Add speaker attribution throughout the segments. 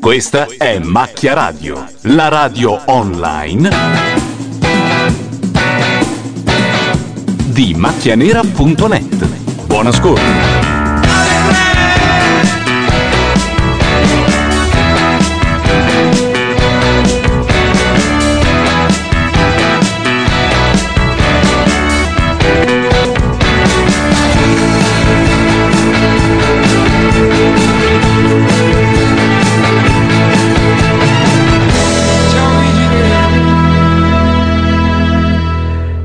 Speaker 1: Questa è Macchia Radio, la radio online di macchianera.net. Buon ascolto.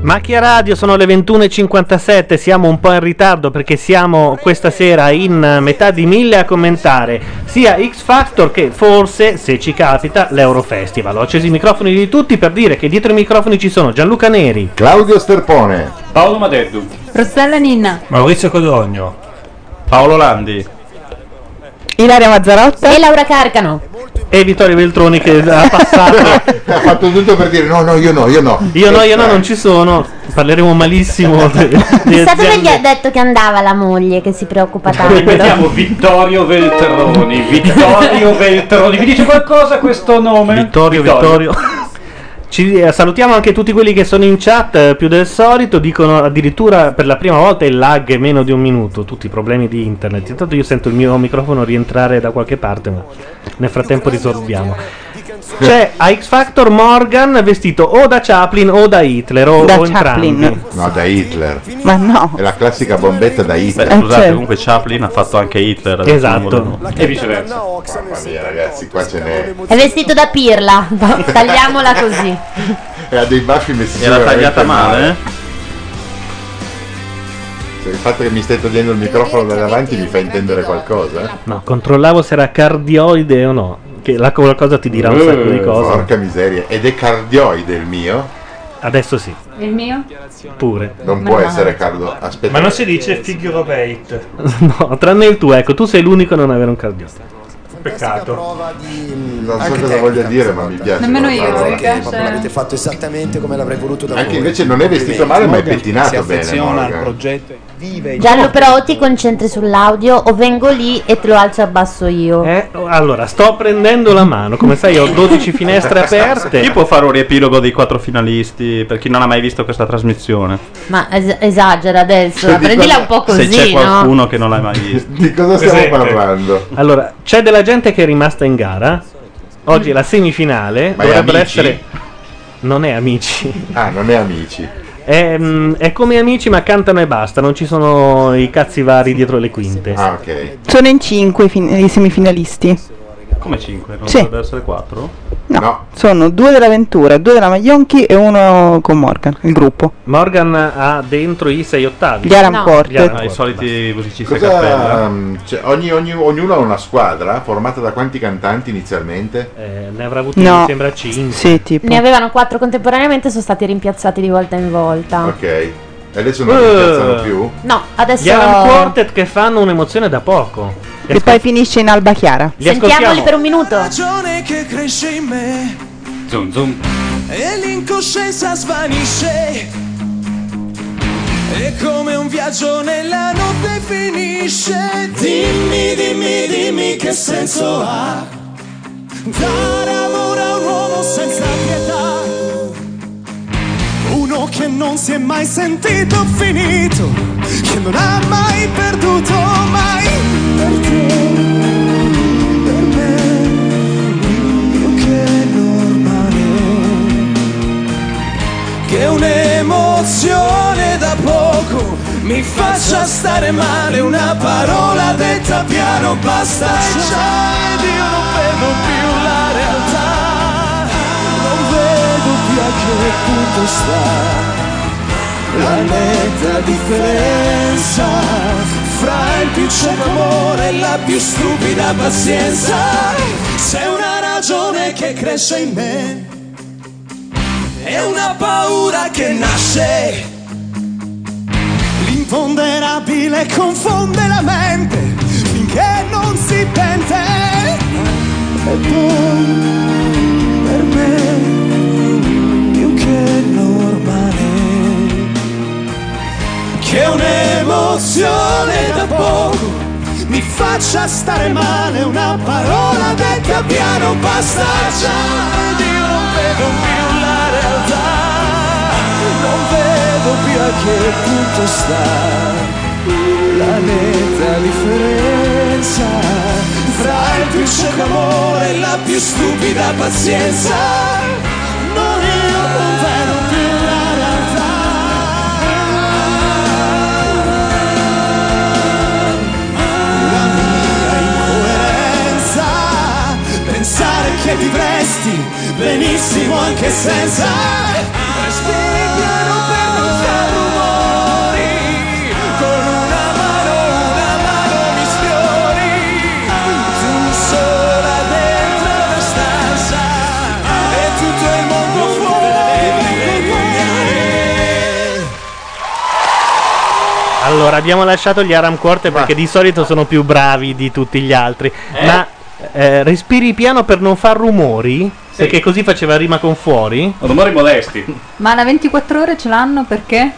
Speaker 2: Macchia Radio, sono le 21.57, siamo un po' in ritardo perché siamo questa sera in metà di mille a commentare sia X Factor che forse, se ci capita, l'Eurofestival. Ho acceso i microfoni di tutti per dire che dietro i microfoni ci sono Gianluca Neri,
Speaker 3: Claudio Sterpone,
Speaker 4: Paolo Madeddu,
Speaker 5: Rossella Ninna,
Speaker 4: Maurizio Codogno, Paolo Landi.
Speaker 5: Ilaria Mazzarotta
Speaker 6: e Laura Carcano.
Speaker 2: E Vittorio Veltroni che ha passato.
Speaker 3: ha fatto tutto per dire no, no, io no, io no. Eh,
Speaker 2: Io no, io no, non ci sono. Parleremo malissimo. de-
Speaker 6: È
Speaker 2: delle
Speaker 6: stato che gli
Speaker 2: aziende.
Speaker 6: ha detto che andava la moglie che si preoccupa tanto.
Speaker 4: Vediamo Vittorio Veltroni. Vittorio Veltroni. Vi dice qualcosa questo nome?
Speaker 2: Vittorio, Vittorio. Ci eh, salutiamo anche tutti quelli che sono in chat eh, più del solito, dicono addirittura per la prima volta il lag è meno di un minuto, tutti i problemi di internet. Intanto io sento il mio microfono rientrare da qualche parte, ma nel frattempo risolviamo. C'è a X Factor Morgan vestito o da Chaplin o da Hitler o,
Speaker 3: Da
Speaker 2: o entrambi.
Speaker 3: Chaplin. No, da Hitler.
Speaker 2: Ma no.
Speaker 3: È la classica bombetta da Hitler.
Speaker 2: Beh, scusate, Eh, certo.
Speaker 3: comunque Chaplin ha fatto anche Hitler.
Speaker 2: Esatto.
Speaker 4: E viceversa.
Speaker 3: Mamma mia, ragazzi, qua ce n'è.
Speaker 6: È vestito da pirla. Tagliamola così.
Speaker 3: E ha dei baffi messi
Speaker 7: Era
Speaker 3: veramente
Speaker 7: tagliata male,
Speaker 3: Cioè, il fatto che mi stai togliendo il microfono da davanti mi fa intendere qualcosa. eh?
Speaker 2: No, controllavo se era cardioide o no, che la co- la cosa ti dirà un sacco di
Speaker 3: Eh,
Speaker 2: cose.
Speaker 3: Porca miseria. Ed è cardioide il mio?
Speaker 2: Adesso sì,
Speaker 8: Il mio?
Speaker 2: pure.
Speaker 3: Non può essere cardo. Aspetta.
Speaker 9: Ma non si dice figure bait.
Speaker 2: No, tranne il tuo, ecco, tu sei l'unico a non avere un cardiologo.
Speaker 9: Peccato.
Speaker 3: Non so cosa voglia dire, ma mi piace.
Speaker 9: Nemmeno
Speaker 3: quella
Speaker 9: io,
Speaker 3: parola.
Speaker 9: mi piace.
Speaker 10: Proprio l'avete fatto esattamente come l'avrei voluto da
Speaker 3: Anche
Speaker 10: voi.
Speaker 3: invece non è vestito male, ma è pettinato bene. Morgan.
Speaker 10: progetto vive
Speaker 6: Giallo però o ti concentri sull'audio o vengo lì e te lo alzo e abbasso io.
Speaker 2: Eh? Allora, sto prendendo la mano, come sai ho 12 finestre aperte.
Speaker 7: Chi può fare un riepilogo dei quattro finalisti per chi non ha mai visto questa trasmissione?
Speaker 6: Ma es- esagera adesso,
Speaker 7: Di
Speaker 6: prendila
Speaker 7: cosa-
Speaker 6: un po'
Speaker 7: Se c'è
Speaker 6: così, no?
Speaker 7: qualcuno che non l'ha mai visto.
Speaker 3: Di cosa
Speaker 2: stiamo Presente.
Speaker 3: parlando?
Speaker 2: Allora, c'è della gente che è rimasta in gara. Oggi è la semifinale,
Speaker 3: Ma è
Speaker 2: dovrebbe
Speaker 3: Amici?
Speaker 2: essere non è amici.
Speaker 3: Ah, non è amici.
Speaker 2: È, mm, è come amici, ma cantano e basta, non ci sono i cazzi vari dietro le quinte.
Speaker 3: Ah, ok.
Speaker 11: Sono in 5 i semifinalisti.
Speaker 7: Come 5? Non
Speaker 11: Sì.
Speaker 7: dovrebbe essere 4?
Speaker 11: No. Sono due dell'avventura, due della Maglionchi e uno con Morgan, il gruppo.
Speaker 2: Morgan ha dentro i 6 ottavi.
Speaker 11: Gli Arancourt.
Speaker 2: Gli Arancourt.
Speaker 7: Ah, I soliti musicisti a
Speaker 3: Cosa,
Speaker 7: cappella.
Speaker 3: um, cioè, ogni- ogni- ognuno ha una squadra formata da quanti cantanti inizialmente?
Speaker 2: Eh, ne avrà avuto,
Speaker 3: No.
Speaker 2: mi sembra, 5.
Speaker 11: Sì, tipo.
Speaker 6: Ne avevano quattro contemporaneamente e sono stati rimpiazzati di volta in volta.
Speaker 3: Ok. E adesso non
Speaker 2: Eh.
Speaker 3: iniziano più?
Speaker 6: No, adesso
Speaker 2: Gli Alan Quartet che fanno un'emozione da poco. Li
Speaker 11: E poi finisce in Alba Chiara.
Speaker 2: Li ascoltiamo.
Speaker 6: sentiamoli per un minuto.
Speaker 8: ragione che cresce in me
Speaker 4: Zoom, zoom.
Speaker 8: e l'incoscienza svanisce. E come un viaggio nella notte finisce. Dimmi, dimmi, dimmi che senso ha dare amore a un uomo senza pietà. Uno che non si è mai sentito finito, che non ha mai perduto mai per te, per me, io che è normale. Che un'emozione da poco mi faccia stare male, una parola detta piano basta e già ed io non vedo più la realtà, non vedo più a che punto sta la netta differenza fra il più cieco amore e la più stupida pazienza. C'è una ragione che cresce in me e una paura che nasce. L'inponderabile confonde la mente finché non si pente. E poi per me più che normale che un'emozione da poco mi faccia stare male una parola detta piano basta già ed io non vedo più la realtà non vedo più a che punto sta la netta differenza fra il più cieco amore e la più stupida pazienza non io non vedo più la realtà la mia incoerenza pensare che vivresti benissimo anche senza respiri piano per non far rumori con una mano una mano mi sfiori tu sola dentro la stanza e tutto il mondo fuori
Speaker 2: Allora, abbiamo lasciato gli Aram Quarter perché di solito sono più bravi di tutti gli altri. Ma eh, respiri piano per non far rumori? Perché così faceva rima con fuori?
Speaker 7: Rumori molesti.
Speaker 5: Ma la 24 ore ce l'hanno perché?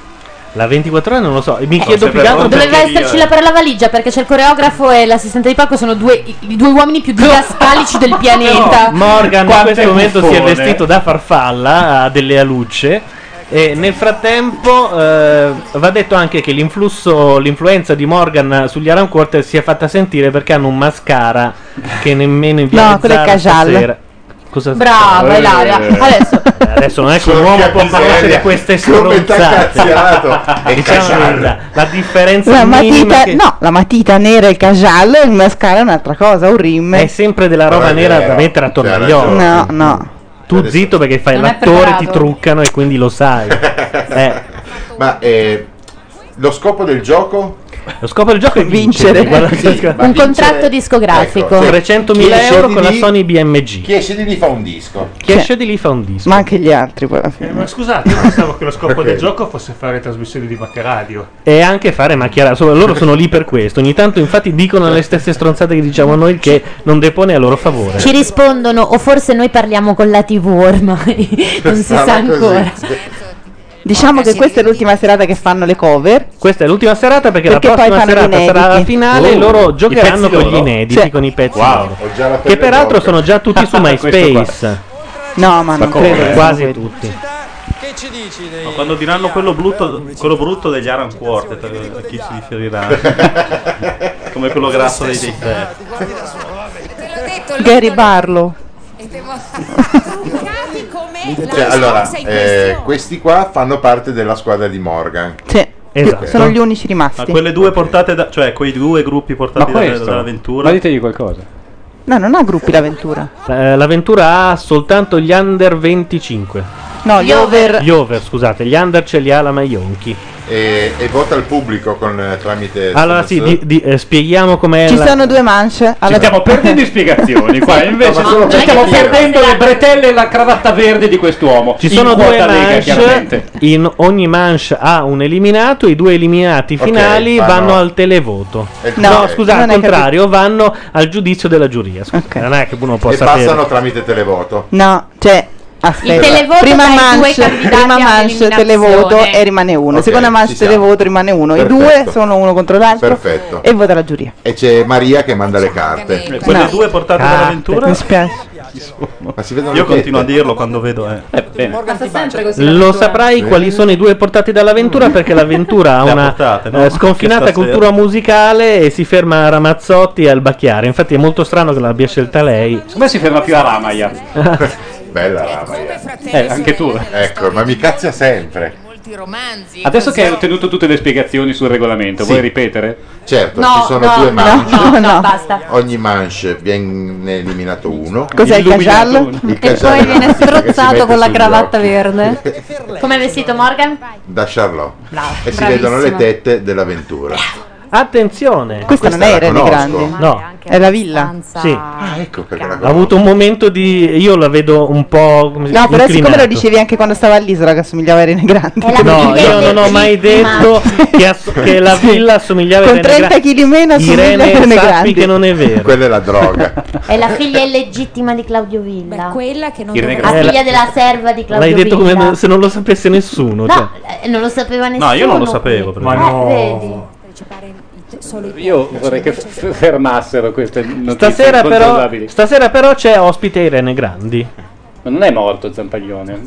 Speaker 2: La 24 ore non lo so. Mi
Speaker 7: No,
Speaker 2: chiedo
Speaker 7: sempre
Speaker 2: più che altro
Speaker 6: Doveva
Speaker 2: perché-
Speaker 6: esserci
Speaker 7: eh,
Speaker 6: la per la valigia perché c'è il coreografo e l'assistente di palco sono due, i- i due uomini più didascalici del pianeta.
Speaker 2: Morgan in
Speaker 6: Quanto
Speaker 2: questo
Speaker 6: è
Speaker 2: momento si è
Speaker 6: buffone.
Speaker 2: vestito da farfalla, ha delle alucce. E nel frattempo eh, va detto anche che l'influsso, l'influenza di Morgan sugli Aram Quarter si è fatta sentire perché hanno un mascara che nemmeno in
Speaker 11: No, quello è Cajal.
Speaker 2: Cosa Eh,
Speaker 11: Brava, Ilaria.
Speaker 6: Adesso
Speaker 2: Adesso non è che un uomo può parlare di queste
Speaker 11: Come t'ha
Speaker 2: stronzate.
Speaker 11: cazziato? È
Speaker 2: Diciamo la
Speaker 11: Cajal.
Speaker 2: verità, la differenza
Speaker 11: La
Speaker 2: minima
Speaker 11: matita,
Speaker 2: che-
Speaker 11: no, la matita nera e il cajal, il mascara è un'altra cosa, un rim.
Speaker 2: è sempre della roba
Speaker 11: Però è
Speaker 2: nera da
Speaker 11: vero,
Speaker 2: mettere attorno
Speaker 11: c'ha
Speaker 2: agli occhi.
Speaker 11: ragione. No, no.
Speaker 2: Tu zitto perché fai
Speaker 11: Non è
Speaker 2: l'attore, ti
Speaker 11: preparato.
Speaker 2: truccano e quindi lo sai. Eh.
Speaker 3: Ma eh, lo scopo del gioco?
Speaker 2: Lo scopo del gioco è vincere. Guarda-
Speaker 6: Un contratto discografico.
Speaker 3: Ecco, sì.
Speaker 2: 300.000
Speaker 3: Chi esce
Speaker 2: euro
Speaker 3: di
Speaker 2: con la
Speaker 3: lì-
Speaker 2: Sony BMG.
Speaker 3: Chi esce di lì fa un disco.
Speaker 2: Chi esce di lì fa un disco.
Speaker 11: Ma anche gli altri poi alla fine.
Speaker 9: Ma scusate, io pensavo che lo scopo
Speaker 2: Ok.
Speaker 9: del gioco fosse fare trasmissioni di Macca Radio.
Speaker 2: E anche fare macchia rara. Solo- Loro sono lì per questo. Ogni tanto, infatti, dicono le stesse stronzate che diciamo noi, che non depone a loro favore.
Speaker 6: Ci rispondono, o forse noi parliamo con la TV ormai, non si
Speaker 3: Ah,
Speaker 6: sa ancora.
Speaker 11: Diciamo che questa è l'ultima serata che fanno le cover.
Speaker 2: Questa è l'ultima serata perché,
Speaker 11: Perché
Speaker 2: la
Speaker 11: poi
Speaker 2: prossima
Speaker 11: fanno gli
Speaker 2: serata sarà la
Speaker 11: inediti.
Speaker 2: finale e
Speaker 11: Oh,
Speaker 2: loro
Speaker 11: i
Speaker 2: giocheranno
Speaker 11: pezzi
Speaker 2: con gli
Speaker 11: loro?
Speaker 2: inediti,
Speaker 11: Cioè-
Speaker 2: con i pezzi
Speaker 11: Wow,
Speaker 2: loro.
Speaker 3: ho già la pelle
Speaker 2: Che peraltro
Speaker 3: d'oca.
Speaker 2: sono già tutti su
Speaker 7: Questo
Speaker 2: MySpace.
Speaker 11: No, ma non
Speaker 7: come?
Speaker 11: credo.
Speaker 2: Quasi tutti.
Speaker 7: Ma quando diranno quello brutto, quello brutto degli Aran Quartet, a chi si riferirà? Come quello grasso dei dei tre.
Speaker 11: Gary Barlow.
Speaker 3: Cioè, allora, eh, questi qua fanno parte della squadra di Morgan.
Speaker 11: Sì.
Speaker 7: Esatto.
Speaker 11: Sono gli unici
Speaker 7: Ma
Speaker 11: rimasti.
Speaker 7: quelle due portate da, cioè quei due gruppi portati
Speaker 11: Ma
Speaker 7: da-
Speaker 11: questo?
Speaker 7: dall'avventura.
Speaker 11: Ma
Speaker 7: ditegli qualcosa.
Speaker 11: No, non ha gruppi l'avventura.
Speaker 2: Eh, L'avventura ha soltanto gli under 25.
Speaker 11: No, gli over.
Speaker 2: Gli over, scusate, gli under ce li ha la Maionchi.
Speaker 3: E, e vota il pubblico con, eh, tramite.
Speaker 2: Allora sì, di- di- eh, spieghiamo com'è
Speaker 11: Ci
Speaker 2: la-
Speaker 11: sono due manche. Alla...
Speaker 4: stiamo perdendo in spiegazioni qua, invece ci stiamo perdendo le bretelle e la cravatta verde di quest'uomo.
Speaker 2: Ci
Speaker 4: In
Speaker 2: sono due
Speaker 4: quota Lega,
Speaker 2: manche,
Speaker 4: chiaramente.
Speaker 2: in ogni manche ha un eliminato, i due eliminati
Speaker 4: Ok,
Speaker 2: finali
Speaker 4: vanno-
Speaker 2: vanno al televoto.
Speaker 3: E-
Speaker 2: No,
Speaker 3: ok.
Speaker 2: scusate, al
Speaker 3: Non hai
Speaker 2: contrario, vanno al giudizio della giuria. Scusa, Non è che uno può
Speaker 3: e
Speaker 2: sapere.
Speaker 3: passano tramite televoto.
Speaker 11: No, cioè. Aspetta.
Speaker 6: televoto
Speaker 11: prima
Speaker 6: tra i due
Speaker 11: manche,
Speaker 6: candidati
Speaker 11: prima
Speaker 6: ad
Speaker 11: manche
Speaker 6: eliminazione.
Speaker 11: televoto e rimane uno.
Speaker 3: Ok,
Speaker 11: Seconda manche
Speaker 3: ci siamo.
Speaker 11: televoto rimane uno.
Speaker 3: Perfetto.
Speaker 11: I due sono uno contro l'altro.
Speaker 3: Perfetto.
Speaker 11: E vota la giuria.
Speaker 3: E c'è Maria che manda le carte.
Speaker 7: Quelle due portate
Speaker 3: Ah,
Speaker 7: dall'avventura.
Speaker 11: Mi spiace.
Speaker 3: Ma si vedono le
Speaker 7: Io
Speaker 3: tette.
Speaker 7: continuo a dirlo quando vedo. Eh. bene.
Speaker 5: Ma fa sempre così.
Speaker 2: Lo saprai quali sono i due portati dall'avventura perché l'avventura ha
Speaker 7: Le ha
Speaker 2: una
Speaker 7: portate, no?
Speaker 2: eh, sconfinata
Speaker 7: Questa
Speaker 2: cultura musicale e si ferma a Ramazzotti e al Bacchiare. Infatti è molto strano che l'abbia scelta lei.
Speaker 4: Come si ferma più a Ramaya?
Speaker 3: Bella la Maria.
Speaker 4: Eh, anche tu.
Speaker 3: Ecco, ma mi cazzia sempre.
Speaker 4: Adesso che hai ottenuto tutte le spiegazioni sul regolamento, vuoi ripetere?
Speaker 3: Certo,
Speaker 6: No,
Speaker 3: ci sono
Speaker 6: no,
Speaker 3: due
Speaker 6: no,
Speaker 3: manche.
Speaker 6: no, no, basta.
Speaker 3: Ogni manche viene eliminato uno.
Speaker 6: Cos'è il Illuminato cajal? uno.
Speaker 3: Il
Speaker 6: E
Speaker 3: cajal
Speaker 6: poi
Speaker 3: è
Speaker 6: viene
Speaker 3: una figa che si
Speaker 6: strozzato
Speaker 3: mette
Speaker 6: con la
Speaker 3: sugli
Speaker 6: cravatta
Speaker 3: occhi
Speaker 6: verde. Come è vestito Morgan?
Speaker 3: Da Charlotte.
Speaker 6: Bravo,
Speaker 3: E si
Speaker 6: bravissimo.
Speaker 3: vedono le tette dell'avventura.
Speaker 2: Attenzione!
Speaker 11: Questa non era di grandi.
Speaker 2: No.
Speaker 11: È la villa.
Speaker 2: Sì.
Speaker 3: Ah, ecco perché la
Speaker 2: Ha avuto un momento di. Io la vedo un po'. come si-
Speaker 11: No, però siccome lo
Speaker 2: inclinato.
Speaker 11: dicevi anche quando stava all'isola che assomigliava a Irene Grande.
Speaker 2: No, io non ho mai detto che, ass- che la
Speaker 11: Sì.
Speaker 2: villa assomigliava
Speaker 11: Con
Speaker 2: a Irene
Speaker 11: 30
Speaker 2: Grandi.
Speaker 11: kg meno assomiglia a
Speaker 2: Irene
Speaker 11: Irene
Speaker 2: sappi
Speaker 11: Grande.
Speaker 2: che non è vero.
Speaker 3: Quella è la droga.
Speaker 12: È la figlia illegittima di Claudio Villa. quella che non
Speaker 2: Irene
Speaker 12: la
Speaker 2: Grandi.
Speaker 12: figlia della serva di Claudio
Speaker 2: L'hai detto
Speaker 12: Villa.
Speaker 2: come se non lo sapesse nessuno.
Speaker 12: No,
Speaker 2: cioè.
Speaker 12: eh, non lo sapeva nessuno.
Speaker 7: io non lo sapevo, per
Speaker 12: Ma
Speaker 7: esempio.
Speaker 12: vedi.
Speaker 4: Io vorrei che f- fermassero queste notizie
Speaker 2: Stasera, però,
Speaker 4: incontrollabili.
Speaker 2: stasera però c'è ospite Irene Grandi.
Speaker 4: Ma non è morto Zampaglione.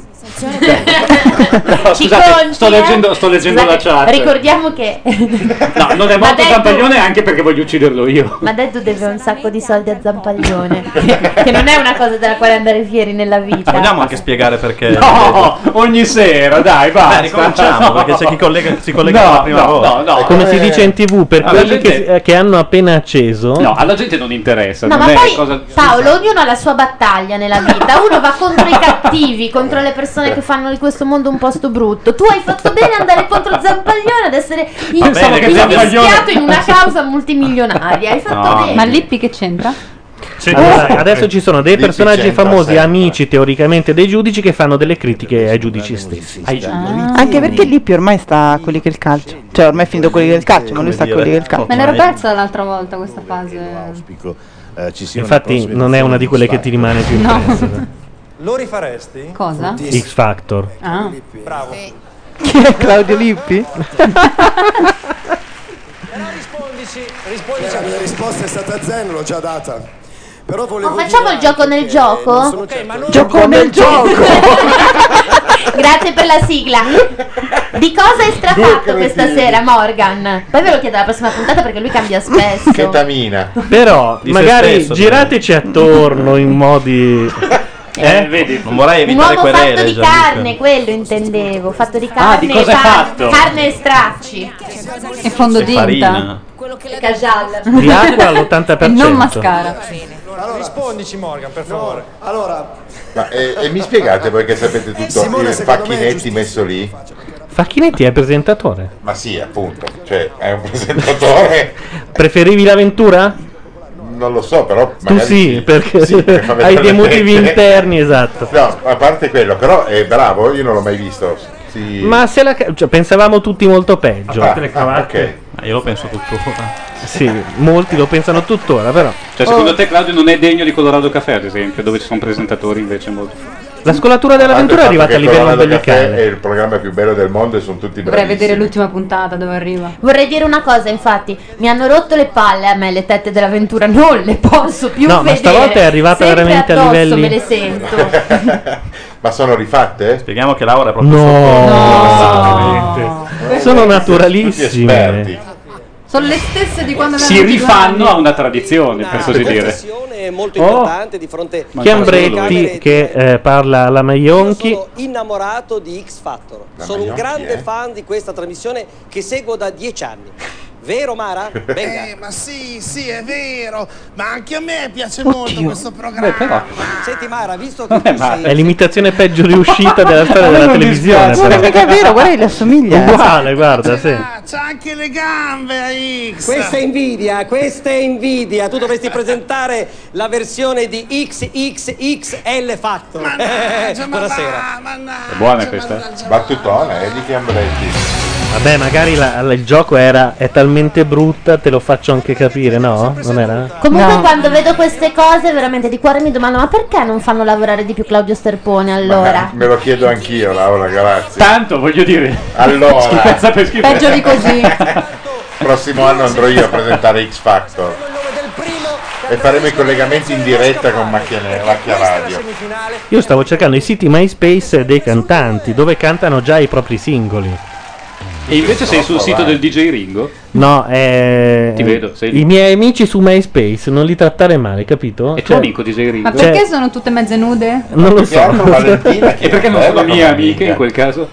Speaker 12: No,
Speaker 6: Ci
Speaker 4: scusate,
Speaker 6: conti,
Speaker 4: sto
Speaker 6: eh?
Speaker 4: leggendo- sto leggendo la chat.
Speaker 12: Ricordiamo che
Speaker 4: No, non è
Speaker 12: Ma dai,
Speaker 4: morto
Speaker 12: tu-
Speaker 4: Zampaglione anche perché voglio ucciderlo io.
Speaker 12: Madeddu deve un sacco di soldi a Zampaglione, che non è una cosa della quale andare fieri nella
Speaker 4: Ah,
Speaker 12: vita.
Speaker 7: Vogliamo anche spiegare perché.
Speaker 4: Diciamo No, ogni sera, dai, basta.
Speaker 7: Beh, ricominciamo, perché c'è chi collega- si collega
Speaker 4: no,
Speaker 7: per la prima
Speaker 4: no,
Speaker 7: volta.
Speaker 4: No, no,
Speaker 2: come si
Speaker 4: eh,
Speaker 2: dice in tv, per
Speaker 4: alla
Speaker 2: quelli
Speaker 4: gente-
Speaker 2: che, che hanno appena acceso.
Speaker 4: No, alla gente non interessa,
Speaker 12: No,
Speaker 4: non
Speaker 12: ma
Speaker 4: è
Speaker 12: poi
Speaker 4: cosa
Speaker 12: Paolo, ognuno ha la sua battaglia nella vita. Uno va contro i cattivi, contro le persone che fanno di questo mondo un posto brutto. Tu hai fatto bene ad andare contro Zampaglione, ad essere
Speaker 4: Va bene, che
Speaker 12: invischiato
Speaker 4: Zampaglione-
Speaker 12: in una causa multimilionaria. Hai fatto
Speaker 2: No.
Speaker 12: bene.
Speaker 5: Ma Lippi che c'entra?
Speaker 2: Allora, adesso ci sono dei
Speaker 4: Lippi
Speaker 2: personaggi
Speaker 4: c'entra
Speaker 2: famosi,
Speaker 4: sempre.
Speaker 2: amici teoricamente dei giudici, che fanno delle critiche ai giudici stessi.
Speaker 11: Anche perché Lippi ormai sta a quelli che il calcio. Cioè, ormai è finito quelli che il calcio, ma lui sta a quelli
Speaker 2: eh,
Speaker 11: che il calcio.
Speaker 5: Me l'ero persa l'altra volta questa fase.
Speaker 2: Infatti, non è una di quelle che ti rimane più
Speaker 5: No.
Speaker 2: impressa.
Speaker 10: Lo rifaresti? Eh,
Speaker 5: Cosa?
Speaker 2: X Factor.
Speaker 5: Ah.
Speaker 10: Bravo.
Speaker 11: Chi è Claudio Lippi?
Speaker 10: Rispondici, rispondici. La mia risposta è stata zen, l'ho già data. Però volevo
Speaker 12: Ma facciamo il gioco nel gioco?
Speaker 2: certo.
Speaker 11: Gioco nel gioco!
Speaker 12: Grazie per la sigla. Di cosa è strafatto questa sera, Morgan? Poi ve lo chiedo alla prossima puntata perché lui cambia spesso.
Speaker 3: Chetamina.
Speaker 2: Però,
Speaker 7: Di se
Speaker 2: magari
Speaker 7: stesso,
Speaker 2: girateci attorno in modi.
Speaker 7: Eh, vedi, non vorrei
Speaker 12: Un
Speaker 7: evitare
Speaker 12: uomo fatto
Speaker 7: querele.
Speaker 12: di
Speaker 7: Gianluca.
Speaker 12: carne, quello intendevo. Fatto
Speaker 2: Ah,
Speaker 12: di carne,
Speaker 7: di cosa è
Speaker 12: pan-
Speaker 7: fatto?
Speaker 12: carne e stracci.
Speaker 5: E fondodinta.
Speaker 12: E cajal.
Speaker 2: Di acqua all'80%.
Speaker 5: E non mascara.
Speaker 10: Allora, rispondici Morgan, per favore. allora,
Speaker 3: Ma, eh, e, mi spiegate voi che sapete tutto
Speaker 10: Simone,
Speaker 3: il
Speaker 10: secondo me è
Speaker 3: Facchinetti messo lì?
Speaker 2: Facchinetti è presentatore.
Speaker 3: Ma sì, appunto, cioè è un presentatore,
Speaker 2: Preferivi l'avventura?
Speaker 3: non lo so, però
Speaker 2: Tu
Speaker 3: magari
Speaker 2: sì, perché
Speaker 3: Sì, per far vedere
Speaker 2: hai dei
Speaker 3: la
Speaker 2: motivi
Speaker 3: gente.
Speaker 2: interni, esatto.
Speaker 3: No, a parte quello, però è bravo, io non l'ho mai visto. Ah, Sì.
Speaker 2: Ma se la ca- cioè, pensavamo tutti molto peggio.
Speaker 7: Ma io lo penso tuttora.
Speaker 2: Sì, molti lo pensano tuttora, però.
Speaker 4: Cioè, secondo te Claudio non è degno di Colorado Caffè, ad esempio, dove ci sono presentatori invece molto...
Speaker 2: La scolatura dell'avventura è
Speaker 3: A parte il
Speaker 2: arrivata a
Speaker 3: fatto che
Speaker 2: livello
Speaker 3: Colorado Caffè
Speaker 2: ombelicale.
Speaker 3: È il programma più bello del mondo e sono tutti
Speaker 5: Dovrei
Speaker 3: bravi.
Speaker 5: vedere l'ultima puntata dove arriva.
Speaker 12: Vorrei dire una cosa, infatti, mi hanno rotto le palle a me le tette dell'avventura, non le posso più
Speaker 2: No, ma
Speaker 12: vedere.
Speaker 2: stavolta è arrivata
Speaker 12: Sempre
Speaker 2: veramente a
Speaker 12: addosso
Speaker 2: livelli-
Speaker 12: me le sento.
Speaker 3: Ma sono rifatte?
Speaker 7: Spieghiamo che Laura è proprio
Speaker 2: No,
Speaker 4: Eh.
Speaker 2: sono naturalissime.
Speaker 5: Sono le stesse di quando
Speaker 4: Si
Speaker 5: avevamo
Speaker 4: rifanno a una tradizione, per così dire.
Speaker 10: è molto importante di fronte
Speaker 2: Chiambretti che eh, parla alla Maionchi.
Speaker 10: innamorato di X Factor. Sono un
Speaker 2: Maionchi,
Speaker 10: grande
Speaker 2: eh?
Speaker 10: fan di questa trasmissione che seguo da dieci anni. Vero Mara? Venga. Eh, ma sì, sì, è vero. Ma anche a me piace molto questo programma.
Speaker 2: però.
Speaker 10: Senti Mara, visto che
Speaker 2: Non è
Speaker 10: tu sei-
Speaker 2: male. È l'imitazione peggio riuscita della storia della televisione.
Speaker 11: Ma non è mica vero, guarda che le assomiglia.
Speaker 2: Uguale, guarda, sì.
Speaker 10: Ah, C'ha anche le gambe a X. Questa è invidia, questa è invidia. Tu dovresti presentare la versione di XXXL Factor. Buonasera.
Speaker 3: È
Speaker 4: buona questa?
Speaker 3: Battutona, è eh, di Chiambretti.
Speaker 2: Vabbè, magari la- la- il gioco era è talmente brutta, te lo faccio anche capire, no? Non era?
Speaker 12: Comunque quando vedo queste cose veramente di cuore mi domando ma perché non fanno lavorare di più Claudio Sterpone allora?
Speaker 3: Me lo chiedo anch'io, Laura, grazie.
Speaker 4: Tanto, voglio dire.
Speaker 3: Allora.
Speaker 4: Schifezza per schifezza. Peggio di così.
Speaker 3: Prossimo anno andrò io a presentare X Factor. E faremo i collegamenti in diretta con Macchia, Ne- Macchia Radio.
Speaker 2: Io stavo cercando i siti MySpace dei cantanti, dove cantano già i propri singoli.
Speaker 4: E invece sei sul sito del DJ Ringo?
Speaker 2: No, eh,
Speaker 4: Ti vedo, sei lì.
Speaker 2: i miei amici su MySpace, non li trattare male, capito?
Speaker 4: E tuo
Speaker 2: Cioè,
Speaker 4: amico DJ Ringo?
Speaker 5: Ma perché sono tutte mezze nude?
Speaker 2: Non lo so.
Speaker 4: e perché non sono mie amiche in quel caso?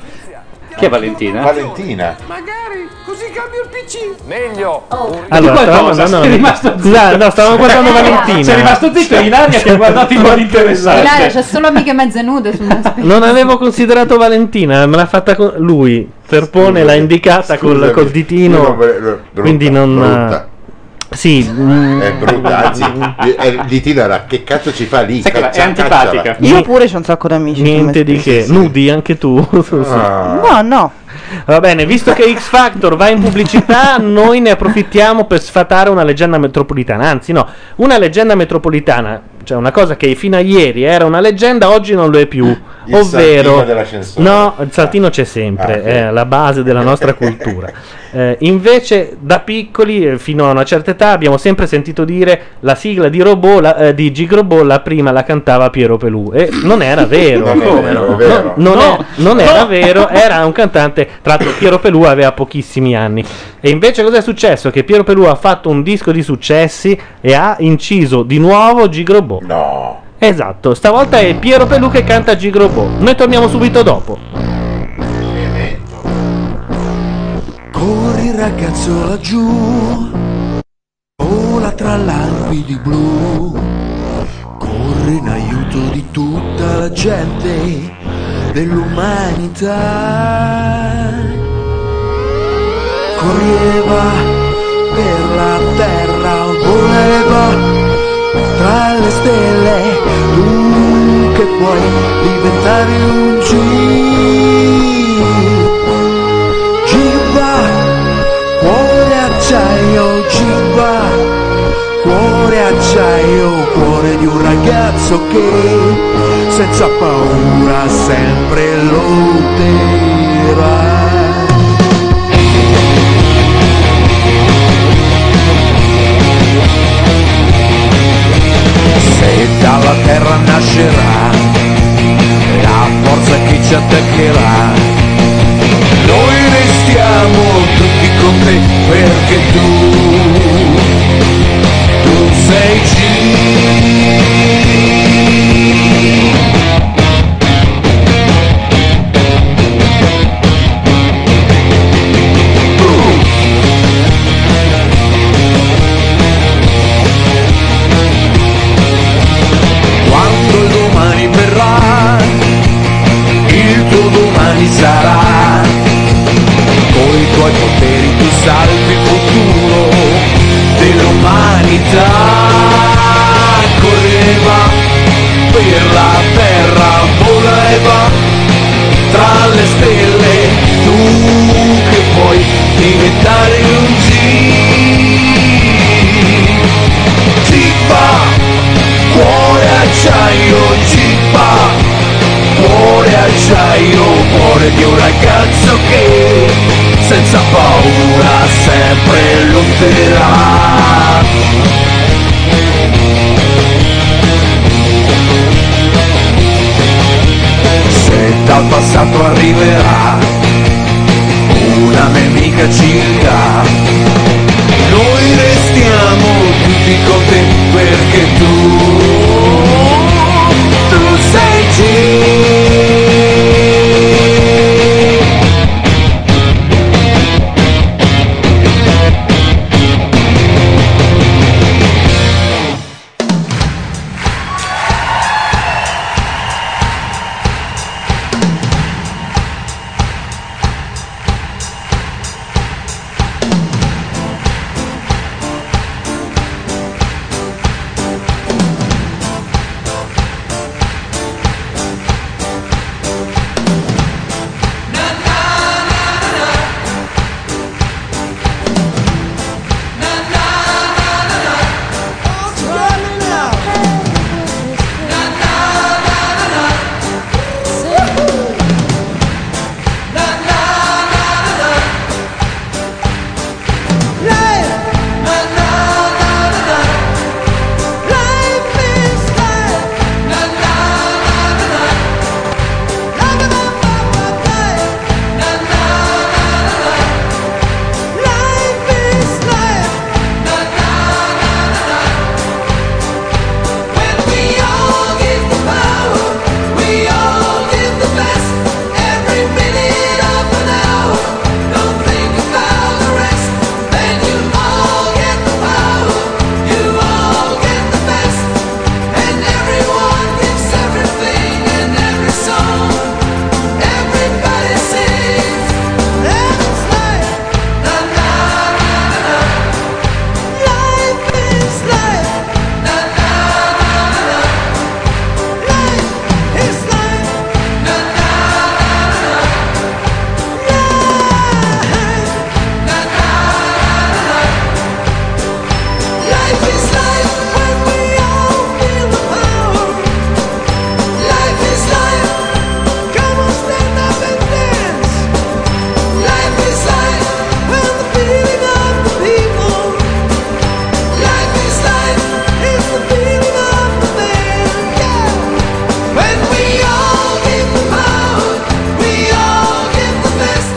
Speaker 4: Chi è Valentina?
Speaker 3: Valentina.
Speaker 8: Magari così cambio il PC. Meglio.
Speaker 3: Oh.
Speaker 2: Allora,
Speaker 4: Di
Speaker 2: stavamo
Speaker 4: qualcosa,
Speaker 2: guardando,
Speaker 4: sei rimasto
Speaker 2: Scusa, no, stavamo guardando Valentina. Cioè,
Speaker 4: Sei rimasto zitto, Ilaria ti ha guardato in modo
Speaker 2: Esatto.
Speaker 4: interessante.
Speaker 5: Ilaria, c'è solo amiche mezze nude su MySpace.
Speaker 2: Non avevo considerato Valentina, me l'ha fatta con lui. Serpone l'ha indicata col,
Speaker 3: Scusami,
Speaker 2: col ditino,
Speaker 3: io non ve- lo- brutta,
Speaker 2: quindi non...
Speaker 3: brutta.
Speaker 2: Sì, mm,
Speaker 3: È brutta, anzi, eh, di Tina era che cazzo ci fa lì? Caccia- cacciala.
Speaker 11: Io pure c'ho un sacco d'amici.
Speaker 2: niente di che. Nudi anche tu.
Speaker 11: No, no.
Speaker 2: Va bene, visto che X Factor va in pubblicità, noi ne approfittiamo per sfatare una leggenda metropolitana. Anzi, no, una leggenda metropolitana, cioè una cosa che fino a ieri era una leggenda, oggi non lo è più.
Speaker 3: Il
Speaker 2: ovvero,
Speaker 3: saltino dell'ascensore.
Speaker 2: no, il saltino c'è
Speaker 3: Ah,
Speaker 2: sempre, è la base della nostra cultura. Eh, invece, da piccoli, eh, fino a una certa età, abbiamo sempre sentito dire la sigla di, Robot, la- eh, di Gig Robot, la prima la cantava Piero Pelù. E non era vero.
Speaker 3: Non è
Speaker 2: Come
Speaker 3: vero,
Speaker 2: no?
Speaker 3: è vero.
Speaker 2: No, non,
Speaker 3: No.
Speaker 2: è- non era vero, era un cantante. Tra l'altro, Piero Pelù aveva pochissimi anni. E invece, cos'è successo? Che Piero Pelù ha fatto un disco di successi e ha inciso di nuovo Gigrobo.
Speaker 3: No.
Speaker 2: Esatto, stavolta è Piero Pelù che canta Gigrobo. Noi torniamo subito dopo.
Speaker 8: Corri ragazzo laggiù, vola tra l'albidi blu, corri in aiuto di tutta la gente dell'umanità. Corrieva per la terra, voleva tra le stelle, tu che puoi diventare un G. Giba, cuore acciaio, Giba, cuore acciaio, cuore di un ragazzo che senza paura sempre lotterà. Se dalla terra nascerà la forza che ci attaccherà, noi restiamo tutti con te perché tu, tu sei G. Quando il domani verrà, il tuo domani sarà. Con i tuoi poteri tu salvi il futuro dell'umanità. Correva per la terra, voleva tra le stelle. Tu che puoi diventare un G. Gipa, cuore acciaio, Gipa cuore acciaio, cuore di un ragazzo che senza paura sempre lotterà. Se dal passato arriverà una nemica città, noi restiamo tutti con te perché tu tu sei G.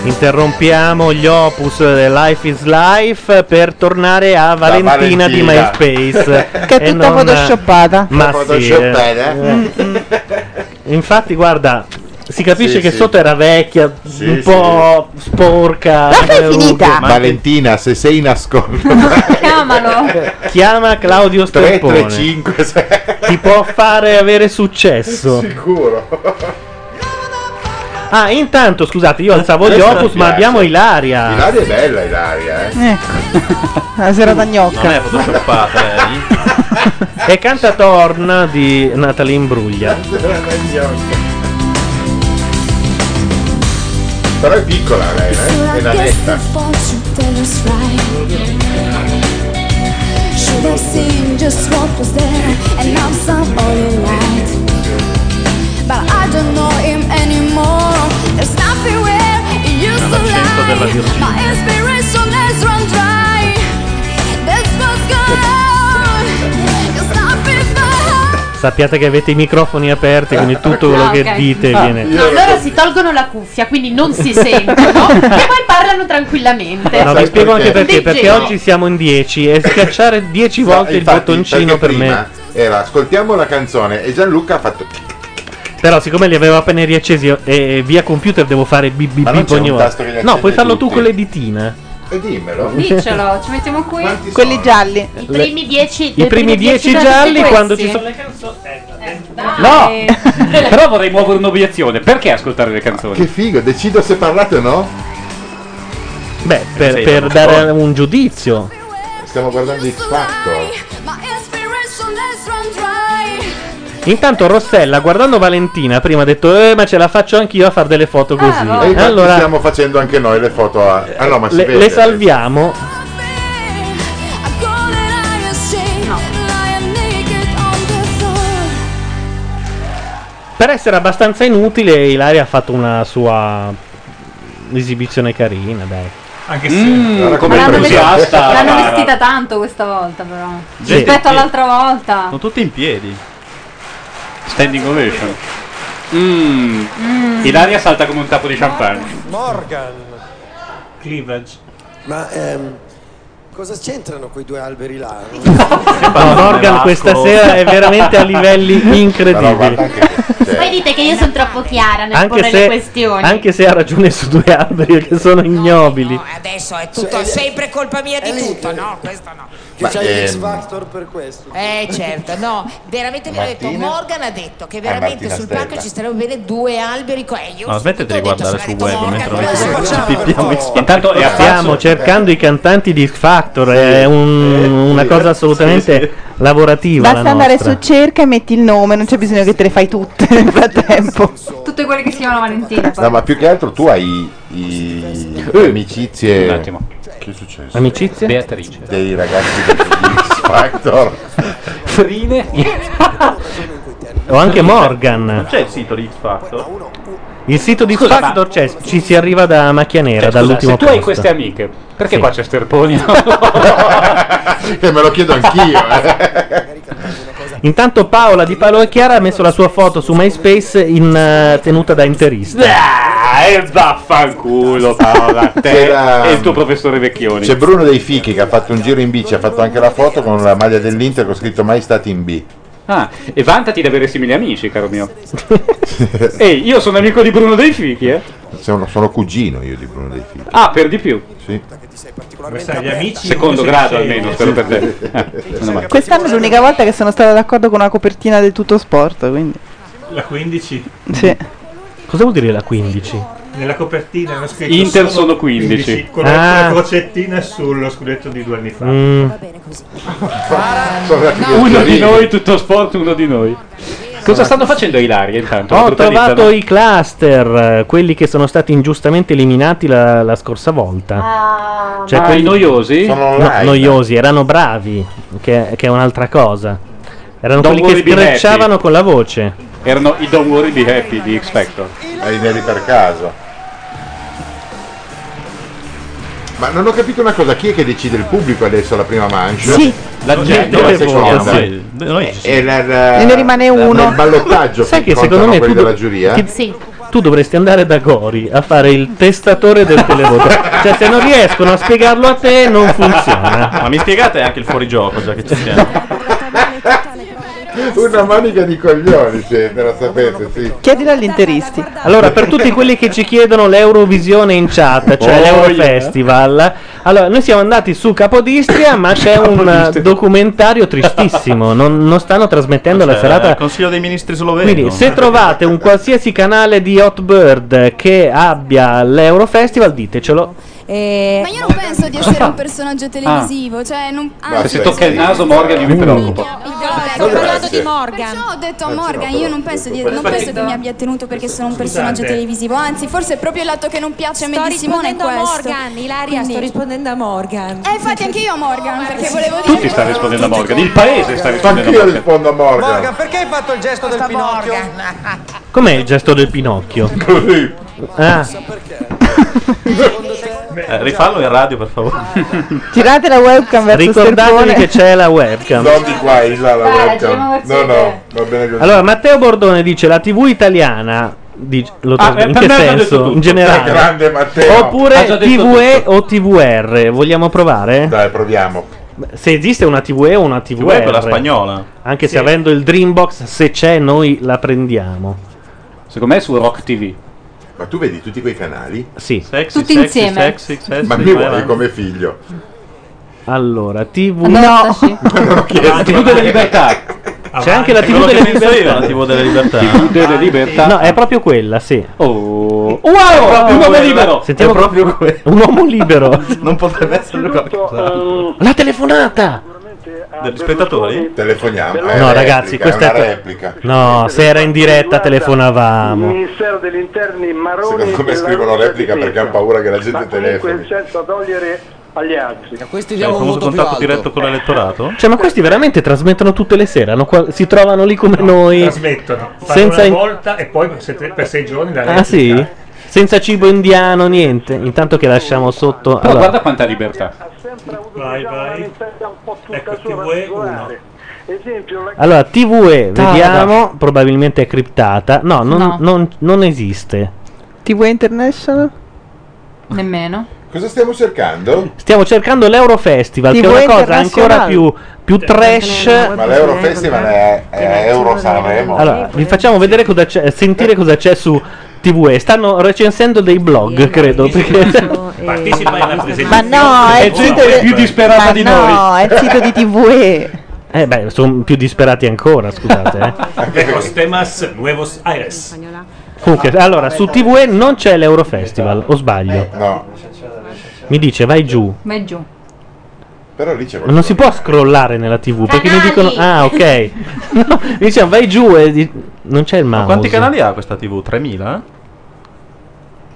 Speaker 2: interrompiamo gli opus del Life is Life per tornare a Valentina, di
Speaker 11: Valentina.
Speaker 2: MySpace.
Speaker 11: Che è
Speaker 2: E
Speaker 11: tutta
Speaker 2: non-
Speaker 11: photoshoppata.
Speaker 2: Ma
Speaker 11: Tutta
Speaker 2: sì,
Speaker 11: photoshoppata.
Speaker 2: eh. Infatti, guarda, si capisce
Speaker 3: Sì,
Speaker 2: che
Speaker 3: sì.
Speaker 2: sotto era vecchia, un
Speaker 3: sì.
Speaker 2: po' sporca. eh, un-
Speaker 3: Valentina, se sei in ascolto,
Speaker 5: Chiamalo.
Speaker 2: Chiama Claudio Stampone.
Speaker 3: 335
Speaker 2: Ti può fare avere successo.
Speaker 3: sicuro.
Speaker 2: Ah, intanto, scusate, io alzavo gli
Speaker 3: Questa
Speaker 2: opus,
Speaker 3: mi
Speaker 2: ma
Speaker 3: piace.
Speaker 2: abbiamo Ilaria.
Speaker 3: Ilaria è bella, Ilaria, eh.
Speaker 11: Ecco, La sera da gnocca.
Speaker 7: Non è photoshoppata eh, lei.
Speaker 2: E canta Torna di Natalie Imbruglia.
Speaker 3: Però è piccola lei, eh? È la netta.
Speaker 8: fortune tellers right. Should have seen just what was there, and now some oil light. But I don't know him anymore. There's nothing where he used to
Speaker 7: L'accento
Speaker 8: lie.
Speaker 7: della Virginia.
Speaker 8: My inspiration has run dry. That's what's going on. There's nothing behind.
Speaker 2: Sappiate che avete i microfoni aperti, quindi tutto quello
Speaker 12: Ah,
Speaker 2: che
Speaker 12: ok.
Speaker 2: dite
Speaker 12: Ah.
Speaker 2: viene.
Speaker 12: No, loro si tolgono la cuffia, quindi non si sentono e poi parlano tranquillamente.
Speaker 2: No, vi spiego anche perché,
Speaker 12: Dei
Speaker 2: perché
Speaker 12: geni.
Speaker 2: oggi siamo in 10 e schiacciare 10
Speaker 3: No,
Speaker 2: volte il
Speaker 3: infatti, perché
Speaker 2: bottoncino per
Speaker 3: prima
Speaker 2: me.
Speaker 3: Era ascoltiamo la canzone e Gianluca ha fatto.
Speaker 2: Però siccome li avevo appena riaccesi io- e via computer devo fare bip bip
Speaker 3: Ma non
Speaker 2: bip
Speaker 3: c'è un
Speaker 2: ogni
Speaker 3: tasto che li
Speaker 2: volta. No,
Speaker 3: accende
Speaker 2: puoi farlo tu
Speaker 3: tutti?
Speaker 2: con le ditine.
Speaker 3: E dimmelo.
Speaker 5: Diccelo, ci mettiamo qui.
Speaker 11: Quelli gialli.
Speaker 12: I primi dieci,
Speaker 2: I primi 10 gialli quando ci sono...
Speaker 4: No! Però vorrei muovere un'obiezione. Perché ascoltare le canzoni?
Speaker 3: Che figo, decido se parlate o no.
Speaker 2: Beh, per,
Speaker 3: Sei
Speaker 2: per
Speaker 3: uno
Speaker 2: dare un giudizio.
Speaker 3: Stiamo guardando X Factor.
Speaker 8: My inspiration has run dry.
Speaker 2: Intanto Rossella, guardando Valentina, prima ha detto, eh, ma ce la faccio anch'io a fare delle foto così.
Speaker 8: Ah,
Speaker 3: E infatti
Speaker 2: allora
Speaker 3: stiamo facendo anche noi le foto a... Ah no, ma si
Speaker 2: le,
Speaker 3: vede.
Speaker 2: le salviamo. Per essere abbastanza inutile, Ilaria ha fatto una sua esibizione carina, dai.
Speaker 9: Anche
Speaker 2: se
Speaker 4: Mm.
Speaker 5: Ma l'hanno vestita- l'hanno vestita tanto questa volta però.
Speaker 2: Sì.
Speaker 5: Rispetto all'altra volta.
Speaker 7: Sono tutti in piedi.
Speaker 4: Standing ovation. Mm.
Speaker 5: Mm.
Speaker 4: Ilaria salta come un tappo di champagne.
Speaker 13: Morgan.
Speaker 9: Cleavage.
Speaker 13: Ma ehm, cosa c'entrano quei due alberi là?
Speaker 2: No, Ah, Morgan questa sera è veramente a livelli incredibili.
Speaker 12: Poi dite che io sono troppo chiara nel
Speaker 2: Anche
Speaker 12: porre le
Speaker 2: se,
Speaker 12: questioni.
Speaker 2: anche se ha ragione su due alberi che sono ignobili.
Speaker 12: eh.
Speaker 14: Adesso è
Speaker 13: eh,
Speaker 14: tutto sempre colpa mia di tutto, no? Questo no.
Speaker 13: Che
Speaker 2: Ma,
Speaker 13: c'hai
Speaker 2: ehm,
Speaker 13: X Factor per questo.
Speaker 14: Eh certo, no, veramente vi ho detto,
Speaker 13: Martina? Eh,
Speaker 14: Morgan ha detto che
Speaker 7: Martina
Speaker 14: veramente sul
Speaker 7: Stella.
Speaker 14: palco ci starebbero bene due alberi co- eh, io
Speaker 7: No, smettete di guardare sul web mentre noi
Speaker 14: cosa
Speaker 7: ci
Speaker 14: facciamo,
Speaker 7: pippiamo insieme.
Speaker 4: Intanto è
Speaker 2: Stiamo cercando i cantanti di X Factor, è
Speaker 4: Eh,
Speaker 2: un- una cosa assolutamente lavorativa.
Speaker 11: Basta
Speaker 2: La
Speaker 11: andare
Speaker 2: nostra.
Speaker 11: su cerca e metti il nome, non c'è bisogno che te le fai tutte nel frattempo.
Speaker 5: Tutte quelle che si chiamano Valentina. poi.
Speaker 3: No, ma più che altro tu hai i amicizie.
Speaker 4: Eh. Un attimo.
Speaker 3: Che è successo?
Speaker 2: Eh. Amicizie?
Speaker 4: Beatrice.
Speaker 3: Dei ragazzi di X Factor.
Speaker 2: Ho anche Morgan.
Speaker 7: Non c'è il sito di X Factor?
Speaker 2: Il sito di
Speaker 4: Scusa,
Speaker 2: X Factor c'è, ci si arriva da macchia nera,
Speaker 4: Cioè, scusa,
Speaker 2: dall'ultimo
Speaker 4: se tu hai
Speaker 2: posto.
Speaker 4: queste amiche, perché
Speaker 2: Sì.
Speaker 4: qua c'è Sterponi?
Speaker 3: e me lo chiedo anch'io. eh.
Speaker 2: Intanto Paola di Paolo e Chiara ha messo la sua foto su MySpace in eh, tenuta da interista.
Speaker 4: Ah, e vaffanculo Paola, te
Speaker 3: C'era-
Speaker 4: e il tuo professore Vecchioni.
Speaker 3: C'è Bruno dei Fichi che ha fatto un giro in bici, ha fatto anche la foto con la maglia dell'Inter con scritto mai stati in B.
Speaker 4: Ah, e vantati di avere simili amici, caro mio. Ehi, io sono amico di Bruno dei Fichi, eh.
Speaker 3: Sono, sono cugino io di Bruno dei Fichi.
Speaker 4: Ah, per di più.
Speaker 3: Sì.
Speaker 9: gli amici.
Speaker 4: Secondo
Speaker 9: come
Speaker 4: grado
Speaker 9: si dice?
Speaker 4: almeno, spero per te. Eh, meno male.
Speaker 11: Quest'anno è l'unica volta che sono stata d'accordo con una copertina del tutto sport, quindi.
Speaker 9: La 15.
Speaker 11: Sì.
Speaker 2: Cosa vuol dire la 15?
Speaker 9: Nella copertina hanno scritto
Speaker 4: Inter
Speaker 9: solo
Speaker 4: sono 15.
Speaker 9: con
Speaker 2: Ah.
Speaker 9: la crocettina sullo scudetto di due anni fa.
Speaker 2: Mm.
Speaker 4: Uno di noi, tutto sport, uno di noi. Cosa stanno facendo a Ilaria intanto? La
Speaker 2: Ho
Speaker 4: brutalizzano?
Speaker 2: trovato i cluster, eh, quelli che sono stati ingiustamente eliminati la, la scorsa volta.
Speaker 4: ah, i noiosi? Sono
Speaker 2: No,
Speaker 4: online.
Speaker 2: noiosi, erano bravi, che, che è un'altra cosa. Erano
Speaker 4: Don't
Speaker 2: quelli che
Speaker 4: worry, be happy.
Speaker 2: schiacciavano con la voce.
Speaker 4: Erano i Don't Worry Be Happy di X Factor.
Speaker 3: Hai neri per caso. Ma non ho capito una cosa, chi è che decide il pubblico adesso alla prima mancia?
Speaker 11: Sì.
Speaker 3: La gente
Speaker 2: Dove
Speaker 3: la seconda.
Speaker 2: vota?
Speaker 3: E la- la-
Speaker 11: Ne rimane
Speaker 3: la-
Speaker 11: uno.
Speaker 3: Nel ballottaggio
Speaker 2: Sai
Speaker 3: che
Speaker 2: che secondo
Speaker 3: contano
Speaker 2: me tu
Speaker 3: quelli
Speaker 2: do-
Speaker 3: della giuria.
Speaker 2: ti- Tu tu dovresti andare da Gori a fare il testatore del televoto. cioè, se non riescono a spiegarlo a te, non funziona.
Speaker 7: Ma mi spiegate anche il fuorigioco, già che ci siamo.
Speaker 3: eh? Una manica di coglioni siete, lo sapete, sì.
Speaker 11: Chiedilo agli interisti.
Speaker 2: Allora, per tutti quelli che ci chiedono l'Eurovisione in chat, cioè
Speaker 11: Oh,
Speaker 2: l'Eurofestival, allora noi siamo andati su Capodistria, ma c'è un documentario tristissimo. Non, non stanno trasmettendo la
Speaker 4: Eh,
Speaker 7: Cioè,
Speaker 2: serata.
Speaker 7: Consiglio dei ministri sloveno.
Speaker 2: Quindi, se trovate un qualsiasi canale di Hotbird che abbia l'Eurofestival, ditecelo.
Speaker 15: Ma io non penso di essere un
Speaker 3: Ah.
Speaker 15: personaggio televisivo, cioè non...
Speaker 2: Vabbè,
Speaker 15: anzi,
Speaker 4: Se tocca il naso Morgan
Speaker 2: Mm.
Speaker 4: io mi preoccupo.
Speaker 15: stiamo parlando
Speaker 4: Grazie.
Speaker 15: di Morgan. Perciò ho detto a Morgan, io non penso, di, non
Speaker 4: Aspetta.
Speaker 15: penso che mi abbia tenuto perché sono un personaggio
Speaker 4: Scusate.
Speaker 15: televisivo, anzi forse è proprio il lato che non piace a me di Simone è
Speaker 16: rispondendo a
Speaker 15: questo.
Speaker 16: Morgan, Ilaria, sto rispondendo a Morgan. Oh,
Speaker 15: Eh, infatti anche io a Morgan, perché volevo dire...
Speaker 4: Tutti sta rispondendo a Morgan, il paese sta rispondendo a
Speaker 3: Anch'io
Speaker 4: Morgan.
Speaker 3: rispondo a Morgan.
Speaker 10: perché hai fatto il gesto del Pinocchio?
Speaker 2: Com'è il gesto del Pinocchio? Ah.
Speaker 7: Eh, rifallo in radio, per favore.
Speaker 11: Tirate la webcam verso
Speaker 2: Ricordatevi
Speaker 11: Sterpone.
Speaker 2: che c'è la webcam.
Speaker 3: Non di qua, il là, la
Speaker 11: Guarda,
Speaker 3: webcam.
Speaker 11: giriamo
Speaker 3: No,
Speaker 11: verso
Speaker 3: no, va bene così.
Speaker 2: Allora, Matteo Bordone dice la TV italiana. dice- lo
Speaker 3: Ah,
Speaker 2: trasmette-
Speaker 3: eh, per me
Speaker 2: in che
Speaker 3: l'ha detto
Speaker 2: senso?
Speaker 3: tutto.
Speaker 2: In generale,
Speaker 3: Eh, grande Matteo. Ha
Speaker 2: oppure
Speaker 3: già detto
Speaker 2: TVE o TVR? Vogliamo provare?
Speaker 3: Dai, proviamo.
Speaker 2: Se esiste una TVE o una TVR,
Speaker 7: TVE è quella spagnola.
Speaker 2: Anche
Speaker 7: Sì.
Speaker 2: se avendo il Dreambox, se c'è, noi la prendiamo.
Speaker 4: Secondo me è su Rock TV.
Speaker 3: Ma tu vedi tutti quei canali?
Speaker 2: Sì.
Speaker 7: Sexy,
Speaker 3: Tutti
Speaker 7: sexy,
Speaker 3: insieme.
Speaker 7: sexy, sexy,
Speaker 3: Ma mi
Speaker 7: vai
Speaker 3: vuoi
Speaker 7: avanti.
Speaker 3: come figlio?
Speaker 2: Allora, TV.
Speaker 3: non ho chiesto.
Speaker 2: La TV delle
Speaker 3: Eh,
Speaker 2: libertà. C'è anche la
Speaker 7: È quello
Speaker 2: TV
Speaker 7: che
Speaker 2: delle
Speaker 7: penso io,
Speaker 2: libertà.
Speaker 7: la TV delle libertà.
Speaker 2: TV
Speaker 4: delle libertà.
Speaker 2: No, è proprio quella, sì.
Speaker 4: Oh.
Speaker 2: Wow,
Speaker 4: un uomo libero.
Speaker 2: Sentiamo
Speaker 4: È
Speaker 2: proprio Un uomo libero. non potrebbe essere
Speaker 7: qualcos'altro.
Speaker 2: La telefonata. eh,
Speaker 7: Degli spettatori?
Speaker 3: Telefoniamo. Eh,
Speaker 2: No, ragazzi, questa è, No, se era in diretta telefonavamo.
Speaker 17: Ministero degli interni Maroni
Speaker 3: Secondo me
Speaker 17: della
Speaker 3: scrivono
Speaker 17: Russia
Speaker 3: replica
Speaker 17: difesa.
Speaker 3: perché hanno paura che la gente
Speaker 17: Ma comunque
Speaker 3: telefoni.
Speaker 17: il senso a togliere agli altri.
Speaker 7: C'è il famoso contatto diretto con l'elettorato?
Speaker 2: Cioè, ma questi veramente trasmettono tutte le sere, hanno qua- si trovano lì come noi.
Speaker 9: Trasmettono, fanno
Speaker 2: Senza
Speaker 9: una
Speaker 2: in-
Speaker 9: volta e poi per sette- per sei giorni la
Speaker 2: Ah sì? Senza cibo indiano, niente. Intanto che lasciamo sotto.
Speaker 4: Però
Speaker 2: allora.
Speaker 4: guarda quanta libertà.
Speaker 9: Vai, vai. Ecco, TV 1.
Speaker 2: Allora, TVE,
Speaker 11: Tarda.
Speaker 2: vediamo, probabilmente è criptata. No, non,
Speaker 11: No.
Speaker 2: non- non esiste.
Speaker 11: TV International?
Speaker 5: Nemmeno.
Speaker 3: Cosa stiamo cercando?
Speaker 2: Stiamo cercando l'Eurofestival, che è
Speaker 3: TV
Speaker 2: una cosa
Speaker 3: internazionale.
Speaker 2: ancora più, più
Speaker 7: Cioè,
Speaker 2: trash.
Speaker 3: Ma l'Eurofestival è, è Euro Sanremo.
Speaker 2: Allora, vi facciamo vedere cosa c'è, sentire cosa c'è su TVE. Stanno recensendo dei blog, credo. Perché...
Speaker 9: Partecipa alla presentazione.
Speaker 11: Ma no, è il sito de- Ma No, è il sito di TVE.
Speaker 2: Eh beh, sono più disperati ancora, scusate. eh.
Speaker 9: Vecos temas, nuevos aires.
Speaker 4: Ah,
Speaker 2: Comunque, allora, su TVE non c'è l'Eurofestival, o sbaglio?
Speaker 3: No.
Speaker 2: Mi dice, vai giù.
Speaker 5: Ma è giù.
Speaker 3: Però lì c'è
Speaker 2: Ma Non si può scrollare nella TV perché mi
Speaker 5: Canali!
Speaker 2: dicono ah ok. No, mi dicevano vai giù e di- non c'è il mouse.
Speaker 7: Quanti canali ha questa TV? 3000?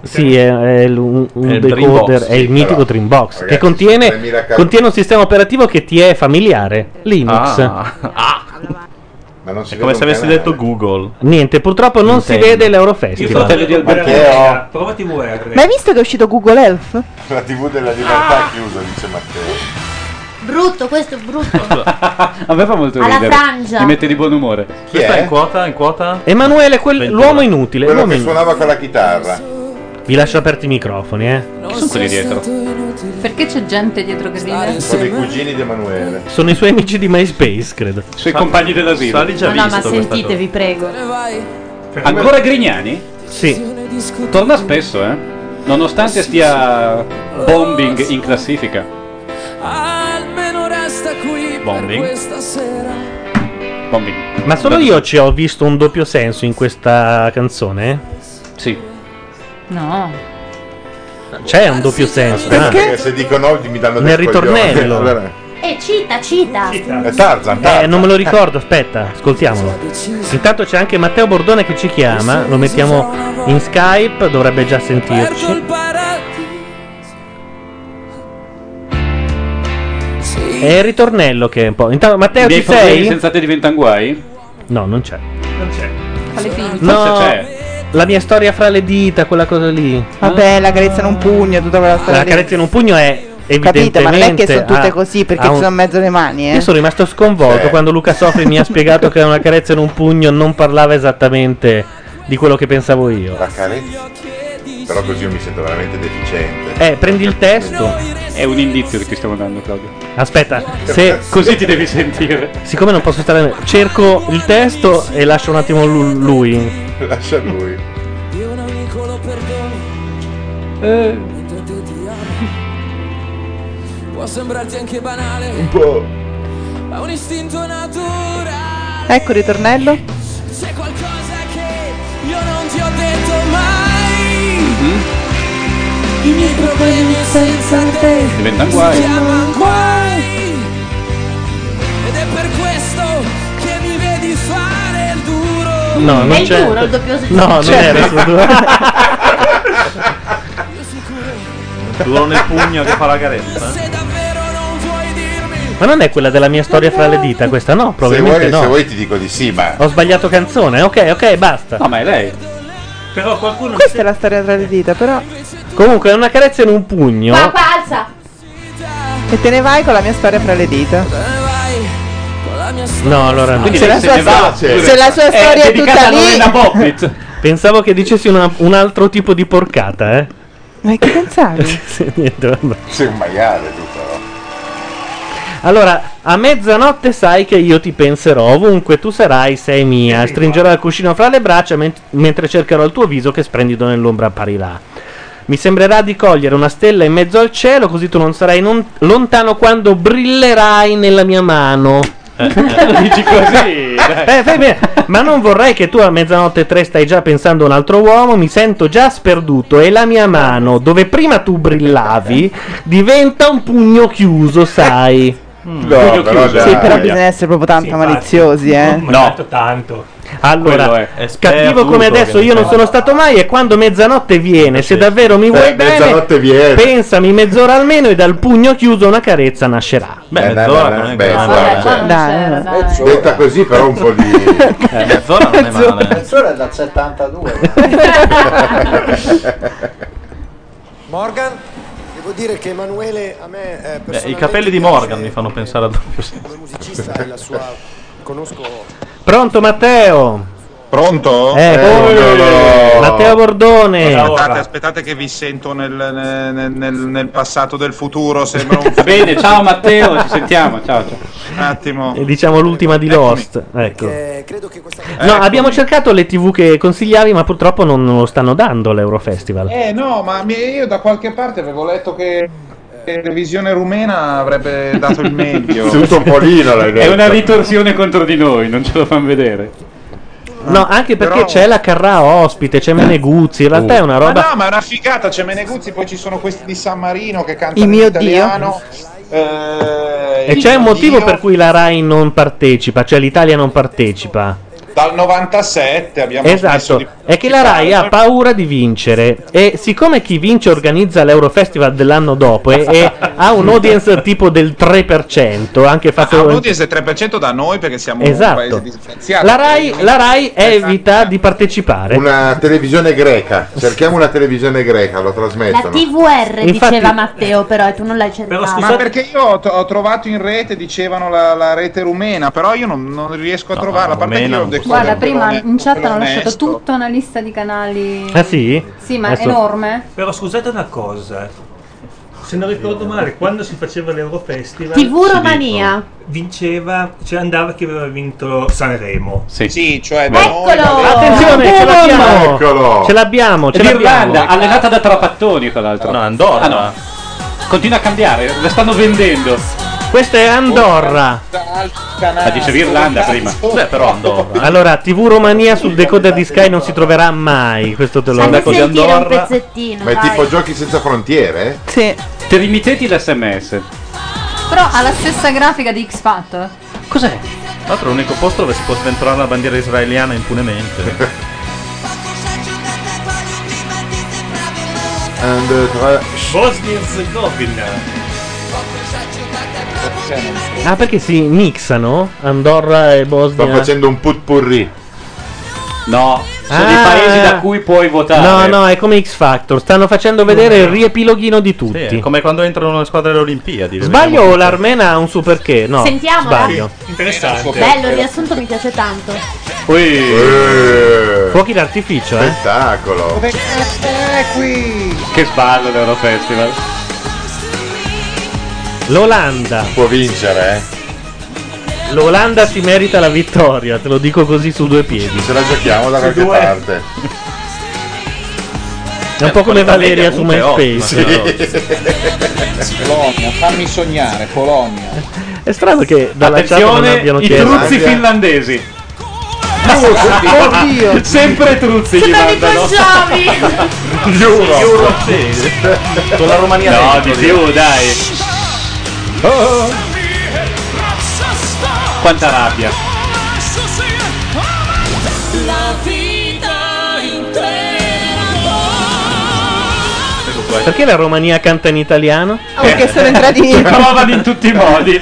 Speaker 2: Sì, è, è l- un, un
Speaker 7: È il
Speaker 2: decoder,
Speaker 7: Dreambox,
Speaker 2: è il
Speaker 7: sì,
Speaker 2: mitico
Speaker 7: però,
Speaker 2: Dreambox
Speaker 7: ragazzi,
Speaker 2: che contiene,
Speaker 7: 3000 ca-
Speaker 2: contiene un sistema operativo che ti è familiare, Linux.
Speaker 7: Ah. Ah.
Speaker 3: Ma non si
Speaker 7: È come
Speaker 3: vede
Speaker 7: se
Speaker 3: un
Speaker 7: avessi
Speaker 3: canale.
Speaker 7: detto Google.
Speaker 2: Niente, purtroppo non si
Speaker 7: Nintendo.
Speaker 2: vede
Speaker 7: Il fratello di
Speaker 2: l'Eurofestival.
Speaker 7: Alberto.
Speaker 3: Matteo.
Speaker 9: Prova TVR.
Speaker 11: Ma hai visto che è uscito Google Elf?
Speaker 3: La TV della libertà è chiusa, dice Matteo.
Speaker 12: Brutto, questo è brutto.
Speaker 4: A me fa molto
Speaker 12: Alla
Speaker 4: ridere.
Speaker 12: frangia.
Speaker 4: Mi mette di buon umore.
Speaker 7: Questa è Eh, in quota, in quota?
Speaker 2: Emanuele, quel- l'uomo inutile.
Speaker 3: Eh? Quello
Speaker 2: l'uomo
Speaker 3: che
Speaker 2: inutile.
Speaker 3: suonava con la chitarra.
Speaker 2: Vi lascio aperti i microfoni, eh.
Speaker 5: Perché c'è gente dietro che ride?
Speaker 3: Sono i cugini di Emanuele.
Speaker 2: Sono i suoi amici di MySpace, credo. Sui
Speaker 4: compagni dell'asilo.
Speaker 2: Sali
Speaker 5: No, no, ma sentite, vi prego.
Speaker 4: Ancora Grignani?
Speaker 2: Sì.
Speaker 4: Torna spesso, eh. Nonostante stia bombing in classifica.
Speaker 8: Almeno resta qui per
Speaker 4: Bombing.
Speaker 8: questa sera.
Speaker 4: Bombing.
Speaker 2: Ma solo io ci ho visto un doppio senso in questa canzone?
Speaker 4: Sì.
Speaker 5: No.
Speaker 2: C'è un doppio senso.
Speaker 3: Aspetta,
Speaker 2: ah.
Speaker 3: perché se dico no mi danno
Speaker 2: Nel
Speaker 3: del coglione.
Speaker 2: ritornello.
Speaker 3: Allora,
Speaker 12: Eh, cita, cita.
Speaker 3: È Tarzan,
Speaker 2: Eh, non me lo ricordo, aspetta, ascoltiamolo. Intanto c'è anche Matteo Bordone che ci chiama, lo mettiamo in Skype, dovrebbe già
Speaker 8: Perdo il
Speaker 2: sentirci.
Speaker 8: paradiso. Sì.
Speaker 2: È il ritornello che è un po'. Intanto Eh, Matteo
Speaker 4: I miei
Speaker 2: ci
Speaker 4: problemi
Speaker 2: sei?
Speaker 4: senza te diventano guai?
Speaker 2: No, non c'è.
Speaker 9: Non c'è.
Speaker 2: No,
Speaker 4: c'è.
Speaker 2: la mia storia fra le dita, quella cosa lì.
Speaker 11: Vabbè, la carezzano un pugno, tutta quella storia.
Speaker 2: La
Speaker 11: lì.
Speaker 2: carezza in un pugno è evidentemente
Speaker 11: Capito, ma non è che sono tutte
Speaker 2: ah,
Speaker 11: così perché
Speaker 2: ha un-
Speaker 11: ci sono in mezzo le mani, eh.
Speaker 2: Io sono rimasto sconvolto
Speaker 11: Eh.
Speaker 2: quando Luca Sofri mi ha spiegato che una carezza in un pugno non parlava esattamente di quello che pensavo io.
Speaker 3: La carezza. Però così io mi sento veramente deficiente.
Speaker 2: Eh, prendi il testo.
Speaker 4: È un indizio che ti stiamo dando, Claudio.
Speaker 2: Aspetta, se
Speaker 4: Così ti devi sentire.
Speaker 2: siccome non posso stare cerco il testo e lascio un attimo lu- lui.
Speaker 3: Lascia lui.
Speaker 2: Eh.
Speaker 8: Può sembrarti anche banale.
Speaker 3: Un po'.
Speaker 8: Ma un istinto naturale.
Speaker 11: Ecco il ritornello.
Speaker 8: C'è qualcosa che io non ti ho detto mai.
Speaker 2: Mhm.
Speaker 8: I miei problemi senza te.
Speaker 4: Diventa un
Speaker 8: si
Speaker 4: guai.
Speaker 8: chiamano guai. Ed è per questo che mi vedi fare il duro.
Speaker 2: No, non
Speaker 12: è il
Speaker 2: c'è.
Speaker 12: duro, il doppio Cioè.
Speaker 2: No, non
Speaker 11: Cioè.
Speaker 12: C'è.
Speaker 2: era il suo-
Speaker 7: Duro nel pugno che fa la carezza.
Speaker 2: Ma non è quella della mia storia fra le dita questa? No,
Speaker 3: Se
Speaker 2: probabilmente
Speaker 3: vuoi,
Speaker 2: no.
Speaker 3: se vuoi ti dico di sì, ma
Speaker 2: Ho sbagliato canzone. Ok, ok, basta.
Speaker 3: No, ma è lei.
Speaker 2: Però qualcuno
Speaker 11: Questa è la storia tra le dita, però.
Speaker 2: Comunque, è una carezza in un pugno.
Speaker 11: Qua,
Speaker 12: qua, alza.
Speaker 11: E te ne vai con la mia storia fra le dita.
Speaker 2: No, allora no.
Speaker 11: Quindi Se lei la se sua ne va, sto- cioè, se la sua è storia è dedicata tutta a lì- Lorena Bobbitt.
Speaker 2: Pensavo che dicessi una- un altro tipo di porcata, eh.
Speaker 11: Ma che pensavi?
Speaker 2: Sì, niente, vabbè.
Speaker 3: sei un maiale tu però.
Speaker 2: Allora, a mezzanotte sai che io ti penserò ovunque tu sarai, sei mia. Stringerò il cuscino fra le braccia ment- mentre cercherò il tuo viso che splendido nell'ombra apparirà. Mi sembrerà di cogliere una stella in mezzo al cielo, così tu non sarai non- lontano quando brillerai nella mia mano.
Speaker 4: Eh, Dici così. dai.
Speaker 2: Eh, fai bene. Ma non vorrei che tu a mezzanotte e tre stai già pensando a un altro uomo, mi sento già sperduto e la mia mano, dove prima tu brillavi, diventa un pugno chiuso, sai.
Speaker 3: Mm.
Speaker 11: Pugno chiuso. sì, però bisogna essere proprio tanto
Speaker 2: Sì, infatti.
Speaker 11: maliziosi, eh.
Speaker 2: No. Tanto,
Speaker 11: tanto.
Speaker 2: Allora,
Speaker 11: Quello è. È
Speaker 2: cattivo
Speaker 11: sperduto
Speaker 2: come adesso
Speaker 11: che
Speaker 2: io non
Speaker 11: fa.
Speaker 2: sono stato mai e quando mezzanotte viene, se davvero mi vuoi
Speaker 3: Eh,
Speaker 2: bene,
Speaker 3: mezzanotte viene.
Speaker 2: pensami mezz'ora almeno e dal pugno chiuso una carezza nascerà.
Speaker 3: Eh, Beh, mezz'ora non è
Speaker 2: grave.
Speaker 3: guarda,
Speaker 2: Vabbè,
Speaker 3: cioè,
Speaker 2: dai,
Speaker 3: Detta così però un po' di... mezz'ora non è male.
Speaker 18: Mezz'ora è da 72.
Speaker 13: Morgan, devo dire che Emanuele a me eh,
Speaker 7: Beh,
Speaker 13: personalmente
Speaker 7: I capelli di
Speaker 13: piace.
Speaker 7: Morgan mi fanno pensare a doppio senso.
Speaker 13: musicista e la sua conosco
Speaker 2: Pronto Matteo?
Speaker 19: Pronto?
Speaker 2: Eh,
Speaker 19: Eccolo.
Speaker 2: Matteo Bordone.
Speaker 19: Aspettate, aspettate che vi sento nel, nel- nel- nel passato del futuro, sembra un
Speaker 4: Bene, ciao Matteo, ci sentiamo. Ciao, ciao.
Speaker 19: Un attimo.
Speaker 2: E diciamo l'ultima
Speaker 19: Eh,
Speaker 2: di Lost. Ecco. No,
Speaker 19: Eccomi.
Speaker 2: abbiamo cercato le TV che consigliavi, ma purtroppo non non lo stanno dando l'Eurofestival.
Speaker 19: Eh no, ma mi- io da qualche parte avevo letto che che la televisione rumena avrebbe dato il meglio.
Speaker 4: È una ritorsione contro di noi, non ce lo fanno vedere.
Speaker 2: No, anche perché c'è la Carrà ospite, c'è Meneguzzi, in realtà è una
Speaker 19: Ma
Speaker 2: roba
Speaker 19: no, ma è una figata, c'è Meneguzzi, poi ci sono questi di San Marino che cantano
Speaker 2: Il mio
Speaker 19: in italiano. eh,
Speaker 2: e c'è un motivo
Speaker 19: Dio.
Speaker 2: per cui la Rai non partecipa, cioè l'Italia non partecipa.
Speaker 19: Dal 97 abbiamo smesso
Speaker 2: Esatto,
Speaker 19: di-
Speaker 2: è che la Rai ha paura di vincere e siccome chi vince organizza l'Eurofestival dell'anno dopo e, e ha un audience tipo del 3%, anche
Speaker 19: Ah,
Speaker 2: fatto...
Speaker 19: l'audience è 3% da noi perché siamo
Speaker 2: Esatto.
Speaker 19: un paese differenziato. Esatto.
Speaker 2: La Rai, la Rai evita di partecipare.
Speaker 3: Una televisione greca, cerchiamo una televisione greca, lo
Speaker 12: La
Speaker 3: trasmettono.
Speaker 12: TVR
Speaker 3: Infatti-
Speaker 12: diceva Matteo, però e tu non l'hai cercata.
Speaker 19: Ma perché io ho, ho trovato in rete, dicevano la, la rete rumena, però io non, non riesco a trovarla. A parte che
Speaker 2: rumena
Speaker 19: io ho
Speaker 2: non
Speaker 19: detto-
Speaker 5: Guarda, prima in chat hanno lasciato
Speaker 19: onesto.
Speaker 5: tutta una lista di canali.
Speaker 2: Ah sì?
Speaker 5: Sì, ma
Speaker 2: Adesso-
Speaker 5: enorme.
Speaker 9: Però scusate una cosa. Se non ricordo male, quando si faceva l'Eurofestival
Speaker 12: TV Romania.
Speaker 9: vinceva, cioè andava chi aveva vinto Sanremo.
Speaker 4: Sì,
Speaker 19: cioè
Speaker 9: da
Speaker 12: Eccolo!
Speaker 2: Attenzione, ce l'abbiamo!
Speaker 4: Eccolo!
Speaker 2: Ce l'abbiamo, ce l'abbiamo.
Speaker 4: Eh, L'Irlanda, allenata da Trapattoni, tra l'altro. Ah, No, Andorra. Continua a cambiare, la stanno vendendo.
Speaker 2: Questa è Andorra.
Speaker 4: Ma dicevi Irlanda prima.
Speaker 7: Beh, però Andorra.
Speaker 2: Eh? Allora, TV Romania sul decoder di Sky non si troverà mai, questo te lo
Speaker 12: Fammi
Speaker 2: dico.
Speaker 12: sentire un pezzettino. dai.
Speaker 2: giochi senza frontiere?
Speaker 11: Sì.
Speaker 4: Trimiteti l'SMS.
Speaker 5: Però ha la stessa grafica di X Factor.
Speaker 4: Cos'è?
Speaker 7: Tra l'altro è l'unico posto dove si può sventolare la bandiera israeliana impunemente.
Speaker 3: eh,
Speaker 9: Bosnia e Herzegovina.
Speaker 2: Ah, perché si mixano? Andorra e Bosnia.
Speaker 3: Sto facendo un putpurri.
Speaker 4: No,
Speaker 2: Eh,
Speaker 7: Ah.
Speaker 3: sono i paesi da cui
Speaker 4: puoi
Speaker 2: No,
Speaker 3: votare.
Speaker 2: no, è come X Factor, stanno facendo vedere il riepiloghino di tutti.
Speaker 7: Sì, è come quando entrano le squadre alle Olimpiadi.
Speaker 2: Sbaglio o l'Armena ha un superché? No.
Speaker 12: Sentiamola.
Speaker 2: Sbaglio.
Speaker 9: Interessante.
Speaker 3: eh.
Speaker 12: Bello, il riassunto mi piace tanto.
Speaker 2: Fuochi d'artificio, eh?
Speaker 3: Spettacolo.
Speaker 19: Dove cazzo è qui?
Speaker 7: Che sballo l'Eurofestival.
Speaker 2: L'Olanda.
Speaker 3: Può vincere, eh?
Speaker 2: L'Olanda si merita la vittoria, te lo dico così su due piedi.
Speaker 3: Ce la giochiamo da qualche parte.
Speaker 2: È un po'
Speaker 4: Eh,
Speaker 2: come Valeria su
Speaker 19: MySpace.
Speaker 2: MySpace. però.
Speaker 19: Polonia, fammi sognare, Polonia.
Speaker 2: È strano che dalla chat non
Speaker 4: Attenzione,
Speaker 2: abbiano
Speaker 4: i
Speaker 2: chiesto.
Speaker 4: truzzi finlandesi.
Speaker 2: oddio.
Speaker 4: Sempre truzzi gli
Speaker 2: Sembrano i
Speaker 4: mandano.
Speaker 3: Euro.
Speaker 4: sì.
Speaker 7: Con la Romania
Speaker 4: No,
Speaker 7: dentro,
Speaker 4: di più,
Speaker 7: direi.
Speaker 4: dai.
Speaker 11: Ah.
Speaker 4: Quanta rabbia.
Speaker 8: La vita
Speaker 2: Perché la Romania canta in italiano?
Speaker 12: Ah,
Speaker 11: Perché Oh, sono entrati in-
Speaker 4: Provano in tutti i modi.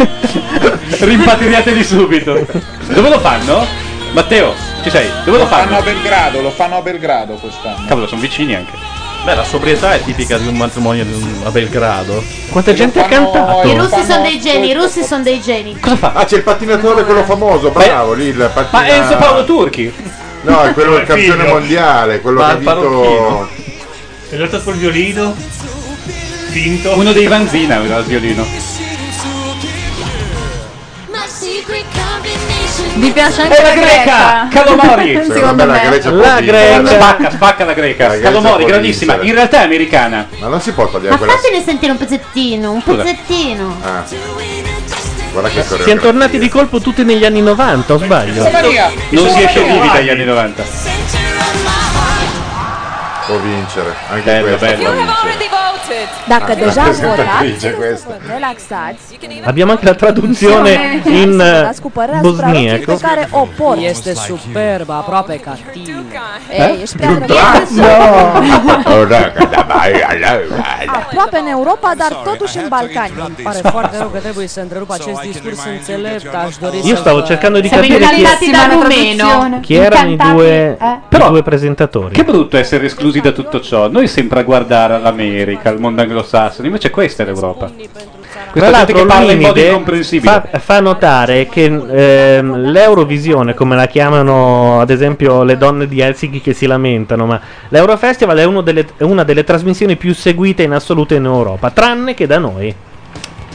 Speaker 4: Rimpatriateli subito. Dove lo fanno? Matteo, ci sei? Dove lo,
Speaker 19: Lo fanno a
Speaker 4: fanno?
Speaker 19: Belgrado, lo fanno a Belgrado quest'anno.
Speaker 7: Cavolo, sono vicini anche. Beh, la sobrietà è tipica di un matrimonio di un- a Belgrado.
Speaker 2: Quanta gente ha cantato?
Speaker 12: I russi sono dei geni, i russi sono dei geni.
Speaker 3: Ah, c'è il pattinatore, quello famoso, bravo, lì il pattina...
Speaker 12: ma Enzo Paolo
Speaker 4: Turchi?
Speaker 3: No, è quello del
Speaker 9: Il
Speaker 3: campione
Speaker 9: figlio.
Speaker 3: mondiale, quello che ha vinto...
Speaker 9: E l'altro col violino. Finto.
Speaker 4: Uno dei Vanzina aveva il violino.
Speaker 8: Mi piace anche
Speaker 4: È la
Speaker 2: Eh,
Speaker 8: la greca.
Speaker 4: greca! Calomori!
Speaker 8: Secondo Secondo me la me. Grecia può
Speaker 4: La
Speaker 8: vincere.
Speaker 4: greca! Spacca, spacca la greca!
Speaker 3: Grecia
Speaker 4: Calomori,
Speaker 3: può
Speaker 4: grandissima!
Speaker 3: vincere.
Speaker 4: In realtà è americana.
Speaker 3: Ma non si può togliere
Speaker 12: Ma
Speaker 3: quella...
Speaker 12: fatene sentire un pezzettino, un
Speaker 3: Scusa.
Speaker 12: pezzettino.
Speaker 3: Ah. Guarda che
Speaker 2: Siamo
Speaker 3: coreografia.
Speaker 2: tornati di colpo tutti negli anni 90, o sbaglio?
Speaker 19: Maria,
Speaker 4: Non si esce vivi dagli anni 90.
Speaker 3: Può vincere. Anche questa può vincere.
Speaker 16: Dacă
Speaker 3: Anche la
Speaker 16: deja ați votat,
Speaker 3: presentatrice questa.
Speaker 16: relaxați.
Speaker 2: Abbiamo anche la traduzione
Speaker 16: Sì,
Speaker 2: in
Speaker 16: la
Speaker 2: eh,
Speaker 16: scupărăți prorocii
Speaker 2: bosniaco.
Speaker 16: pe care o porți.
Speaker 20: Este superbă, aproape ca tine.
Speaker 16: Ei, ești prea
Speaker 20: Eh?
Speaker 16: drăguț.
Speaker 3: Oh, raga, da, vai, allora.
Speaker 16: Aproape în Europa, dar totuși în Balcani.
Speaker 20: Îmi pare foarte rău că trebuie să întrerup acest discurs înțelept. Aș dori
Speaker 2: Io
Speaker 20: să
Speaker 2: stavo
Speaker 20: vă-
Speaker 2: cercando di
Speaker 20: Siamo
Speaker 2: capire chi,
Speaker 20: incantati da Rumeno.
Speaker 2: chi erano i due,
Speaker 8: Eh?
Speaker 20: eh?
Speaker 2: i due presentatori.
Speaker 4: Che brutto essere esclusi da tutto ciò. Noi sembra guardare all'America, al mondo anglosassone, invece questa è l'Europa.
Speaker 2: Tra
Speaker 4: Questa gente
Speaker 2: l'altro
Speaker 4: che parla in modo
Speaker 2: l'Unide
Speaker 4: incomprensibile.
Speaker 2: fa, fa notare che ehm, l'Eurovisione, come la chiamano ad esempio le donne di Helsinki che si lamentano, ma l'Eurofestival è, uno delle- è una delle trasmissioni più seguite in assoluto in Europa, tranne che da noi.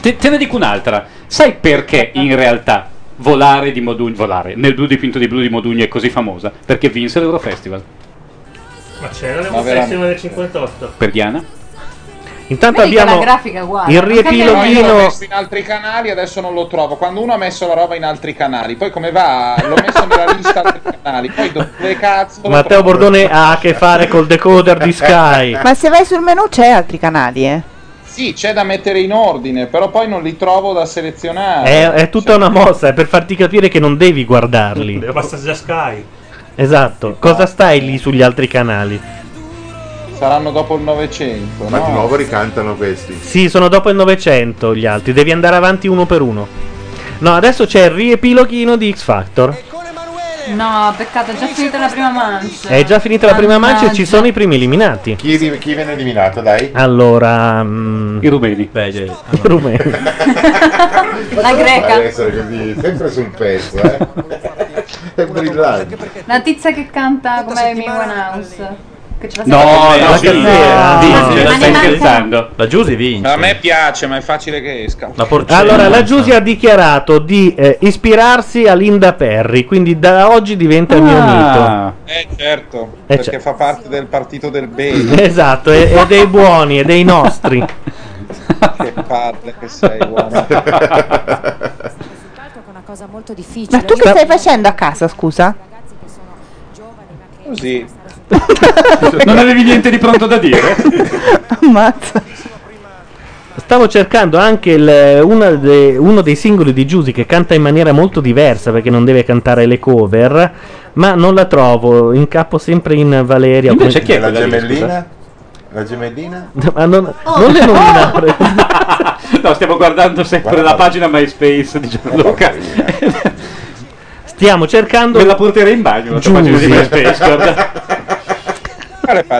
Speaker 4: Te, te ne dico un'altra. Sai perché in realtà volare di Modugno, volare nel blu dipinto di blu di Modugno è così famosa? Perché vinse l'Eurofestival.
Speaker 9: Ma c'era
Speaker 4: Ma
Speaker 9: la
Speaker 4: veramente.
Speaker 9: festival del 58.
Speaker 4: Per Diana?
Speaker 2: Intanto
Speaker 9: Vedi che abbiamo la grafica è uguale, il non cambia riepiloghino-
Speaker 19: Io l'ho messo in altri canali, adesso non lo trovo. Quando uno ha messo la roba in altri canali, poi come va? L'ho messo nella lista dei canali, poi dove cazzo? lo trovo?
Speaker 2: Matteo Bordone ha a che fare col decoder di Sky.
Speaker 11: Ma se vai sul menu c'è altri canali, eh.
Speaker 19: Sì, c'è da mettere in ordine, però poi non li trovo da selezionare.
Speaker 2: È, è tutta una mossa, è per farti capire che non devi guardarli.
Speaker 9: Basta già Sky.
Speaker 2: Esatto, cosa stai lì sugli altri canali?
Speaker 19: Saranno dopo il Novecento.
Speaker 3: Ma
Speaker 19: no?
Speaker 3: di nuovo ricantano questi.
Speaker 2: Sì, sono dopo il 900 gli altri, devi andare avanti uno per uno. No, adesso c'è il riepiloghino di X Factor.
Speaker 5: No, peccato, è già finita la prima mancia.
Speaker 2: È già finita la prima mancia e ci
Speaker 5: Mannaggia.
Speaker 2: sono i primi eliminati.
Speaker 3: Chi, ri- chi viene eliminato, dai?
Speaker 2: Allora... mm, eh,
Speaker 4: I rumeni.
Speaker 2: I rumeni.
Speaker 5: La
Speaker 3: Deve
Speaker 5: greca.
Speaker 3: essere così, sempre sul pezzo, eh. È brillante.
Speaker 5: La tizia che canta come Amy Winehouse. Che ce la
Speaker 4: No,
Speaker 5: sa-
Speaker 4: no,
Speaker 7: la
Speaker 4: sì,
Speaker 7: canzera.
Speaker 4: vince,
Speaker 7: Ma
Speaker 4: la
Speaker 7: ne
Speaker 4: stai
Speaker 7: manca-
Speaker 4: scherzando.
Speaker 7: La Giusy vince.
Speaker 19: A me piace, ma è facile che esca.
Speaker 7: La porcella.
Speaker 2: Allora, la Giusy ha dichiarato di eh, ispirarsi a Linda Perry, quindi da oggi diventa il mio
Speaker 4: Ah.
Speaker 2: mito.
Speaker 19: Eh certo,
Speaker 2: Eh,
Speaker 19: perché
Speaker 2: certo.
Speaker 19: fa parte del partito del bene.
Speaker 2: Esatto, e, e dei buoni, e dei nostri.
Speaker 19: Che palle che sei, guarda.
Speaker 16: Una cosa molto difficile.
Speaker 11: Ma tu che stai facendo a casa, scusa?
Speaker 19: Così.
Speaker 4: Non avevi niente di pronto da dire?
Speaker 11: Ammazza.
Speaker 2: Stavo cercando anche il- una de- uno dei singoli di Giusy che canta in maniera molto diversa perché non deve cantare le cover, ma non la trovo, in capo sempre in Valeria.
Speaker 3: Invece
Speaker 2: come-
Speaker 3: chi è la gemellina? La gemellina?
Speaker 2: Ma non,
Speaker 11: Oh.
Speaker 2: non le nominare.
Speaker 4: No, stiamo guardando sempre la pagina MySpace di Gianluca.
Speaker 2: Stiamo cercando.
Speaker 4: Me la porterei in bagno la tua pagina di
Speaker 2: Giusy.
Speaker 4: MySpace, guarda.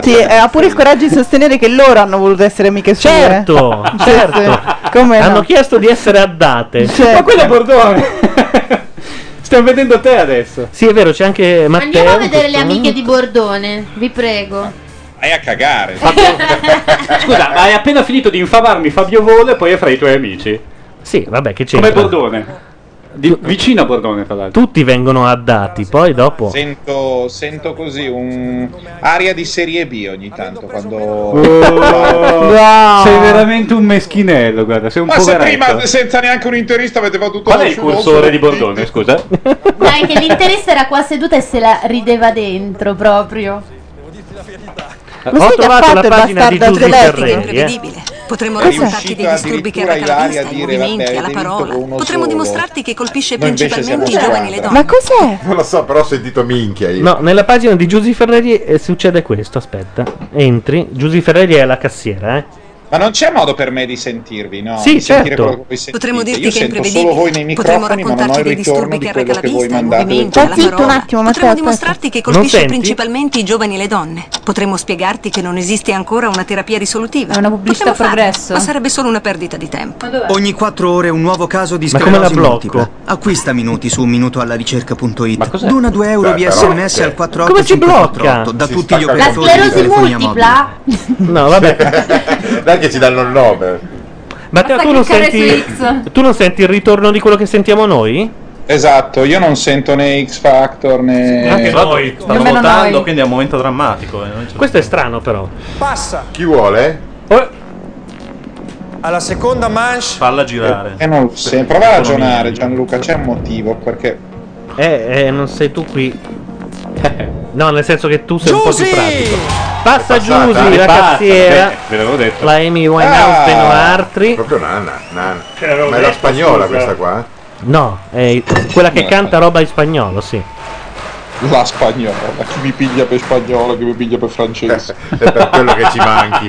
Speaker 11: Sì, eh, ha pure il coraggio di sostenere che loro hanno voluto essere amiche sue.
Speaker 2: Certo,
Speaker 11: eh.
Speaker 2: certo.
Speaker 11: Come no?
Speaker 2: Hanno chiesto di essere addate.
Speaker 11: Certo. Ma quello è
Speaker 4: Bordone. Stiamo vedendo te adesso.
Speaker 2: Sì, è vero, c'è anche Matteo.
Speaker 12: Andiamo a vedere
Speaker 2: in
Speaker 12: le
Speaker 2: questo
Speaker 12: amiche di Bordone, vi prego.
Speaker 4: Vai a cagare. Scusa, ma hai appena finito di infamarmi Fabio Vole e poi è fra i tuoi amici.
Speaker 2: Sì, vabbè, che c'è.
Speaker 4: Come Bordone. Di- vicino a Bordone, tra l'altro.
Speaker 2: Tutti vengono addati, poi dopo.
Speaker 19: Sento, sento così un aria di serie B ogni tanto quando
Speaker 2: Oh. No.
Speaker 4: Oh, Sei veramente un meschinello, guarda, sei un
Speaker 19: ma se
Speaker 4: poveretto.
Speaker 19: prima senza neanche un interista avete fatto tutto
Speaker 4: Qual è
Speaker 19: lo
Speaker 4: il
Speaker 19: show?
Speaker 4: cursore di Bordone, scusa?
Speaker 12: Dai, che l'interesse era qua seduta e se la rideva dentro proprio.
Speaker 2: Ho
Speaker 12: sai che ha
Speaker 2: trovato
Speaker 12: fatto
Speaker 2: la
Speaker 12: il
Speaker 2: pagina di
Speaker 12: bastardo
Speaker 2: Giulio
Speaker 12: atletico?
Speaker 2: Ferreri. eh.
Speaker 21: imprevedibile. Potremmo
Speaker 19: Cos'è?
Speaker 21: raccontarti dei
Speaker 19: Riuscito
Speaker 21: disturbi che arreca
Speaker 19: addirittura
Speaker 21: la
Speaker 19: Ilaria
Speaker 21: vista,
Speaker 19: a
Speaker 21: i
Speaker 19: dire,
Speaker 21: movimenti,
Speaker 19: vabbè,
Speaker 21: alla
Speaker 19: avete vinto
Speaker 21: parola.
Speaker 19: con uno
Speaker 21: Potremmo
Speaker 19: solo.
Speaker 21: dimostrarti che colpisce
Speaker 19: Noi invece siamo
Speaker 21: principalmente i giovani e
Speaker 5: eh.
Speaker 21: le donne.
Speaker 11: Ma cos'è?
Speaker 3: Non lo so, però ho sentito minchia io.
Speaker 2: No, nella pagina di Giusy Ferreri eh, succede questo, aspetta. Entri, Giusy Ferreri è la cassiera, eh.
Speaker 19: Ma non c'è modo per me di sentirvi, no?
Speaker 2: Sì,
Speaker 19: di sentire
Speaker 2: certo.
Speaker 19: quello che voi sentite.
Speaker 21: Potremmo dirti
Speaker 19: Io
Speaker 21: che è
Speaker 19: sento
Speaker 21: imprevedibile.
Speaker 19: solo voi nei
Speaker 21: Potremmo
Speaker 19: microfoni, ma non ho
Speaker 21: raccontarti
Speaker 19: il
Speaker 21: dei
Speaker 19: ritorno
Speaker 21: disturbi
Speaker 19: di
Speaker 21: che
Speaker 19: quello
Speaker 21: arreca la
Speaker 19: che voi
Speaker 21: vista, i
Speaker 19: mandate. del
Speaker 21: movimenti, alla
Speaker 19: gioco.
Speaker 21: parola. Potremmo dimostrarti che colpisce
Speaker 19: senti?
Speaker 21: principalmente i giovani e le donne. Potremmo spiegarti che non esiste ancora una terapia risolutiva. È una
Speaker 12: pubblicità progresso.
Speaker 21: ma sarebbe solo una perdita di tempo.
Speaker 22: Ogni 4 ore un nuovo caso di
Speaker 23: Ma come la
Speaker 22: sclerosi
Speaker 23: blocco?
Speaker 22: multipla. Acquista minuti su minutoallaricerca.it.
Speaker 23: cos'è?
Speaker 22: Dona 2 euro
Speaker 23: Beh,
Speaker 22: via
Speaker 23: però,
Speaker 22: SMS
Speaker 23: cioè,
Speaker 22: al
Speaker 2: come ci blocca?
Speaker 22: 48548 da
Speaker 2: Si
Speaker 22: tutti gli
Speaker 2: stacca
Speaker 22: operatori
Speaker 2: la
Speaker 22: di
Speaker 2: sclerosi
Speaker 22: telefonia mobile.
Speaker 2: No, vabbè.
Speaker 3: Dai che ci danno il Nobel.
Speaker 2: Matteo,
Speaker 5: Basta
Speaker 2: tu non,
Speaker 5: cliccare
Speaker 2: senti,
Speaker 5: su X.
Speaker 2: tu non senti il ritorno di quello che sentiamo noi?
Speaker 19: Esatto, io non sento né X Factor
Speaker 2: Eh.
Speaker 19: né.
Speaker 2: Ah,
Speaker 7: Anche noi stanno
Speaker 2: Nemmeno
Speaker 7: votando,
Speaker 2: noi.
Speaker 7: quindi è un momento drammatico. eh, non c'è-
Speaker 2: Questo è strano, però.
Speaker 13: Passa.
Speaker 3: Ah, Chi vuole?
Speaker 13: Alla seconda manche.
Speaker 7: Falla girare.
Speaker 19: Eh, non lo so. Prova a ragionare, Gianluca, c'è un motivo perché.
Speaker 2: Eh, eh, non sei tu qui. No, nel senso che tu sei un po' più
Speaker 19: Giusy!
Speaker 2: pratico.
Speaker 3: È
Speaker 2: Passa
Speaker 3: passata,
Speaker 2: Giusy,
Speaker 3: eh,
Speaker 2: la
Speaker 3: passa,
Speaker 2: cassiera.
Speaker 3: ve- ve l'avevo detto.
Speaker 2: La Amy Winehouse
Speaker 3: Ah.
Speaker 2: Benoartri.
Speaker 3: Proprio nana, nana.
Speaker 2: Te l'avevo
Speaker 3: Ma è la
Speaker 2: detto,
Speaker 3: spagnola
Speaker 2: scusa.
Speaker 3: questa qua? eh?
Speaker 2: No, è quella che canta roba in spagnolo, sì.
Speaker 19: La spagnola, chi mi piglia per spagnolo, chi mi piglia per francese.
Speaker 3: È per quello che ci manchi.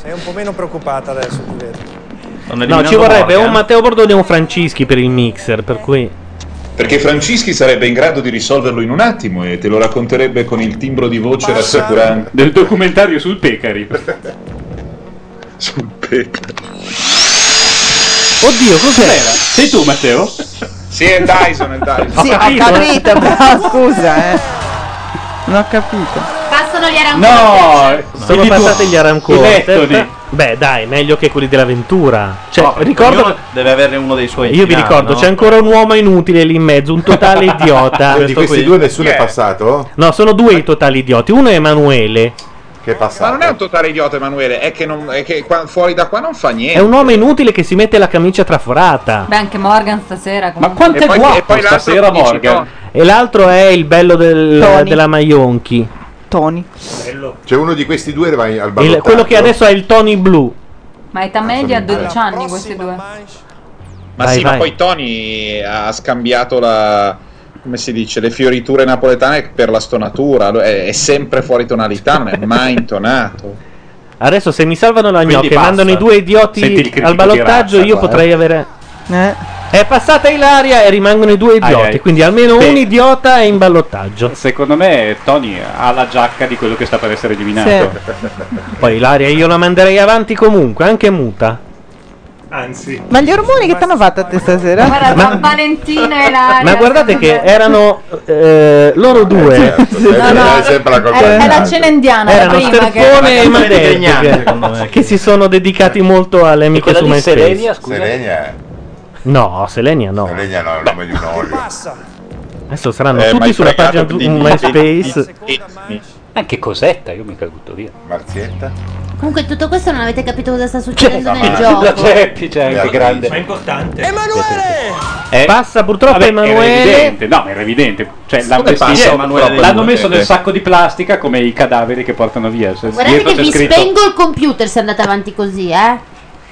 Speaker 13: Sei un po' meno preoccupata adesso, ti vedo.
Speaker 2: No, ci vorrebbe un Matteo Bordone e un Francischi per il mixer, per cui
Speaker 19: Perché Francischi sarebbe in grado di risolverlo in un attimo e te lo racconterebbe con il timbro di voce
Speaker 4: Passa.
Speaker 19: rassicurante.
Speaker 4: Del documentario sul Pecari.
Speaker 19: sul Pecari.
Speaker 2: Oddio, cos'era?
Speaker 4: Sei tu, Matteo?
Speaker 19: Sì, è Dyson, è Dyson.
Speaker 11: Sì, ho capito, però scusa, eh. Non ho capito.
Speaker 12: Passano gli arancuoni.
Speaker 2: No, sono
Speaker 12: I
Speaker 2: passati
Speaker 12: tuoi-
Speaker 2: gli
Speaker 7: i
Speaker 2: Arancuote.
Speaker 7: lettoni.
Speaker 2: Beh, dai, meglio che quelli dell'avventura. Cioè,
Speaker 7: No, ognuno
Speaker 2: ricordo Eh,
Speaker 7: deve avere uno dei suoi.
Speaker 2: io vi ricordo, c'è ancora un uomo inutile lì in mezzo, un totale idiota.
Speaker 3: Di questi due nessuno è passato?
Speaker 2: No, sono due i totali idioti. Uno è Emanuele.
Speaker 3: Che è
Speaker 19: Ma
Speaker 3: passato?
Speaker 19: non è un totale idiota, Emanuele, è che, non- è che qua- fuori da qua non fa niente.
Speaker 2: È un uomo inutile che si mette la camicia traforata.
Speaker 5: Beh, anche Morgan stasera. Comunque.
Speaker 2: quanto è guapo stasera Morgan? E l'altro è il bello del-
Speaker 3: Tony.
Speaker 2: della Maionchi. Tony.
Speaker 3: C'è uno di questi due che va al ballottaggio.
Speaker 2: quello che adesso è il Tony blu.
Speaker 5: Ma età media 12 anni questi due.
Speaker 19: Ma
Speaker 2: Vai,
Speaker 19: sì,
Speaker 2: vai.
Speaker 19: ma poi Tony ha scambiato la. come si dice, le fioriture napoletane per la stonatura. È, è sempre fuori tonalità, non è mai intonato.
Speaker 2: Adesso se mi salvano la
Speaker 19: Quindi
Speaker 2: gnocca e
Speaker 19: basta.
Speaker 2: mandano i due
Speaker 19: Senti il
Speaker 2: idioti
Speaker 19: critico
Speaker 2: al ballottaggio,
Speaker 19: di razza,
Speaker 2: io
Speaker 19: qua,
Speaker 2: potrei
Speaker 19: eh.
Speaker 2: avere. È passata Ilaria e rimangono i due idioti.
Speaker 4: Ai, ai.
Speaker 2: Quindi almeno
Speaker 4: Sì.
Speaker 2: un idiota è in ballottaggio.
Speaker 4: Secondo me Tony ha la giacca di quello che sta per essere eliminato.
Speaker 2: Poi Ilaria io la manderei avanti comunque, anche muta.
Speaker 9: Anzi.
Speaker 11: Ma gli ormoni che t'hanno fatto a te stasera?
Speaker 5: Guarda, San Valentino e la.
Speaker 2: Ma guardate che erano eh, loro due.
Speaker 3: No, no, è sempre la
Speaker 11: Eh,
Speaker 3: colpa
Speaker 5: È, è la
Speaker 2: dell'altro.
Speaker 5: cena indiana. la
Speaker 2: Erano
Speaker 5: prima
Speaker 2: Sterpone
Speaker 5: che...
Speaker 2: e
Speaker 7: Degnani, secondo
Speaker 2: Madetti che, che si sono dedicati molto alle amiche su MySpace.
Speaker 3: Selenia è
Speaker 2: No, Selenia no.
Speaker 3: Selenia no, è il nome di un olio.
Speaker 2: Adesso saranno
Speaker 3: Eh, ma
Speaker 2: tutti
Speaker 3: hai
Speaker 2: sulla
Speaker 3: fregato
Speaker 2: pagina
Speaker 3: di-
Speaker 2: du-
Speaker 3: di-
Speaker 2: MySpace.
Speaker 4: Anche Cosetta, io mica la butto via.
Speaker 3: Marzietta?
Speaker 12: Comunque tutto questo non avete capito cosa
Speaker 2: Cioè,
Speaker 12: sta succedendo
Speaker 4: C'è,
Speaker 12: nel
Speaker 4: ma-
Speaker 12: gioco.
Speaker 4: la Geppi c'è anche
Speaker 3: Beatrice.
Speaker 4: grande.
Speaker 9: Ma è importante.
Speaker 3: Eh?
Speaker 2: Passa purtroppo
Speaker 4: Vabbè,
Speaker 2: Emanuele.
Speaker 4: Era evidente, no, ma era evidente. Cioè,
Speaker 2: Come
Speaker 4: l'hanno
Speaker 2: passa
Speaker 4: messo,
Speaker 2: Emanuele
Speaker 4: l'hanno
Speaker 2: Dell'Utente?
Speaker 4: messo nel sacco di plastica come i cadaveri che portano via. Se-
Speaker 12: Guardate
Speaker 4: dietro
Speaker 12: che
Speaker 4: c'è
Speaker 12: vi
Speaker 4: scritto-
Speaker 12: spengo il computer se andate avanti così, eh.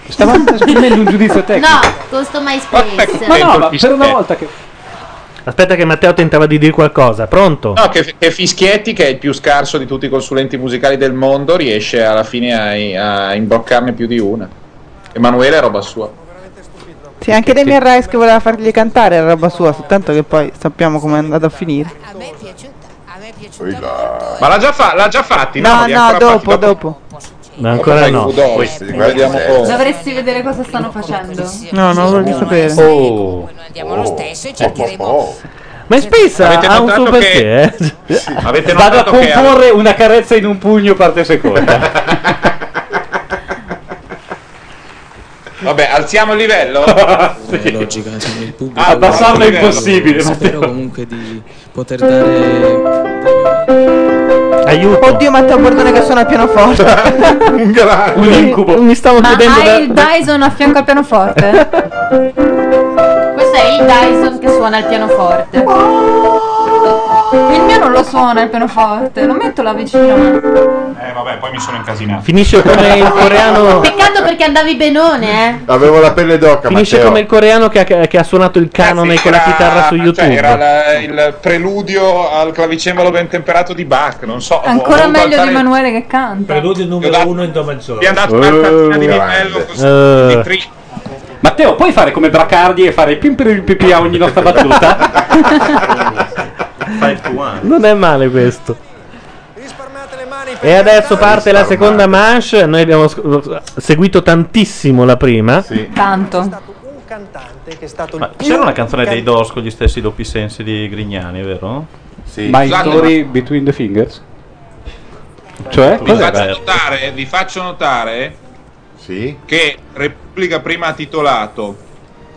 Speaker 4: Stavamo esprimendo un giudizio tecnico.
Speaker 12: No, con sto MySpace.
Speaker 4: Ma no, ma per una volta che.
Speaker 2: Aspetta che Matteo tentava di dire qualcosa. Pronto?
Speaker 19: No, che, che Fischietti, che è il più scarso di tutti i consulenti musicali del mondo, riesce alla fine a, a imboccarne più di una. Emanuele è roba sua.
Speaker 11: Sì, anche Damien Rice che voleva fargli cantare era roba sua, soltanto che poi sappiamo come è andato a finire.
Speaker 19: Ma l'ha già, fa- l'ha già fatti?
Speaker 11: No,
Speaker 19: Li ha
Speaker 11: no,
Speaker 19: ancora fatti?
Speaker 11: dopo, dopo.
Speaker 2: Ma ancora no.
Speaker 19: Voodoo,
Speaker 2: Questo.
Speaker 19: di quelli di Amocò.
Speaker 5: Dovresti vedere cosa stanno facendo.
Speaker 2: No, non voglio sapere.
Speaker 19: Oh.
Speaker 5: Andiamo lo stesso
Speaker 4: oh,
Speaker 5: e cercheremo.
Speaker 2: Ma Spezza
Speaker 4: Avete
Speaker 2: ha un suo
Speaker 4: notato che-
Speaker 2: perché. eh?
Speaker 4: Avete
Speaker 2: Vado a
Speaker 4: notato che-
Speaker 2: comporre una carezza in un pugno parte seconda.
Speaker 19: Vabbè, alziamo il livello.
Speaker 1: È logica, insomma, il pubblico.
Speaker 19: Ah, abbassarlo è impossibile,
Speaker 1: Spero
Speaker 19: Matteo.
Speaker 1: comunque di poter dare.
Speaker 2: Aiuto.
Speaker 11: Oddio, Matteo Bordone che suona il pianoforte.
Speaker 19: un grande.
Speaker 2: Un incubo. Mi stavo
Speaker 5: Ma
Speaker 2: chiedendo
Speaker 5: hai
Speaker 2: da-
Speaker 5: il Dyson a fianco al pianoforte?
Speaker 12: Questo è il Dyson che suona il pianoforte.
Speaker 5: Il mio non lo suona il pianoforte, lo metto là vicino.
Speaker 4: Eh, vabbè, poi mi sono incasinato.
Speaker 2: Finisce come il coreano.
Speaker 12: Peccato perché andavi benone, eh.
Speaker 3: Avevo la pelle d'oca,
Speaker 2: Finisce
Speaker 3: Matteo.
Speaker 2: come il coreano che ha, che ha suonato il canone con la chitarra su
Speaker 19: Cioè,
Speaker 2: YouTube.
Speaker 19: era la- il preludio al clavicembalo ben temperato di Bach, non so. ho-
Speaker 5: Ancora
Speaker 19: ho voluto
Speaker 5: meglio di
Speaker 19: alzare-
Speaker 5: Manuele che canta.
Speaker 9: Preludio numero uno in do maggiore.
Speaker 19: Ti è andato
Speaker 4: una di
Speaker 19: livello
Speaker 4: Eh. Matteo, puoi fare come Bracardi e fare pim pim pim pim a ogni nostra battuta?
Speaker 2: Non è male questo. E adesso parte la seconda manche. Noi abbiamo sc- seguito tantissimo la prima.
Speaker 5: Tanto.
Speaker 7: Ma c'era una canzone dei Doors con gli stessi doppi sensi di Grignani, vero?
Speaker 3: Sì.
Speaker 4: My story between the fingers? Cioè?
Speaker 19: Vi faccio,
Speaker 4: Cos'era?
Speaker 19: notare, vi faccio notare che Repubblica prima ha titolato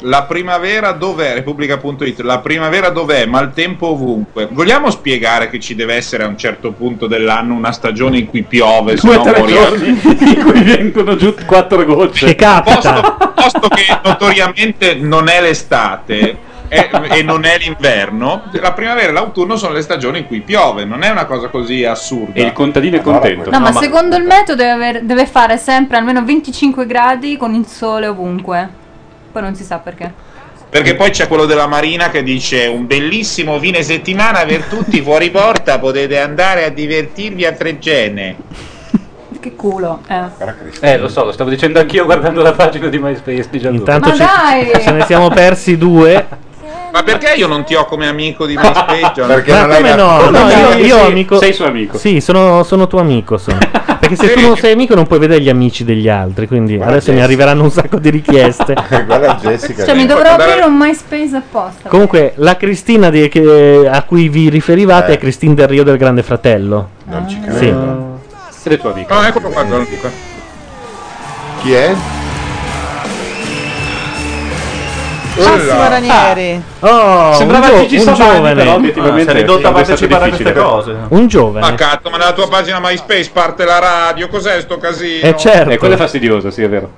Speaker 19: La primavera dov'è? Repubblica.it La primavera dov'è? Ma il tempo ovunque. Vogliamo spiegare che ci deve essere a un certo punto dell'anno una stagione in cui piove, se
Speaker 4: Due
Speaker 19: no
Speaker 4: o tre
Speaker 19: moriamo.
Speaker 4: giorni in cui vengono giù quattro gocce. Che
Speaker 19: capita! Posto che notoriamente non è l'estate e, e non è l'inverno, la primavera e l'autunno sono le stagioni in cui piove, non è una cosa così assurda. E il
Speaker 4: contadino è contento.
Speaker 5: No, ma secondo il metodo deve, aver- deve fare sempre almeno 25 gradi con il sole ovunque. Poi non si sa perché.
Speaker 19: Perché poi c'è quello della Marina che dice un bellissimo fine settimana per tutti fuori porta, potete andare a divertirvi a Fregene.
Speaker 5: Che culo. Eh.
Speaker 4: Eh, lo so, lo stavo dicendo anch'io guardando la pagina di MySpace di Gianluca.
Speaker 2: Intanto
Speaker 5: Ma
Speaker 2: ce,
Speaker 5: dai!
Speaker 2: ce ne siamo persi due.
Speaker 19: Ma perché io non ti ho come amico di MySpace? John?
Speaker 2: Ma come no? No, io, io ho amico.
Speaker 4: Sei suo amico.
Speaker 2: Sì, sono, sono tuo amico. sono. Perché se tu non sei amico non puoi vedere gli amici degli altri. Quindi adesso mi
Speaker 3: Jess.
Speaker 2: arriveranno un sacco di richieste.
Speaker 3: Guarda Jessica.
Speaker 5: Cioè, mi dovrò aprire un MySpace apposta.
Speaker 2: Comunque, la Cristina di- che- a cui vi riferivate
Speaker 3: Eh.
Speaker 2: è Cristina del Rio del Grande Fratello. Ah.
Speaker 3: Non ci
Speaker 2: Sì.
Speaker 3: credo.
Speaker 4: Sei tuo amico.
Speaker 19: No, eccolo qua, Gianluca.
Speaker 3: Chi è?
Speaker 11: Massimo
Speaker 3: Ulla.
Speaker 11: Ranieri.
Speaker 2: Oh,
Speaker 19: Sembrava
Speaker 2: un,
Speaker 19: Gigi
Speaker 2: gio- un
Speaker 19: Savani,
Speaker 2: giovane.
Speaker 19: però, obiettivamente, Ah, si è ridotta a deve essere partecipare a queste difficile. cose. Ah,
Speaker 2: Un giovane.
Speaker 19: Ma cazzo, ma nella tua pagina MySpace parte la radio, cos'è sto casino?
Speaker 2: Eh, certo.
Speaker 4: Eh, quello è fastidioso, sì, è vero.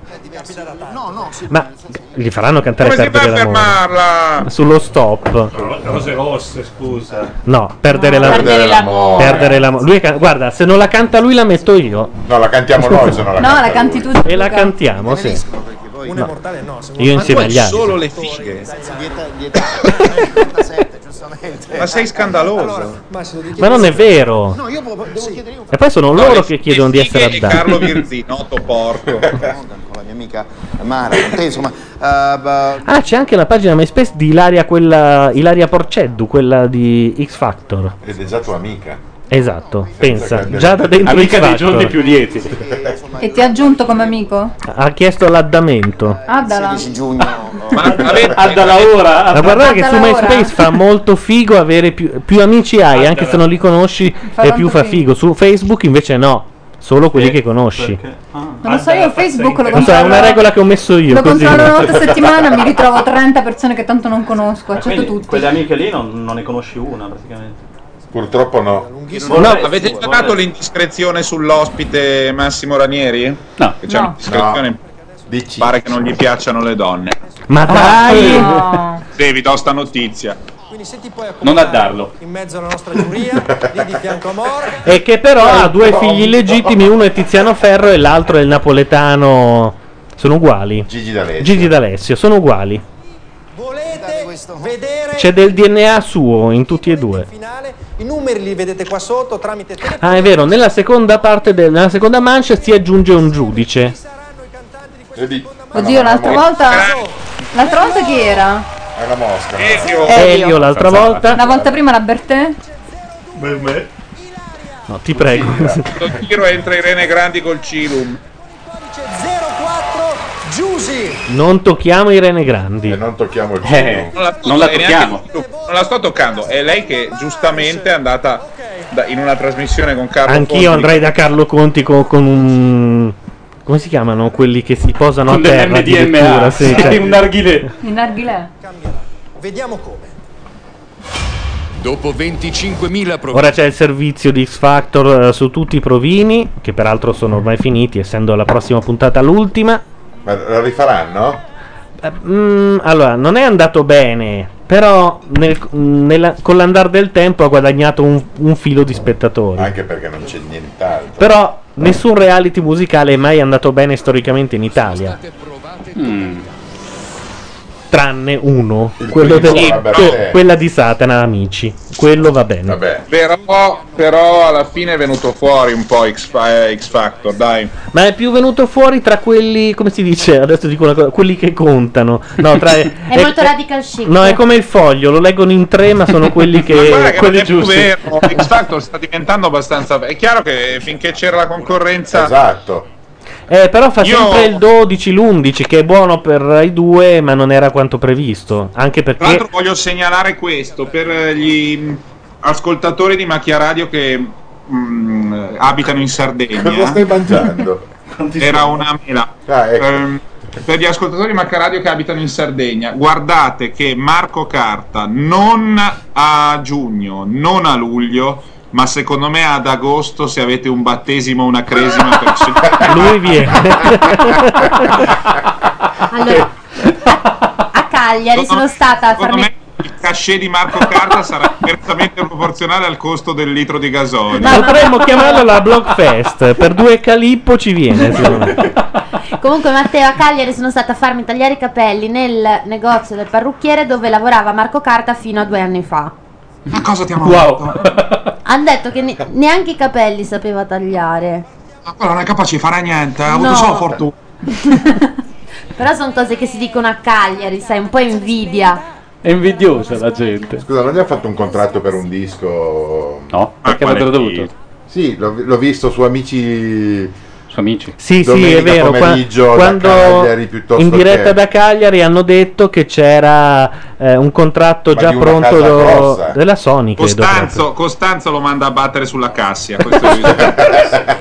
Speaker 2: Ma gli faranno cantare
Speaker 9: Come si fa a
Speaker 2: Perdere l'amore.
Speaker 9: fermarla?
Speaker 2: Sullo stop.
Speaker 9: Rose rosse, scusa.
Speaker 2: No, perdere, la-
Speaker 9: Perdere l'amore.
Speaker 2: Perdere l'amore. Lui can- guarda, se non la canta lui la metto io.
Speaker 3: No, la cantiamo noi, se no
Speaker 5: No, la canti tu.
Speaker 2: E la cantiamo, sì.
Speaker 13: Una
Speaker 2: No.
Speaker 13: mortale no, se
Speaker 2: Io insieme agli altri.
Speaker 19: Solo le fighe. Ma sei scandaloso.
Speaker 2: Ma non è vero.
Speaker 13: No, io proprio- devo chiedere io.
Speaker 2: E poi sono
Speaker 19: No,
Speaker 2: loro
Speaker 19: le-
Speaker 2: che chiedono di essere
Speaker 19: e Carlo
Speaker 2: addati.
Speaker 19: Virzì, noto porco.
Speaker 13: con la mia amica Mara, con te, insomma. eh, bah,
Speaker 2: Ah, c'è anche una pagina MySpace di Ilaria, quella, Ilaria Porceddu, quella di X Factor.
Speaker 3: Ed è già tua amica.
Speaker 2: Esatto,
Speaker 3: Senza
Speaker 2: pensa,
Speaker 3: che-
Speaker 2: già da dentro
Speaker 4: Amica
Speaker 2: X
Speaker 4: dei
Speaker 2: Factor.
Speaker 4: giorni più lieti.
Speaker 5: E ti ha aggiunto come amico? Ah,
Speaker 2: Ha chiesto l'addamento.
Speaker 5: Addala.
Speaker 4: Addala ora.
Speaker 2: Ma guardate che su
Speaker 5: Guardala ora.
Speaker 2: MySpace fa molto figo avere più, più amici hai, anche se non li conosci,
Speaker 5: Fa
Speaker 2: e
Speaker 5: tanto
Speaker 2: più fa
Speaker 5: figo.
Speaker 2: figo. Su Facebook invece no, solo
Speaker 7: Eh,
Speaker 2: quelli che conosci.
Speaker 5: Non lo so, io Facebook lo
Speaker 2: Non so, è una
Speaker 5: controllo.
Speaker 2: regola che ho messo io.
Speaker 5: Lo
Speaker 2: così.
Speaker 5: controllo una volta a settimana, mi ritrovo 30 persone che tanto non conosco,
Speaker 7: Ma
Speaker 5: accetto
Speaker 7: quindi
Speaker 5: tutti.
Speaker 7: Quelle amiche lì non, non ne conosci una praticamente.
Speaker 3: Purtroppo no.
Speaker 19: No, avete notato l'indiscrezione sull'ospite Massimo Ranieri? No. Che c'è
Speaker 5: No.
Speaker 19: un'indiscrezione. Pare che non gli piacciono le donne.
Speaker 2: Ma
Speaker 19: dai!
Speaker 5: No.
Speaker 19: Sì, vi do sta notizia.
Speaker 13: Quindi se ti puoi
Speaker 19: Non addarlo.
Speaker 13: in mezzo alla nostra giuria, lì di fianco a Morgan.
Speaker 2: E che però ha due
Speaker 7: Oh,
Speaker 2: figli illegittimi, uno è Tiziano Ferro e l'altro è il napoletano. Sono uguali.
Speaker 3: Gigi D'Alessio.
Speaker 2: Gigi D'Alessio, sono uguali. C'è del DNA suo in tutti e due.
Speaker 13: I numeri li vedete qua sotto tramite telefono.
Speaker 2: Ah, è vero, nella seconda parte del- nella seconda mancia si aggiunge un giudice.
Speaker 5: Oddio, l'altra volta. L'altra volta chi era?
Speaker 3: È una mosca.
Speaker 2: Elio l'altra volta.
Speaker 5: La volta prima la Bertè?
Speaker 9: Per me.
Speaker 2: No, ti prego.
Speaker 19: Lo tiro entra Irene Grandi col Cilum.
Speaker 13: Giusi!
Speaker 2: non tocchiamo Irene Grandi.
Speaker 3: non tocchiamo il
Speaker 2: eh,
Speaker 19: Non la tocchiamo. Non la sto toccando. È lei che giustamente è andata da- in una trasmissione con Carlo.
Speaker 2: Anch'io
Speaker 19: Conti.
Speaker 2: andrei da Carlo Conti co- con, un. Come si chiamano quelli che si posano
Speaker 4: Con
Speaker 2: a terra?
Speaker 4: dell'MDMA.
Speaker 2: addirittura, sì, cioè-
Speaker 4: un narghilè.
Speaker 5: In narghilè.
Speaker 13: Vediamo come.
Speaker 6: Dopo 25.000 prov-
Speaker 2: Ora c'è il servizio di X Factor eh, su tutti i provini, che peraltro sono ormai finiti, essendo la prossima puntata l'ultima.
Speaker 3: Ma la rifaranno?
Speaker 2: Mm, allora, non è andato bene, però nel- nella- con l'andare del tempo ha guadagnato un, un filo di spettatori.
Speaker 3: Anche perché non c'è nient'altro.
Speaker 2: Però nessun reality musicale è mai andato bene storicamente in Italia.
Speaker 4: Mm.
Speaker 2: Tranne uno, quello
Speaker 19: primo,
Speaker 2: del-
Speaker 19: vabbè,
Speaker 2: que-
Speaker 19: vabbè.
Speaker 2: quella di Satana, amici. Quello va bene.
Speaker 19: Però, però alla fine è venuto fuori un po' X, Fa- eh, X Factor, dai.
Speaker 2: Ma è più venuto fuori tra quelli, come si dice? Adesso dico una cosa, quelli che contano. No, tra, è,
Speaker 12: È molto radical chic.
Speaker 2: Eh, no, è come il foglio, lo leggono in tre, ma sono quelli che.
Speaker 19: Guarda che
Speaker 2: quelli
Speaker 19: non è più
Speaker 2: giusti.
Speaker 19: vero, X Factor sta diventando abbastanza. È chiaro che finché c'era la concorrenza.
Speaker 3: Esatto.
Speaker 2: Eh, però fa
Speaker 19: Io-
Speaker 2: sempre il 12, l'11, che è buono per i due, ma non era quanto previsto. Anche
Speaker 19: Tra l'altro
Speaker 2: perché.
Speaker 19: voglio segnalare questo per eh, gli mh, ascoltatori di Macchia Radio che mh, abitano in Sardegna.
Speaker 3: Cosa stai mangiando?
Speaker 19: Era una mela. Ehm, per gli ascoltatori di Macchia Radio che abitano in Sardegna, guardate che Marco Carta non a giugno, non a luglio, ma secondo me ad agosto, se avete un battesimo o una cresima, per
Speaker 2: lui viene.
Speaker 12: Allora, a, a Cagliari sono stata a farmi
Speaker 19: il cachet di Marco Carta sarà direttamente proporzionale al costo del litro di gasolio.
Speaker 2: Potremmo chiamarlo la Blockfest. Per due calippo ci viene, secondo me.
Speaker 12: Comunque Matteo a Cagliari sono stata a farmi tagliare i capelli nel negozio del parrucchiere dove lavorava Marco Carta fino a due anni fa.
Speaker 19: Ma cosa ti hanno
Speaker 12: Hanno detto che ne- neanche i capelli sapeva tagliare.
Speaker 19: Ma quello non è capace di fare niente, ha
Speaker 12: No.
Speaker 19: avuto solo fortuna.
Speaker 12: Però sono cose che si dicono a Cagliari, sai, un po' invidia.
Speaker 3: È invidiosa la gente. Scusa, non gli ha fatto un contratto per un disco?
Speaker 4: No,
Speaker 3: perché
Speaker 4: avrebbero dovuto?
Speaker 3: Sì, l'ho, l'ho visto su Amici.
Speaker 4: Su Amici?
Speaker 2: Sì, sì, è vero. qua-
Speaker 3: Pomeriggio,
Speaker 2: quando
Speaker 3: da Cagliari, piuttosto
Speaker 2: in diretta
Speaker 3: che-
Speaker 2: da Cagliari hanno detto che c'era eh, un contratto
Speaker 19: Ma
Speaker 2: già
Speaker 19: di una
Speaker 2: pronto
Speaker 19: casa
Speaker 2: do-
Speaker 19: grossa.
Speaker 2: della Sony. Credo,
Speaker 19: Costanzo, Costanzo lo manda a battere sulla cassia. questo è-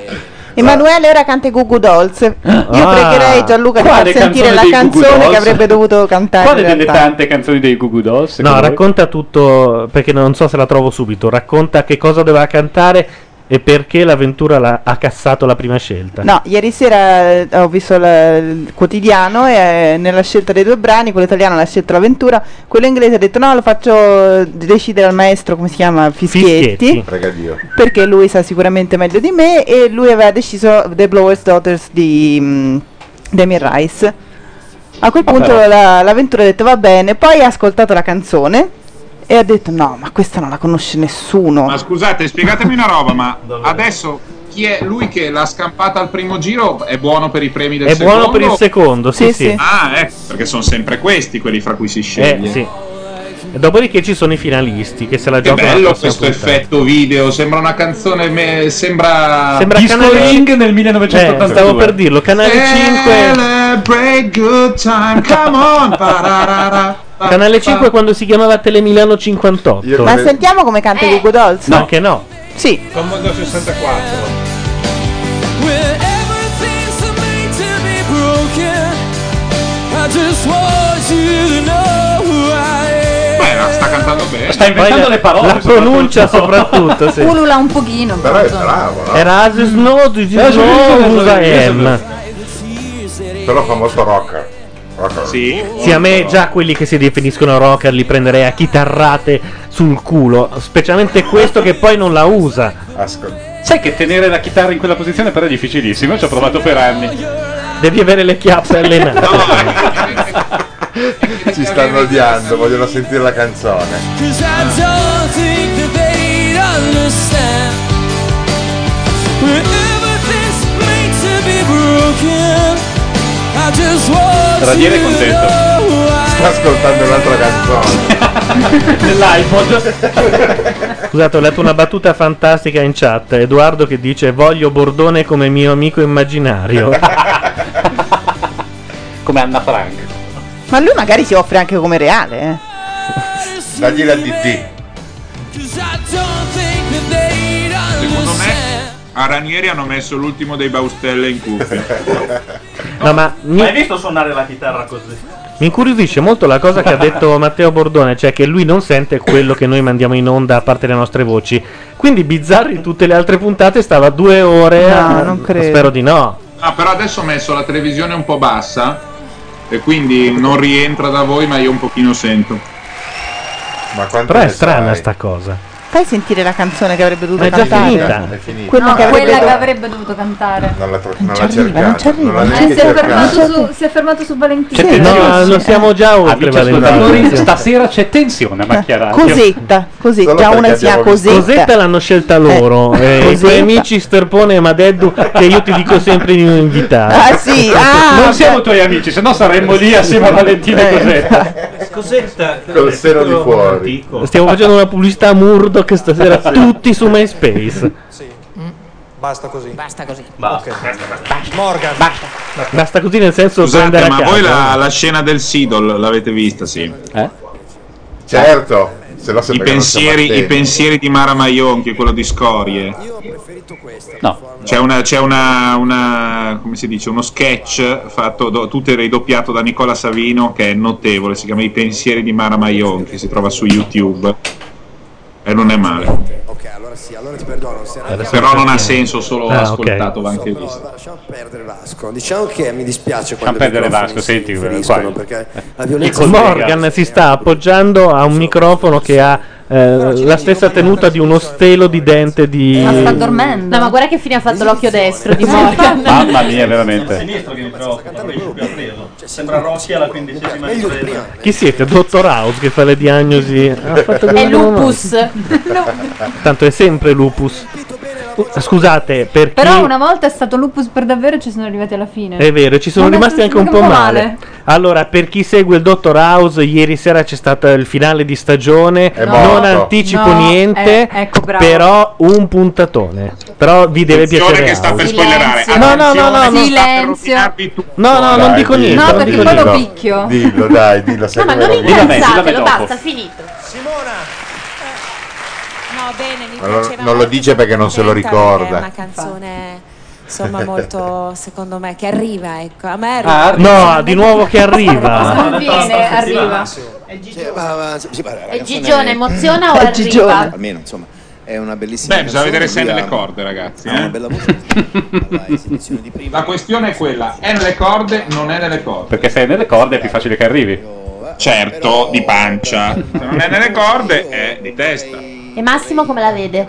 Speaker 11: Emanuele ora canta i Goo Goo Dolls. Io
Speaker 4: Ah.
Speaker 11: pregherei Gianluca di far
Speaker 4: Quale
Speaker 11: sentire
Speaker 4: canzone
Speaker 11: la
Speaker 4: dei Goo Goo
Speaker 11: canzone che
Speaker 4: Dolls?
Speaker 11: avrebbe dovuto cantare.
Speaker 4: Quale
Speaker 11: in
Speaker 4: delle
Speaker 11: realtà.
Speaker 4: tante canzoni dei Goo Goo Dolls?
Speaker 2: proprio. No,
Speaker 4: secondo voi?
Speaker 2: racconta tutto perché non so se la trovo subito. Racconta che cosa doveva cantare e perché l'avventura l'ha- ha cassato la prima scelta.
Speaker 11: No, ieri sera eh, ho visto la- il quotidiano e eh, nella scelta dei due brani, quello italiano l'ha scelto l'avventura, quello inglese ha detto no, lo faccio eh, decidere al maestro, come si chiama, Fischietti,
Speaker 3: Prega Dio.
Speaker 11: perché lui sa sicuramente meglio di me e lui aveva deciso The Blower's Daughters di mm, Demi Rice. A quel punto
Speaker 14: però.
Speaker 11: la- l'avventura ha detto va bene, poi ha ascoltato la canzone e ha detto no, ma questa non la conosce nessuno.
Speaker 19: Ma scusate, spiegatemi una roba, ma adesso chi è lui che l'ha scampata al primo giro è buono per i premi del
Speaker 2: È
Speaker 19: secondo?
Speaker 2: buono per il secondo, sì, Sì, sì. sì.
Speaker 19: Ah, ecco, perché sono sempre questi quelli fra cui si
Speaker 2: Eh,
Speaker 19: sceglie.
Speaker 2: sì. E Dopodiché ci sono i finalisti che se la
Speaker 19: Che
Speaker 2: giocano. alla
Speaker 19: bello
Speaker 2: prossima
Speaker 19: questo
Speaker 2: puntata.
Speaker 19: effetto video, sembra una canzone, me- sembra...
Speaker 2: Sembra
Speaker 19: Disco
Speaker 2: Canale-
Speaker 19: Ring nel
Speaker 2: Eh,
Speaker 19: 1982.
Speaker 2: stavo per dirlo, Canale 5.
Speaker 19: Celebrate good time, come on! pararara.
Speaker 2: Canale 5 quando si chiamava Telemilano 58.
Speaker 11: Ma sentiamo come canta i Goo Goo Dolls?
Speaker 2: No, che no.
Speaker 11: Sì.
Speaker 9: Commodore 64.
Speaker 8: Where everything's made to be broken. I just want you to know who I am.
Speaker 19: sta cantando bene.
Speaker 2: Sta inventando le parole. La pronuncia soprattutto, sì.
Speaker 5: Ulula un pochino.
Speaker 2: Però è
Speaker 5: però.
Speaker 3: Bravo, no?
Speaker 2: Era As is no, this is
Speaker 3: Eh, sì,
Speaker 2: no,
Speaker 3: sì, sì,
Speaker 2: usa
Speaker 3: sì, sì,
Speaker 2: M.
Speaker 3: Però fa molto rocker. rocker.
Speaker 19: Sì.
Speaker 2: Sì, a me già quelli che si definiscono rocker li prenderei a chitarrate sul culo. Specialmente questo che poi non la usa.
Speaker 4: Sai che tenere la chitarra in quella posizione però è difficilissimo, ci ho provato per anni.
Speaker 2: Devi avere le chiappe allenate.
Speaker 3: Ci stanno odiando, vogliono sentire la canzone.
Speaker 8: Cause I don't think that they'd understand. Where everything's made to be broken. I just want
Speaker 19: Ranieri è
Speaker 8: you to
Speaker 19: contento.
Speaker 8: know who I
Speaker 3: Sta ascoltando un'altra canzone.
Speaker 4: dell'iPod.
Speaker 2: Scusate, ho letto una battuta fantastica in chat. Edoardo che dice: Voglio Bordone come mio amico immaginario.
Speaker 4: come Anna Frank.
Speaker 11: Ma lui magari si offre anche come reale. eh.
Speaker 3: Dagli la DD.
Speaker 19: Secondo me a Ranieri hanno messo l'ultimo dei Baustelle in cuffia.
Speaker 2: No, ma mi,
Speaker 7: Ma hai visto suonare la chitarra così?
Speaker 2: mi incuriosisce molto la cosa che ha detto Matteo Bordone, cioè che lui non sente quello che noi mandiamo in onda a parte le nostre voci. Quindi bizzarri tutte le altre puntate stava due ore.
Speaker 19: No,
Speaker 2: a-
Speaker 19: non credo.
Speaker 2: Spero di no.
Speaker 19: Ah, però adesso ho messo la televisione un po' bassa e quindi non rientra da voi, ma io un pochino sento.
Speaker 3: Ma
Speaker 2: Però è strana sta cosa.
Speaker 11: Fai sentire la canzone che avrebbe dovuto
Speaker 2: Ma è già
Speaker 11: cantare.
Speaker 2: finita. È finita.
Speaker 11: Quella
Speaker 5: No,
Speaker 11: che avrebbe
Speaker 5: quella che
Speaker 11: dovuto-
Speaker 5: avrebbe dovuto cantare.
Speaker 3: Non la, tro- non
Speaker 11: ci
Speaker 3: l'ha
Speaker 11: arriva,
Speaker 3: cercata.
Speaker 11: non ci arriva.
Speaker 3: l'ha
Speaker 11: Non
Speaker 5: Eh,
Speaker 3: neanche
Speaker 5: si, è
Speaker 3: cercata.
Speaker 5: fermato su, si è fermato su Valentino.
Speaker 2: C'è tensione.
Speaker 4: eh.
Speaker 2: No, lo siamo già oltre,
Speaker 4: Amici
Speaker 2: Valentino.
Speaker 4: ascoltatori, stasera c'è tensione
Speaker 12: Eh,
Speaker 4: a macchia radio.
Speaker 11: Cosetta, così, già una si chiama cosetta.
Speaker 2: Cosetta l'hanno scelta loro. eh, I tuoi
Speaker 11: Cosetta.
Speaker 2: amici Sterpone e Madeddu, che io ti dico sempre di non invitare.
Speaker 11: Ah, sì, ah, Eh,
Speaker 4: non siamo tuoi amici, se no saremmo lì assieme a Valentina e Cosetta.
Speaker 7: Cosetta.
Speaker 2: Col seno di fuori. Stiamo facendo una pubblicità a Murdo che stasera tutti su MySpace.
Speaker 13: Basta così. Basta così.
Speaker 7: Basta.
Speaker 13: Morgan.
Speaker 2: Basta così nel senso
Speaker 19: Scusate,
Speaker 2: prendere a
Speaker 19: Eh, ma
Speaker 2: casa. Eh?
Speaker 19: voi la, la scena del Sidol l'avete vista, sì.
Speaker 3: Certo, se no
Speaker 19: I
Speaker 3: sembra che non stiamo
Speaker 19: pensieri, I
Speaker 3: attenti.
Speaker 19: pensieri di Mara Maionchi, quello di Scorie.
Speaker 4: No.
Speaker 19: C'è, una, c'è una, una- come si dice, uno sketch fatto do- tutto e ridoppiato da Nicola Savino che è notevole, si chiama I pensieri di Mara Maionchi, si trova su YouTube e non è male.
Speaker 13: Ok, allora sì, allora ti perdono. se era-
Speaker 19: Però non ha senso solo
Speaker 13: Ah, ok.
Speaker 19: ascoltato, va anche
Speaker 13: No,
Speaker 19: visto.
Speaker 13: no, lasciamo perdere Vasco. Diciamo che mi dispiace quando
Speaker 19: Lasciamo perdere
Speaker 13: i microfoni
Speaker 19: Vasco,
Speaker 13: si
Speaker 19: senti, eh,
Speaker 13: feriscono,
Speaker 19: qua il-
Speaker 13: perché la
Speaker 2: Ecco,
Speaker 13: violenza
Speaker 2: Morgan si sta appoggiando a un microfono che ha eh, la stessa tenuta di uno stelo di dente di.
Speaker 12: Ma sta
Speaker 5: dormendo.
Speaker 12: No, ma guarda che fine ha fatto l'occhio destro di Morgan.
Speaker 4: Mamma mia, veramente.
Speaker 7: Sinistro che mi preoccupa, non riesco più a vederlo.
Speaker 13: Cioè,
Speaker 7: Sembra Rossi alla quindicesima ripresa.
Speaker 2: Chi siete? Dottor House che fa le diagnosi. Ha fatto
Speaker 7: È
Speaker 2: quella roba.
Speaker 12: Lupus.
Speaker 2: Tanto è sempre lupus. Uh, Scusate, perché.
Speaker 5: Però una volta è stato lupus per davvero e ci sono arrivati alla fine.
Speaker 2: È vero, ci sono
Speaker 5: Ma
Speaker 2: rimasti anche un po' male. Allora, per chi segue il Dottor House, ieri sera c'è stato il finale di stagione. non
Speaker 5: morto.
Speaker 2: anticipo
Speaker 5: No,
Speaker 2: niente,
Speaker 5: eh, ecco, bravo.
Speaker 2: però un puntatone. Però vi deve
Speaker 19: Attenzione
Speaker 2: piacere.
Speaker 19: che sta per
Speaker 2: House.
Speaker 19: spoilerare.
Speaker 2: No, no, no, no,
Speaker 19: Attenzione.
Speaker 2: no.
Speaker 5: Silenzio.
Speaker 2: No, no, non
Speaker 3: Dai,
Speaker 2: dico
Speaker 3: dillo,
Speaker 2: niente.
Speaker 5: No,
Speaker 3: non
Speaker 5: perché
Speaker 3: dico
Speaker 5: poi lo
Speaker 3: niente.
Speaker 5: picchio.
Speaker 3: Dillo, dai, dillo.
Speaker 12: No, ma non
Speaker 5: dillo
Speaker 12: incazzatelo,
Speaker 5: dopo.
Speaker 12: basta, finito. Simona.
Speaker 16: No, bene, mi
Speaker 3: Allora,
Speaker 16: piaceva
Speaker 3: non lo dice perché non se lo
Speaker 16: Senta, perché È
Speaker 3: ricorda.
Speaker 16: una canzone insomma molto secondo me che arriva, ecco. A me arriva.
Speaker 2: Ah, no, di nuovo che arriva.
Speaker 12: Viene, arriva.
Speaker 13: È Gigione. Ma, ma, sì, ma la
Speaker 12: E
Speaker 13: canzone-
Speaker 12: Gigione emoziona o
Speaker 13: È
Speaker 12: arriva?
Speaker 13: Gigione. Almeno, insomma, è una bellissima
Speaker 19: Beh, bisogna
Speaker 13: canzone,
Speaker 19: vedere se è
Speaker 13: lui ha-
Speaker 19: nelle corde, ragazzi.
Speaker 13: ha una
Speaker 19: eh.
Speaker 13: bella voce.
Speaker 19: La questione è quella: è nelle corde, non è nelle corde.
Speaker 4: Perché se è nelle corde è più facile che arrivi.
Speaker 19: Certo, di pancia. Se non è nelle corde, è di testa.
Speaker 12: E Massimo come la vede?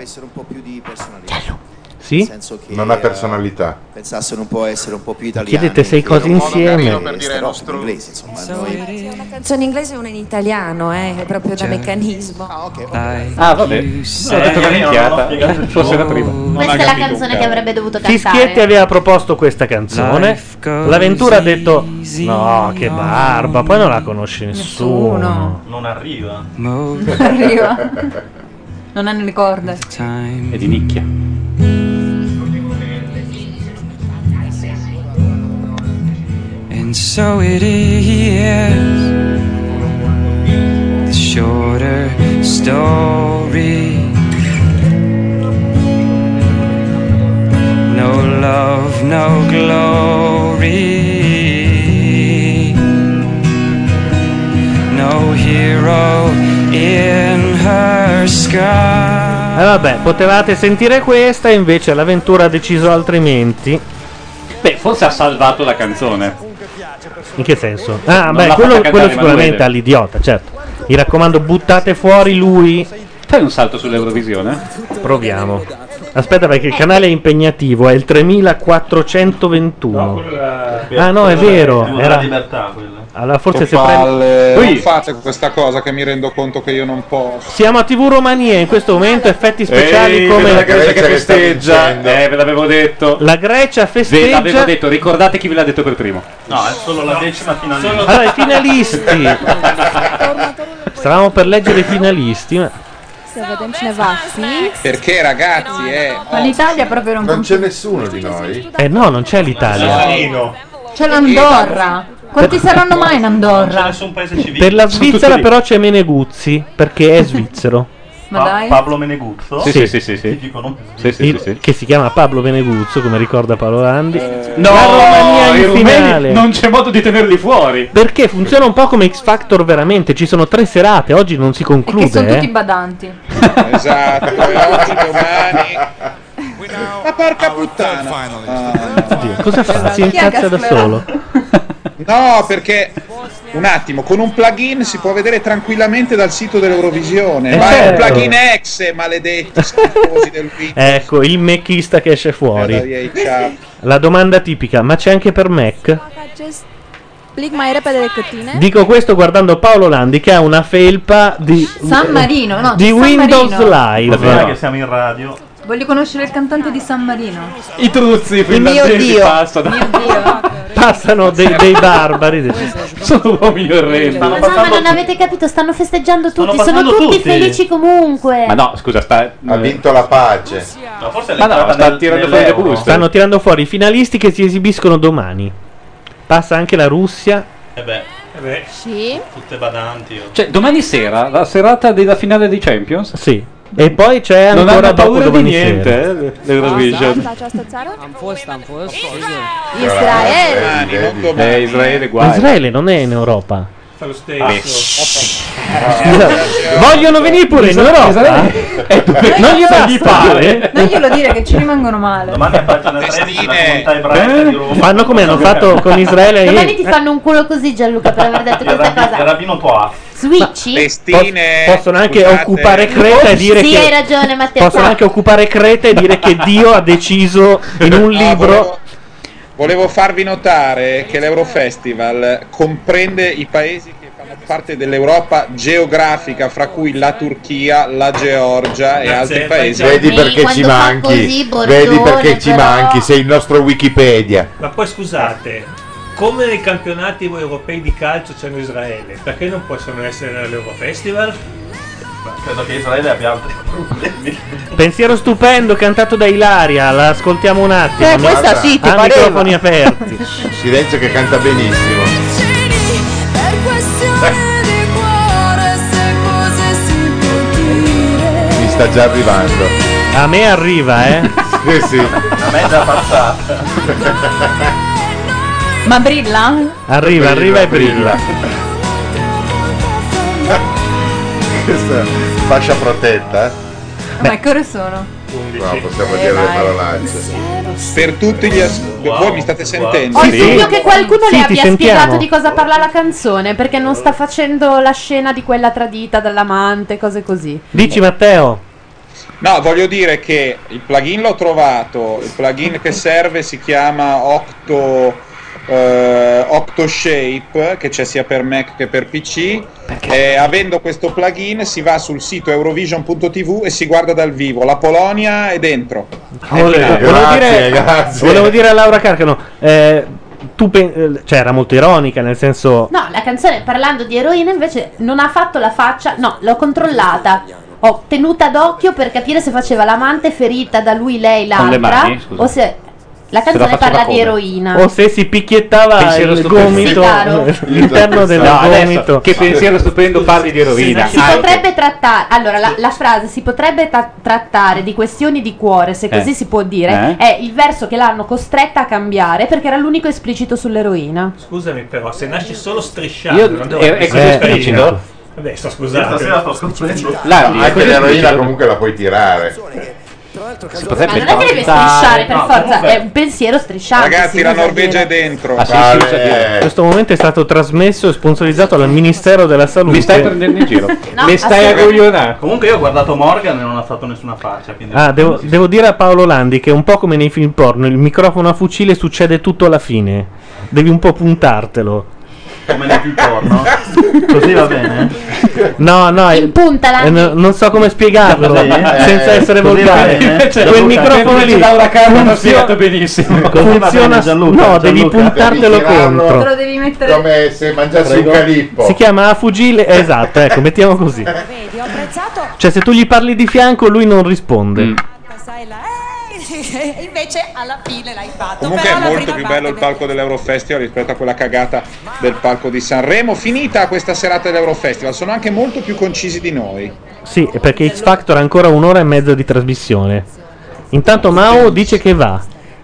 Speaker 12: Cioè,
Speaker 2: Sì?
Speaker 3: Non ha personalità.
Speaker 13: Pensassero un po' a essere un po' più italiani.
Speaker 2: Chiedete sei cose insieme.
Speaker 13: inglese, insomma,
Speaker 16: È una canzone in inglese e una in italiano, eh, è proprio da meccanismo. Ah,
Speaker 4: Ah, vabbè. Ho detto che minchiata. Forse era prima.
Speaker 12: Questa è la canzone che avrebbe dovuto
Speaker 2: Fischietti
Speaker 12: cantare.
Speaker 2: aveva proposto questa canzone. L'avventura ha detto: No, che barba. Poi non la conosce nessuno.
Speaker 7: Non arriva.
Speaker 5: Arriva. Non ha nelle corde.
Speaker 4: È di nicchia.
Speaker 14: And so it is the shorter story. No love, no glory. No hero in her sky.
Speaker 2: E Eh, vabbè, potevate sentire questa, invece l'avventura ha deciso altrimenti.
Speaker 4: Beh, forse ha salvato la canzone.
Speaker 2: In che senso? Ah,
Speaker 4: Non
Speaker 2: beh,
Speaker 4: l'ha
Speaker 2: quello,
Speaker 4: fatta
Speaker 2: quello
Speaker 4: cantare
Speaker 2: sicuramente
Speaker 4: Emanuele.
Speaker 2: all'idiota, certo. Mi raccomando, buttate fuori lui.
Speaker 4: Fai un salto sull'Eurovisione?
Speaker 2: Proviamo. Aspetta, perché il canale è impegnativo, è il 3421. Ah, no, è vero, era- Allora, forse se prendi. Ui,
Speaker 19: fate questa cosa che mi rendo conto che io non posso.
Speaker 2: Siamo a TV Romania in questo momento, effetti speciali
Speaker 4: Ehi,
Speaker 2: come
Speaker 4: vedi la Grecia che festeggia. Eh, ve l'avevo detto.
Speaker 2: La Grecia
Speaker 4: Ve l'avevo
Speaker 2: festeggia.
Speaker 4: detto, ricordate chi ve l'ha detto per primo.
Speaker 7: No, è solo la decima finalista.
Speaker 2: Allora, i finalisti. Stavamo per leggere i finalisti. ma-
Speaker 5: Se vedem cineva fix.
Speaker 19: Perché ragazzi, eh,
Speaker 5: Ma l'Italia proprio non
Speaker 3: Non c'è nessuno di noi.
Speaker 2: Eh no, non c'è l'Italia.
Speaker 5: C'è l'Andorra. Quanti saranno mai in Andorra?
Speaker 7: nessun paese civile.
Speaker 2: Per la Svizzera però c'è Meneguzzi, perché è svizzero.
Speaker 5: Ma dai.
Speaker 7: Pablo Meneguzzo?
Speaker 2: Sì, sì, sì, sì, sì.
Speaker 7: Ti dicono.
Speaker 2: Il- Che si chiama Pablo Meneguzzo, come ricorda Paolo Landi.
Speaker 4: No,
Speaker 2: la Romania
Speaker 4: i
Speaker 2: in
Speaker 4: rumeni
Speaker 2: finale.
Speaker 4: non c'è modo di tenerli fuori.
Speaker 2: Perché funziona un po' come X Factor veramente, ci sono tre serate, oggi non si
Speaker 5: E che sono
Speaker 2: conclude,
Speaker 5: tutti
Speaker 2: eh.
Speaker 5: badanti.
Speaker 19: Esatto, Ma porca puttana.
Speaker 2: Oddio, cosa
Speaker 5: Esatto.
Speaker 2: fa? Si incazza da solo.
Speaker 19: No, perché un attimo, con un plugin si può vedere tranquillamente dal sito dell'Eurovisione.
Speaker 2: Eh,
Speaker 19: Ma è un
Speaker 2: certo.
Speaker 19: plugin ex, maledetti schifosi del Windows.
Speaker 2: Ecco, il mechista che esce
Speaker 5: Eh,
Speaker 2: fuori.
Speaker 19: dai, ciao.
Speaker 2: La domanda tipica, ma c'è anche per Mac?
Speaker 16: Acest plic mai repede decât tine.
Speaker 5: Eh?
Speaker 2: Dico questo guardando Paolo Landi che ha una felpa di
Speaker 5: San Marino, no,
Speaker 2: di
Speaker 5: San
Speaker 2: Windows
Speaker 5: Marino.
Speaker 2: Live.
Speaker 7: Guarda che siamo in radio.
Speaker 5: Voglio conoscere il cantante di San Marino.
Speaker 4: I truzzi,
Speaker 5: Il mio Dio.
Speaker 2: Passano dei, dei barbari. dei-
Speaker 4: Sono uomini orrendi.
Speaker 12: Ma no, ma non avete capito, stanno festeggiando tutti, sono
Speaker 4: passando
Speaker 12: tutti,
Speaker 4: tutti.
Speaker 12: felici comunque.
Speaker 4: Ma no, scusa, sta.
Speaker 3: Ha vinto la pace.
Speaker 7: Ma forse
Speaker 4: Ma no, sta tirando fuori le buste.
Speaker 2: Stanno tirando fuori i finalisti che si esibiscono domani. Passa anche la Russia.
Speaker 7: E beh, eh beh.
Speaker 16: Sì.
Speaker 7: Tutte badanti. oh.
Speaker 4: Cioè, domani sera, la serata della finale dei Champions?
Speaker 2: Sì. E poi c'è
Speaker 4: Non
Speaker 2: ancora
Speaker 4: hanno
Speaker 2: dopo
Speaker 4: paura di
Speaker 2: domani
Speaker 4: niente,
Speaker 2: sera.
Speaker 4: eh, le- l'Eurovision.
Speaker 16: această țară? Am fost, am fost.
Speaker 12: Israele.
Speaker 4: Eh, Israele,
Speaker 2: Ma
Speaker 4: guai.
Speaker 2: Israele non è in Europa.
Speaker 9: Fa lo
Speaker 7: Ah,
Speaker 9: stesso.
Speaker 2: Scusa, vogliono venire pure in Europa? non gli
Speaker 5: Noi
Speaker 2: pare?
Speaker 5: Non glielo dire che ci rimangono male.
Speaker 2: Eh? Fanno come hanno fatto con Israele
Speaker 12: Domani
Speaker 2: ieri.
Speaker 12: ti fanno un culo così Gianluca per aver detto questa cosa. Switch?
Speaker 2: Pos- possono anche occupare Creta e dire
Speaker 12: sì,
Speaker 2: che
Speaker 12: hai ragione Matteo.
Speaker 2: possono anche occupare Creta e dire che Dio ha deciso in un libro
Speaker 19: Ah, Volevo farvi notare che l'Eurofestival comprende i paesi che fanno parte dell'Europa geografica, fra cui la Turchia, la Georgia e altri paesi.
Speaker 3: Vedi perché ci manchi. Vedi perché ci manchi. Sei il nostro Wikipedia.
Speaker 9: Ma poi scusate, come nei campionati europei di calcio c'hanno Israele, perché non possono essere all'Eurofestival?
Speaker 7: Credo che Israele abbia altri problemi.
Speaker 2: Pensiero stupendo cantato da Ilaria, la ascoltiamo un attimo.
Speaker 3: Eh, questa
Speaker 2: Guarda,
Speaker 3: sì, ti
Speaker 2: ha
Speaker 3: pareva.
Speaker 2: microfoni aperti.
Speaker 3: Silenzio che canta benissimo.
Speaker 8: Per questione di cuore, se cose si può dire.
Speaker 3: Mi sta già arrivando.
Speaker 2: A me arriva, eh.
Speaker 3: Sì, sì.
Speaker 7: A me è già passata.
Speaker 5: Ma brilla?
Speaker 2: Arriva, arriva e brilla.
Speaker 3: Questa fascia protetta. eh.
Speaker 5: Ma che ore sono?
Speaker 3: No, possiamo dire
Speaker 12: Eh,
Speaker 3: le parolacce.
Speaker 19: Per tutti gli ascolti. Voi mi state sentendo?
Speaker 12: Ho il dubbio che qualcuno
Speaker 19: Sì,
Speaker 12: le
Speaker 19: ti
Speaker 12: abbia
Speaker 19: sentiamo.
Speaker 12: spiegato di cosa parla la canzone, perché non sta facendo la scena di quella tradita dall'amante, cose così.
Speaker 2: Dici Matteo.
Speaker 19: No, voglio dire che il plugin l'ho trovato, il plugin che serve si chiama Octo, eh, Octoshape, che c'è sia per Mac che per PC. E avendo questo plugin si va sul sito eurovision.tv e si guarda dal vivo. La Polonia è dentro.
Speaker 2: Volevo, volevo dire, volevo dire a Laura Carcano, eh, tu pen- eh, cioè era molto ironica, nel senso
Speaker 12: No, la canzone parlando di eroina invece non ha fatto la faccia, no, l'ho controllata. Ho tenuta d'occhio per capire se faceva l'amante ferita da lui lei
Speaker 2: Con le
Speaker 12: l'altra
Speaker 2: mani, scusa.
Speaker 12: o se la
Speaker 2: Se la
Speaker 12: canzone
Speaker 2: faceva
Speaker 12: parla
Speaker 2: come?
Speaker 12: di eroina.
Speaker 2: o se si picchiettava
Speaker 4: Pensiero
Speaker 2: il
Speaker 4: stupendo.
Speaker 2: gomito
Speaker 12: Sì, caro.
Speaker 2: eh, l'interno del
Speaker 4: No, adesso,
Speaker 2: gomito.
Speaker 4: Che pensiero stupendo parli di eroina.
Speaker 12: Si potrebbe trattare, allora la, la frase si potrebbe tra- trattare di questioni di cuore, se
Speaker 4: Eh.
Speaker 12: così si può dire,
Speaker 9: Eh.
Speaker 12: è il verso che l'hanno costretta a cambiare perché era l'unico esplicito sull'eroina.
Speaker 9: Scusami però, se nasce solo strisciando,
Speaker 12: Io-
Speaker 2: eh,
Speaker 9: non devo
Speaker 12: e- e
Speaker 9: essere
Speaker 12: cos'è
Speaker 9: strisciato.
Speaker 12: esplicito?
Speaker 9: Vabbè, sto scusando.
Speaker 7: Io stasera sto scoprendo.
Speaker 3: No, anche l'eroina comunque la puoi tirare.
Speaker 12: Si
Speaker 3: potrebbe
Speaker 12: Ma non è che deve
Speaker 3: cantare.
Speaker 12: strisciare per
Speaker 3: No,
Speaker 12: forza,
Speaker 3: comunque-
Speaker 12: è un pensiero strisciante.
Speaker 19: Ragazzi,
Speaker 12: si
Speaker 19: la
Speaker 12: usa dire.
Speaker 19: Norvegia è dentro.
Speaker 2: Ah, sì, sì,
Speaker 19: Vale.
Speaker 2: sì, sì. Questo momento è stato trasmesso e sponsorizzato dal Ministero della Salute.
Speaker 4: Mi stai prendendo in giro.
Speaker 2: No, Mi stai assolutamente.
Speaker 7: agoglionando. Comunque io ho guardato Morgan e non ha fatto nessuna faccia. Quindi
Speaker 2: Ah, devo, devo dire a Paolo Landi che è un po' come nei film porno, il microfono a fucile succede tutto alla fine. Devi un po' puntartelo.
Speaker 7: come nei più porno.
Speaker 2: Così va
Speaker 7: eh?
Speaker 2: bene? No, no, eh,
Speaker 12: Puntala.
Speaker 2: eh, no- non so come spiegarlo
Speaker 7: Così?
Speaker 2: Ah, senza
Speaker 7: Eh,
Speaker 2: essere
Speaker 7: così va
Speaker 2: volgare.
Speaker 4: eh.
Speaker 7: bene?
Speaker 2: Cioè,
Speaker 7: Gianluca,
Speaker 2: quel microfono
Speaker 7: perché
Speaker 2: lì
Speaker 7: ci dà una
Speaker 4: carta, non si
Speaker 2: funziona-
Speaker 4: vede benissimo.
Speaker 3: Così va
Speaker 2: funziona
Speaker 3: bene, Gianluca,
Speaker 2: no, devi
Speaker 3: Gianluca.
Speaker 2: puntartelo
Speaker 3: Devi tirarlo.
Speaker 2: contro.
Speaker 5: Lo devi mettere.
Speaker 3: Come se mangiassi
Speaker 2: Prego.
Speaker 3: un calippo.
Speaker 2: Si chiama fugile, eh, esatto, ecco, mettiamo così.
Speaker 20: Vedi, ho apprezzato.
Speaker 2: Cioè se tu gli parli di fianco lui non risponde.
Speaker 20: E invece alla fine l'hai fatto.
Speaker 19: Comunque
Speaker 20: però
Speaker 19: è
Speaker 20: la
Speaker 19: molto
Speaker 20: prima
Speaker 19: più bello il palco dell'Eurofestival rispetto a quella cagata del palco di Sanremo. Finita questa serata dell'Eurofestival, sono anche molto più concisi di noi.
Speaker 2: Sì, è perché X Factor ha ancora un'ora e mezza di trasmissione. Intanto Mao dice che va.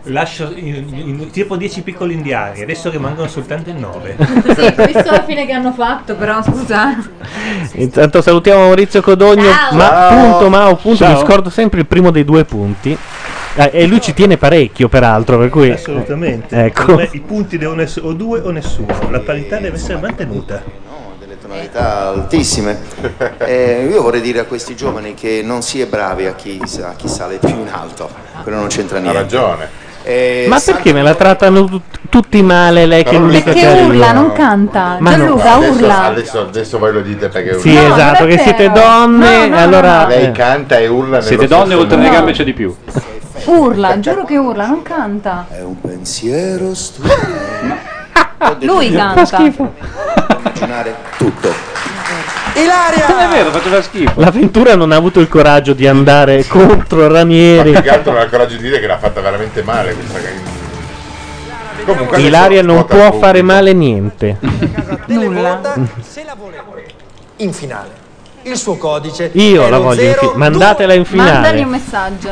Speaker 9: Lascio in, in- tipo 10 piccoli indiani, adesso che mancano soltanto il 9.
Speaker 5: Sì, visto la fine che hanno fatto, però scusa.
Speaker 2: Intanto salutiamo Maurizio Codogno.
Speaker 5: Ciao.
Speaker 2: Ma punto Mao, punto,
Speaker 9: Ciao.
Speaker 2: mi scordo sempre il primo dei due punti. Eh, e lui ci tiene parecchio, peraltro, per cui
Speaker 9: Assolutamente.
Speaker 2: eh,
Speaker 9: Per
Speaker 2: ecco.
Speaker 9: me I punti devono essere o due o nessuno. La parità deve essere mantenuta.
Speaker 18: delle tonalità altissime. Eh, io vorrei dire a questi giovani che non si è bravi a chi, a chi sale più in alto, quello non c'entra niente. Eh,
Speaker 3: ragione.
Speaker 2: Ma perché me la trattano tut- tutti male lei che
Speaker 3: Però
Speaker 2: non
Speaker 3: lui-
Speaker 5: Perché urla, non canta.
Speaker 2: Ma no.
Speaker 5: Gianluca
Speaker 3: adesso,
Speaker 5: urla.
Speaker 3: Adesso, adesso voi lo dite perché
Speaker 2: Sì,
Speaker 3: urla.
Speaker 2: esatto, che siete donne, allora...
Speaker 3: Lei canta e urla nello
Speaker 4: Siete donne,
Speaker 3: stesso
Speaker 4: oltre le
Speaker 3: modo.
Speaker 4: gambe c'è di più.
Speaker 5: Urla, giuro che urla, non canta.
Speaker 18: È un pensiero stupido.
Speaker 5: Lui
Speaker 18: Fa
Speaker 5: canta.
Speaker 18: schifo. Immaginare tutto.
Speaker 13: Ilaria!
Speaker 4: Non è vero, faceva schifo.
Speaker 2: L'avventura non ha avuto il coraggio di andare contro
Speaker 3: Ma più che
Speaker 2: Ranieri.
Speaker 3: altro non ha il coraggio di dire che l'ha fatta veramente male questa ca- Comunque adesso
Speaker 2: Ilaria non
Speaker 3: vota
Speaker 2: può
Speaker 3: il
Speaker 2: fare male niente.
Speaker 13: Nulla. Se la volevo. In finale. Il suo codice.
Speaker 2: Io
Speaker 13: è
Speaker 2: la
Speaker 13: lo
Speaker 2: voglio in
Speaker 13: zero-
Speaker 2: fi- mandatela in
Speaker 5: Mandagli un
Speaker 2: finale.
Speaker 5: messaggio.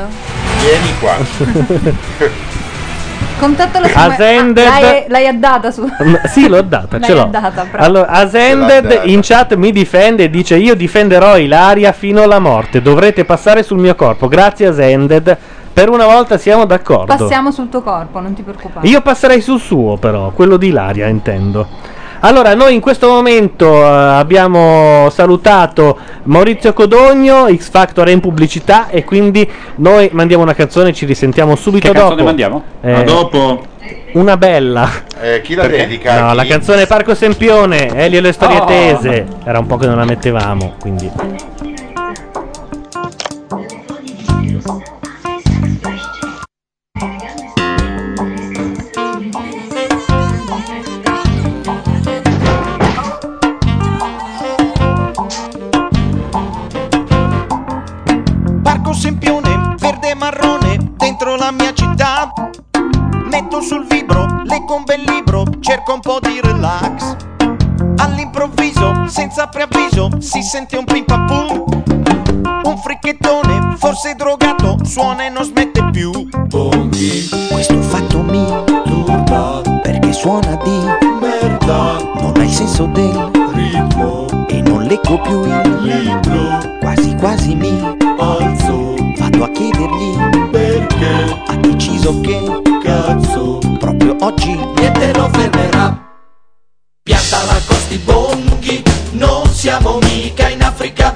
Speaker 3: Vieni qua.
Speaker 5: Contattalo su
Speaker 2: Ascended.
Speaker 5: Ah, L'hai, l'hai addata su.
Speaker 2: Mm, Sì, l'ho data,
Speaker 5: L'hai
Speaker 2: ce l'ho.
Speaker 5: addata, bravo.
Speaker 2: Allora,
Speaker 5: Ce l'ha
Speaker 2: Ascended
Speaker 5: data.
Speaker 2: in chat mi difende e dice io difenderò Ilaria fino alla morte, dovrete passare sul mio corpo. Grazie Ascended, per una volta siamo d'accordo.
Speaker 5: Passiamo sul tuo corpo, non ti preoccupare.
Speaker 2: Io passerei sul suo però, quello di Ilaria intendo. Allora, noi in questo momento eh, abbiamo salutato Maurizio Codogno, X Factor è in pubblicità e quindi noi mandiamo una canzone e ci risentiamo subito
Speaker 4: Che
Speaker 2: dopo.
Speaker 4: canzone mandiamo?
Speaker 2: Eh,
Speaker 4: A
Speaker 19: dopo.
Speaker 2: Una bella.
Speaker 3: Eh, chi la
Speaker 2: Perché?
Speaker 3: dedica?
Speaker 2: No,
Speaker 3: Chi?
Speaker 2: la canzone Parco Sempione, Elio e le storie
Speaker 4: Oh.
Speaker 2: tese. Era un po' che non la mettevamo, quindi.
Speaker 8: Parco Sempione, verde e marrone, dentro la mia città. Metto sul vibro, leggo un bel libro, cerco un po' di relax. All'improvviso, senza preavviso, si sente un pim pam pum. Un fricchettone, forse drogato, suona e non smette più. Questo fatto mi turba, perché suona di merda. Non ha il senso del ritmo, e non leggo più il libro. Quasi quasi mi alzo, vado a chiedergli perché ha deciso che cazzo proprio oggi niente lo fermerà. Pianta la costi bonghi, non siamo mica in Africa,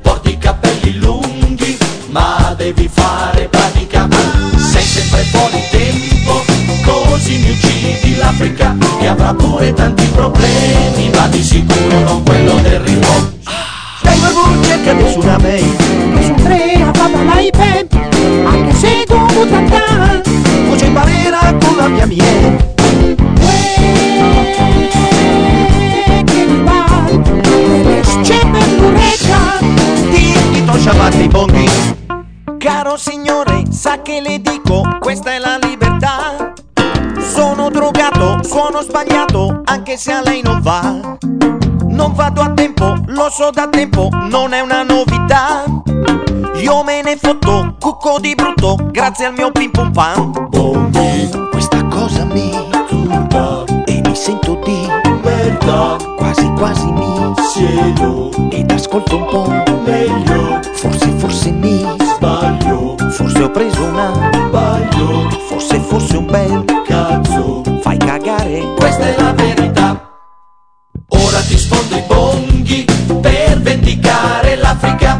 Speaker 8: porti i capelli lunghi, ma devi fare pratica. Sei sempre fuori tempo, così mi uccidi l'Africa, che avrà pure tanti problemi, ma di sicuro non quello del ritmo. Dai Babu, cercami su una mail Che su tre avrà l'iPad Anche se tu mutanta Voce in barriera con la mia miele Uè, che mi va Me c'è per l'orecchia Ti to sciamate i bonghi Caro signore, sa che le dico, questa è la libertà. Sono drogato, suono sbagliato, anche se a lei non va. Non vado a tempo, lo so da tempo, non è una novità. Io me ne fotto, cucco di brutto, grazie al mio pim pum pam. questa cosa mi turba e mi sento di merda. Quasi quasi mi siedo ed ascolto un po' meglio. Forse forse mi sbaglio, forse ho preso una sbaglio, forse fosse un bel cazzo. Fai cagare, questa è la verità. Ora ti sfondo i bonghi per vendicare l'Africa,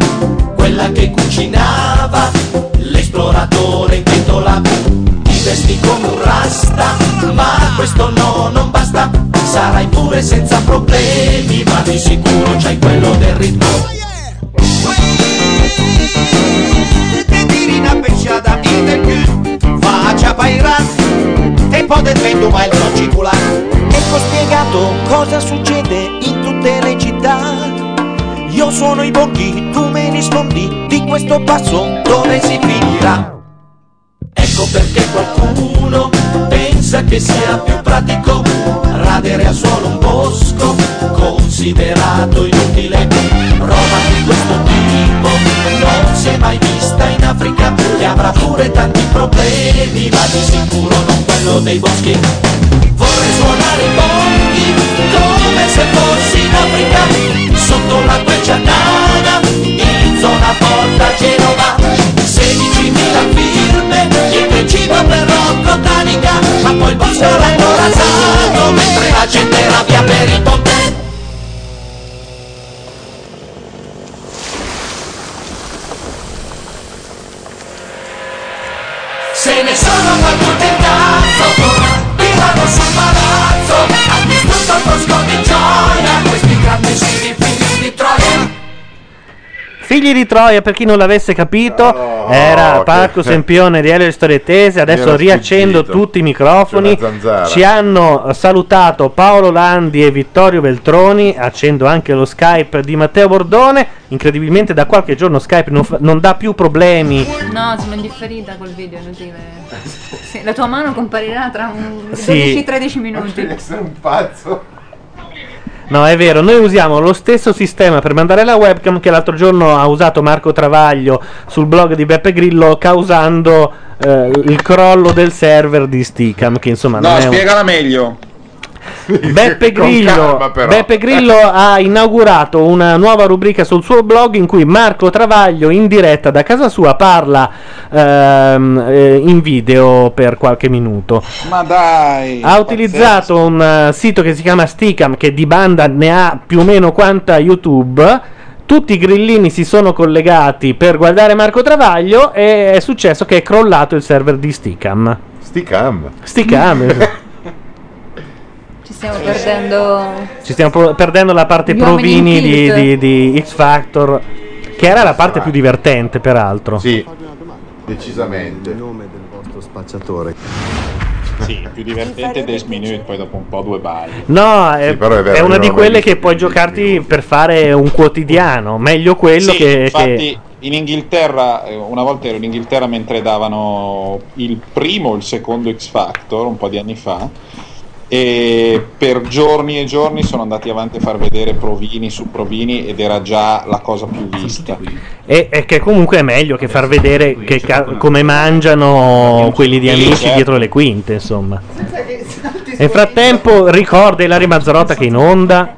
Speaker 8: quella che cucinava l'esploratore in pentola. Ti vesti come un rasta, ma questo no, non basta, sarai pure sempre senza problemi, ma di sicuro c'hai quello del ritmo.
Speaker 18: Tedina pecciata in del cu, faccia pairas, e poi detendo mai il nocicular.
Speaker 8: Ecco spiegato cosa succede in tutte le città. Io sono i borghi, tu me rispondi di questo passo dove si finirà. Ecco perché qualcuno pensa che sia più pratico radere a suolo un bosco considerato inutile. Roba di questo tipo non si è mai vista in Africa, che avrà pure tanti problemi, ma di sicuro non quello dei boschi. Vorrei suonare i borghi come se fossi in Africa, sotto la quercia nana, in zona porta Genova. 16.000 firme, in principio per Rocco Tanica, ma poi il bosco l'hanno rasato, mentre la gente era via per il ponte. Se ne sono fatti un cazzo, tirano sul palazzo, ha distrutto il bosco di gioia, questi grandi siti figli di Troia.
Speaker 2: Figli di Troia, per chi non l'avesse capito, era Parco Sempione di Elio Storietese. Adesso
Speaker 3: ero
Speaker 2: riaccendo
Speaker 3: sfuggito.
Speaker 2: tutti i microfoni.
Speaker 3: C'è una zanzara.
Speaker 2: Ci hanno salutato Paolo Landi e Vittorio Veltroni. Accendo anche lo Skype di Matteo Bordone. Incredibilmente, da qualche giorno Skype non, fa- non dà più problemi.
Speaker 5: No, sono indifferita col video, è inutile. Sì, la tua mano comparirà tra un
Speaker 2: Sì.
Speaker 5: 12-13 minuti. essere
Speaker 3: un pazzo.
Speaker 2: No, è vero, noi usiamo lo stesso sistema per mandare la webcam che l'altro giorno ha usato Marco Travaglio sul blog di Beppe Grillo, causando eh, il crollo del server di Sticam. Che insomma non
Speaker 19: No,
Speaker 2: è un-
Speaker 19: spiegala meglio.
Speaker 2: Beppe Grillo, Beppe Grillo ha inaugurato una nuova rubrica sul suo blog in cui Marco Travaglio in diretta da casa sua parla ehm, eh, in video per qualche minuto.
Speaker 19: Ma dai.
Speaker 2: Ha utilizzato un eh, sito che si chiama Sticam che di banda ne ha più o meno quanta YouTube. Tutti i grillini si sono collegati per guardare Marco Travaglio e è successo che è crollato il server di Sticam.
Speaker 3: Sticam.
Speaker 2: Sticam.
Speaker 5: Ci stiamo perdendo.
Speaker 2: Ci stiamo po- perdendo la parte
Speaker 5: Gli uomini
Speaker 2: provini
Speaker 5: in
Speaker 2: di,
Speaker 5: tilt.
Speaker 2: di- di X Factor, che era la parte più divertente, peraltro.
Speaker 3: Sì, decisamente.
Speaker 24: Spacciatore.
Speaker 19: Sì, più divertente Days Minute, poi dopo un po' due balli.
Speaker 2: No, è,
Speaker 19: però è vero,
Speaker 2: è una
Speaker 19: io
Speaker 2: di
Speaker 19: non
Speaker 2: quelle
Speaker 19: l'ho
Speaker 2: che puoi giocarti per fare un quotidiano. Meglio quello
Speaker 19: Sì,
Speaker 2: che.
Speaker 19: infatti
Speaker 2: che-
Speaker 19: in Inghilterra, eh, una volta ero in Inghilterra mentre davano il primo o il secondo X Factor un po' di anni fa e per giorni e giorni sono andati avanti a far vedere provini su provini ed era già la cosa più vista.
Speaker 2: E, e che comunque è meglio che far vedere che ca- come mangiano quelli di
Speaker 19: Sì,
Speaker 2: amici
Speaker 19: certo.
Speaker 2: dietro le quinte, insomma. Nel frattempo ricorda Ilaria Mazzarotta che è in onda.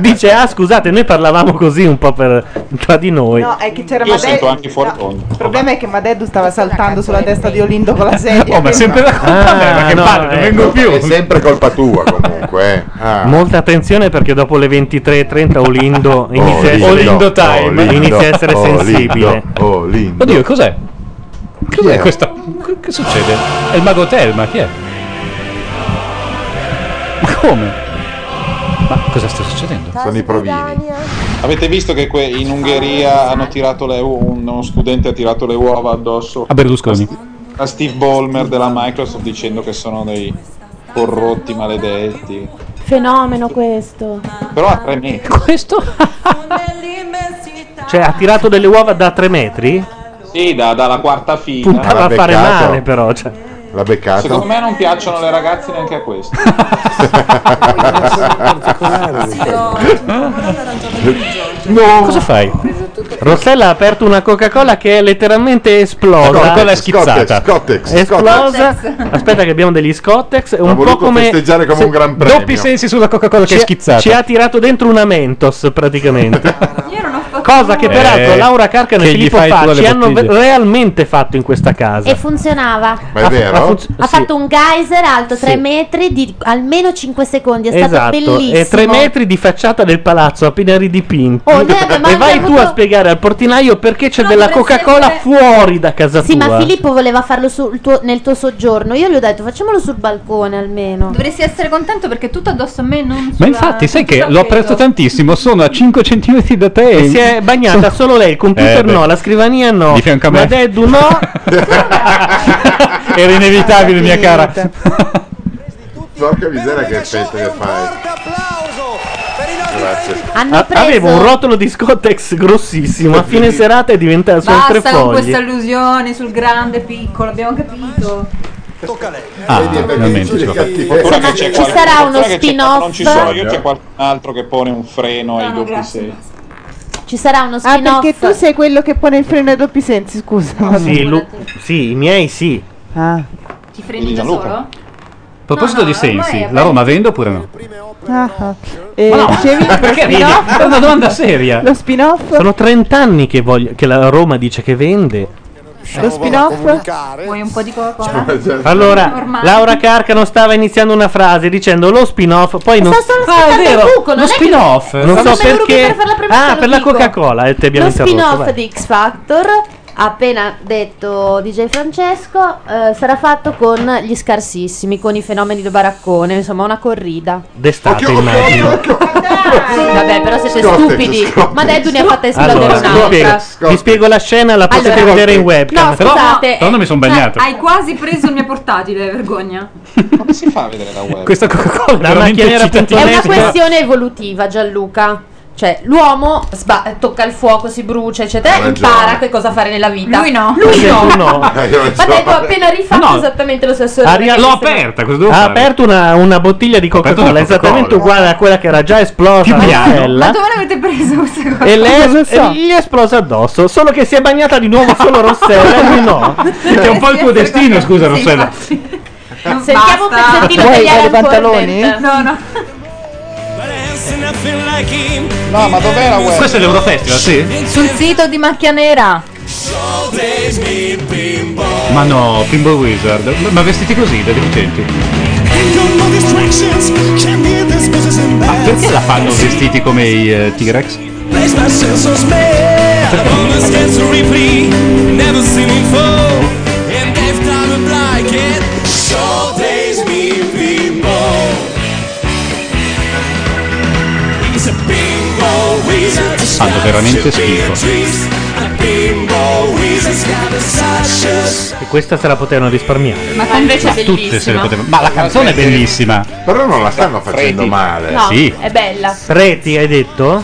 Speaker 2: Dice: Ah, scusate, noi parlavamo così un po' per, tra di noi.
Speaker 11: No, è che c'era Madeddu-
Speaker 19: fuori
Speaker 11: Il problema è che Madeddu stava saltando sulla testa di Olindo con la sedia.
Speaker 2: Oh, ma è sempre la colpa Ah, mia, ma che no, palle, non ecco. vengo più.
Speaker 3: È sempre colpa tua comunque. eh. Ah.
Speaker 2: Molta attenzione perché dopo le 23.30 Olindo inizia, a essere-
Speaker 3: Oh, Olindo time.
Speaker 2: Olindo, inizia a essere
Speaker 3: Olindo, oh.
Speaker 2: sensibile.
Speaker 4: Oddio, cos'è? Cos'è
Speaker 2: è?
Speaker 4: questa? Che, che succede? È il mago Telma, chi è? Ma come? Ma cosa sta succedendo?
Speaker 3: Sono i provini.
Speaker 19: Avete visto che que- in Ungheria hanno tirato le u- uno studente ha tirato le uova addosso
Speaker 4: A Berlusconi.
Speaker 19: a Steve Ballmer della Microsoft dicendo che sono dei corrotti maledetti.
Speaker 12: Fenomeno questo.
Speaker 19: Però a tre metri.
Speaker 4: Questo?
Speaker 2: Cioè, ha tirato delle uova da 3 metri?
Speaker 19: Sì, da- dalla quarta fila.
Speaker 2: Puntava a fare male, però. cioè.
Speaker 3: Ah, L'ha
Speaker 19: Secondo
Speaker 3: beccato.
Speaker 19: me non piacciono le ragazze neanche a questo.
Speaker 4: Cosa fai?
Speaker 2: Rossella ha aperto una Coca-Cola che è letteralmente esplosa.
Speaker 4: La Coca-Cola è schizzata.
Speaker 3: Scottex,
Speaker 2: esplosa. Aspetta, che abbiamo degli Scottex. È un po'
Speaker 3: voluto
Speaker 2: come.
Speaker 3: festeggiare come
Speaker 2: se-
Speaker 3: un gran premio.
Speaker 4: Doppi sensi sulla Coca-Cola che è
Speaker 2: ci ha-
Speaker 4: schizzata.
Speaker 2: Ci ha tirato dentro una Mentos praticamente.
Speaker 5: Io non ho fatto
Speaker 2: Cosa che peraltro
Speaker 23: Eh,
Speaker 2: Laura Carcano e
Speaker 23: che gli
Speaker 2: Filippo
Speaker 23: fai tu alle
Speaker 2: Facci hanno
Speaker 23: bottiglie.
Speaker 2: ve- realmente fatto in questa casa.
Speaker 12: E funzionava.
Speaker 2: Ma è vero?
Speaker 12: Ha, funz- ha
Speaker 2: Sì.
Speaker 12: fatto un geyser alto 3
Speaker 2: Sì.
Speaker 12: metri di almeno 5 secondi. È stato
Speaker 2: esatto,
Speaker 12: bellissimo.
Speaker 2: e tre metri di facciata del palazzo appena ridipinto.
Speaker 12: Oh, noi abbiamo
Speaker 2: e
Speaker 12: anche
Speaker 2: vai tu
Speaker 12: avuto-
Speaker 2: a spiegare al portinaio perché c'è della Coca-Cola fuori da casa
Speaker 12: Sì,
Speaker 2: tua.
Speaker 12: ma Filippo voleva farlo sul tuo- nel tuo soggiorno. Io gli ho detto facciamolo sul balcone almeno.
Speaker 5: Dovresti essere contento perché tutto addosso a me non
Speaker 4: Ma
Speaker 5: sulla-
Speaker 4: infatti, sai che
Speaker 5: sulla
Speaker 4: l'ho
Speaker 5: pelle.
Speaker 4: apprezzato tantissimo. Sono a 5 cm da te.
Speaker 2: E si è bagnata solo lei, il
Speaker 23: Eh,
Speaker 2: computer no, la scrivania no,
Speaker 4: Di fianco a me.
Speaker 2: la Deddu no.
Speaker 4: Era inevitabile, mia cara.
Speaker 3: Porca miseria che effetto che fai. Grazie.
Speaker 12: Hanno
Speaker 2: A-
Speaker 12: preso-
Speaker 2: Avevo un rotolo di Scottex grossissimo, a fine serata è diventato sono tre
Speaker 5: Basta con
Speaker 2: fogli.
Speaker 5: queste allusioni sul grande piccolo, abbiamo capito. Tocca a lei.
Speaker 2: Ah,
Speaker 19: veramente
Speaker 4: Ah,
Speaker 2: cioè.
Speaker 4: ci va.
Speaker 19: Fortuna che c'è
Speaker 12: Ci
Speaker 19: qualcuno-
Speaker 12: sarà uno
Speaker 19: fortuna che c'è-
Speaker 12: spin-off?
Speaker 19: Non ci sono io, c'è qualcun altro che pone un freno ai doppi sensi.
Speaker 12: Ci sarà uno
Speaker 11: Ah,
Speaker 12: spin-off.
Speaker 11: perché tu sei quello che pone il freno ai doppi sensi, scusa. ma
Speaker 2: Sì, lu- sì, i miei sì.
Speaker 5: Ti freni da
Speaker 11: Gianluca.
Speaker 5: solo?
Speaker 23: A proposito di sensi, la Roma vende oppure no?
Speaker 11: Ah, ah. Eh, dicevi
Speaker 23: Perché ridi?
Speaker 11: spin-off?
Speaker 23: È una domanda seria.
Speaker 11: Lo spin-off?
Speaker 2: Sono 30 anni che, voglio- che la Roma dice che vende.
Speaker 11: Lo spin-off?
Speaker 5: Cioè, Vuoi un po' di
Speaker 12: Cioè,
Speaker 5: Coca-Cola?
Speaker 2: Allora,
Speaker 5: Ormai.
Speaker 2: Laura Carcano stava iniziando una frase dicendo lo spin-off, poi non...
Speaker 12: Ah, è vero,
Speaker 2: lo spin-off. Non so perché- Ah, per la Coca-Cola, eh, ti abbiamo
Speaker 12: Lo
Speaker 2: interrotto,
Speaker 12: spin-off
Speaker 2: vai.
Speaker 12: di X Factor, appena detto DJ Francesco, eh, sarà fatto con gli scarsissimi, con i fenomeni del baraccone, insomma una corrida.
Speaker 2: D'estate, immagino.
Speaker 12: Sì, vabbè, però siete
Speaker 2: Scottex,
Speaker 12: stupidi. Ma Dedu ne ha fatta esplodere
Speaker 2: Allora, vi
Speaker 12: un'altra.
Speaker 2: spiego, vi spiego la scena, la potete
Speaker 12: Allora-
Speaker 2: vedere in webcam.
Speaker 12: No, scusate,
Speaker 5: Te- cioè, hai quasi preso il mio portatile, vergogna.
Speaker 19: Come si fa a vedere la web?
Speaker 2: Questa Coca-Cola da macchianera.net.
Speaker 12: È una questione evolutiva, Gianluca. Cioè, l'uomo sba- tocca il fuoco, si brucia, eccetera,
Speaker 19: Ha ragione.
Speaker 12: impara che cosa fare nella vita. Lui no.
Speaker 2: Perché tu no.
Speaker 12: Ma Dedu ha appena rifatto
Speaker 2: Ma no.
Speaker 12: esattamente lo stesso
Speaker 2: Ha
Speaker 12: errore.
Speaker 2: ri-
Speaker 12: che mi sembra-
Speaker 2: cosa devo ha
Speaker 23: fare?
Speaker 2: aperto una, una bottiglia di Coca-Cola,
Speaker 23: una Coca-Cola.
Speaker 2: esattamente uguale a quella che era già esplosa a
Speaker 5: Ma
Speaker 2: Stella.
Speaker 5: dove l'avete preso questa cosa?
Speaker 2: E lei
Speaker 5: Non lo so.
Speaker 2: e gli è esplosa addosso, solo che si è bagnata di nuovo solo Rossella e lui no.
Speaker 23: È un po' il tuo destino, scusa, Rossella.
Speaker 12: Sentiamo un pezzettino
Speaker 11: Vuoi
Speaker 12: degli
Speaker 11: dare
Speaker 12: Alan
Speaker 11: pantaloni?
Speaker 12: Corbett.
Speaker 5: No, no.
Speaker 19: No, ma dov'è la web?
Speaker 23: Questo è l'Eurofestival, sì?
Speaker 5: Sul sito di Macchia Nera.
Speaker 23: Ma no, Pinball Wizard. Ma vestiti così da deficienti.
Speaker 4: Ah,
Speaker 23: Ma Ah, perché la fanno vestiti come i eh, T-Rex?
Speaker 4: Ah,
Speaker 23: Fanno veramente schifo.
Speaker 2: E questa se la potevano risparmiare.
Speaker 5: Ma invece
Speaker 23: Tutte se
Speaker 5: è
Speaker 23: le
Speaker 5: bellissima.
Speaker 23: potevano. Ma la canzone è bellissima.
Speaker 3: Però non la stanno facendo male.
Speaker 12: No,
Speaker 2: Eh, Sì.
Speaker 12: è bella.
Speaker 2: Preti, hai detto?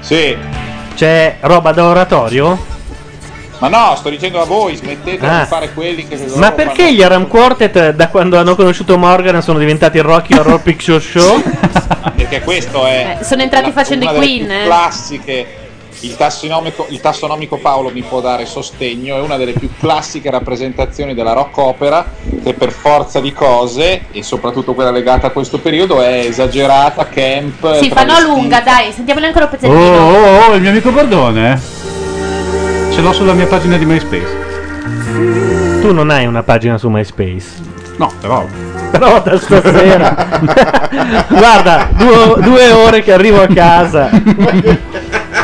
Speaker 19: Sì.
Speaker 2: C'è roba da oratorio?
Speaker 19: Ma no, sto dicendo a voi, smettete
Speaker 2: Ah.
Speaker 19: di fare quelli che loro
Speaker 2: Ma
Speaker 19: fanno-
Speaker 2: perché gli Aram Quartet da quando hanno conosciuto Morgan sono diventati il Rocky Horror Picture Show?
Speaker 19: Ah, Perché questo è
Speaker 12: Eh, sono entrati
Speaker 19: la-
Speaker 12: facendo
Speaker 19: una
Speaker 12: i
Speaker 19: delle
Speaker 12: Queen,
Speaker 19: più
Speaker 12: eh.
Speaker 19: classiche. Il tassonomico, il tassonomico Paolo mi può dare sostegno, è una delle più classiche rappresentazioni della rock opera che per forza di cose, e soprattutto quella legata a questo periodo, è esagerata, camp...
Speaker 12: Sì, fa no
Speaker 19: travestita.
Speaker 12: lunga, dai, sentiamone ancora un
Speaker 23: Oh,
Speaker 12: pezzettino.
Speaker 23: oh, oh, il mio amico Bordone. eh? Ce l'ho sulla mia pagina di MySpace.
Speaker 2: tu non hai una pagina su MySpace.
Speaker 23: No, però.
Speaker 2: Però da stasera. Guarda, due, due ore che arrivo a casa.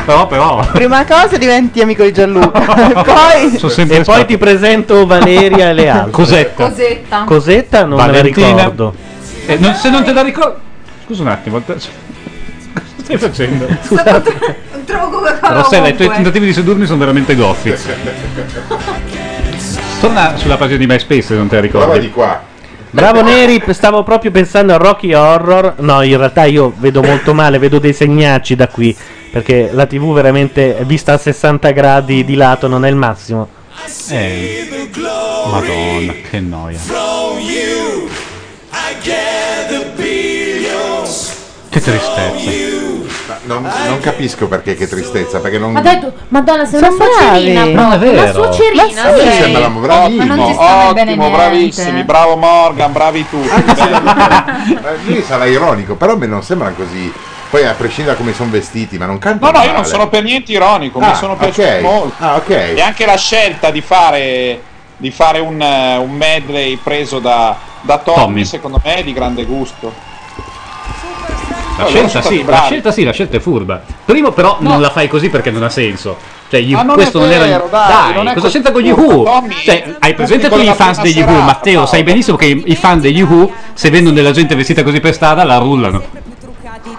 Speaker 23: Però, però.
Speaker 11: Prima cosa diventi amico di Gianluca. poi...
Speaker 2: e poi ti presento Valeria e le altre.
Speaker 23: Cosetta.
Speaker 5: Cosetta.
Speaker 2: Cosetta non me la
Speaker 23: Valentina.
Speaker 2: ricordo.
Speaker 23: Eh, non- se non te la ricordo. Scusa un attimo. te- Cosa stai facendo?
Speaker 5: Non trovo Coca-Cola.
Speaker 23: Rossella, i tuoi
Speaker 5: ovunque.
Speaker 23: tentativi di sedurmi sono veramente goffi. Torna sulla pagina di MySpace se non te la ricordi.
Speaker 3: Prova di qua.
Speaker 2: Bravo Neri, p- stavo proprio pensando a Rocky Horror. No, in realtà io vedo molto male, vedo dei segnacci da qui. Perché la TV veramente vista a 60 gradi di lato non è il massimo.
Speaker 23: Eh. Madonna, che noia. Che
Speaker 3: tristezza. Non, non capisco perché che tristezza, perché non...
Speaker 12: Ma dai, tu- Madonna, sei una
Speaker 3: Sono
Speaker 12: suocerina. proprio,
Speaker 3: bravi. Non
Speaker 12: Una
Speaker 3: è vero.
Speaker 12: suocerina.
Speaker 3: Ma sì,
Speaker 12: sei.
Speaker 3: sembravamo bravi.
Speaker 12: Ma Oh, non ci
Speaker 19: Ottimo,
Speaker 12: stanno bene
Speaker 19: ottimo,
Speaker 12: niente.
Speaker 19: bravissimi, bravo Morgan, bravi tutti.
Speaker 3: Eh, Lì sarà ironico, però a me non sembrano così. Poi a prescindere da come sono vestiti, ma non cantano
Speaker 19: No, no, io non
Speaker 3: male.
Speaker 19: sono per niente ironico, mi
Speaker 3: Ah,
Speaker 19: sono piaciuto
Speaker 3: ok.
Speaker 19: molto.
Speaker 3: Ah, ok.
Speaker 19: E anche la scelta di fare, di fare un, eh, un medley preso da, da Tommy, secondo me, è di grande gusto.
Speaker 4: La
Speaker 19: No, loro sono
Speaker 4: scelta, sì,
Speaker 19: stati
Speaker 4: la
Speaker 19: bravi.
Speaker 4: scelta sì, la scelta è furba. Primo però non la fai così perché non ha senso. Cioè, gli-
Speaker 19: Ma non è
Speaker 4: questo non era
Speaker 19: vero, dai, non è
Speaker 4: cosa
Speaker 19: così
Speaker 4: c'entra con gli
Speaker 19: furba,
Speaker 4: Who?
Speaker 19: Tommy.
Speaker 4: Cioè, hai presente tu
Speaker 19: Pubblico della
Speaker 4: i fans
Speaker 19: prima
Speaker 4: degli Who,
Speaker 19: serata,
Speaker 4: Matteo, sai benissimo che i i fan degli Who se vedono della gente vestita così per strada la rullano.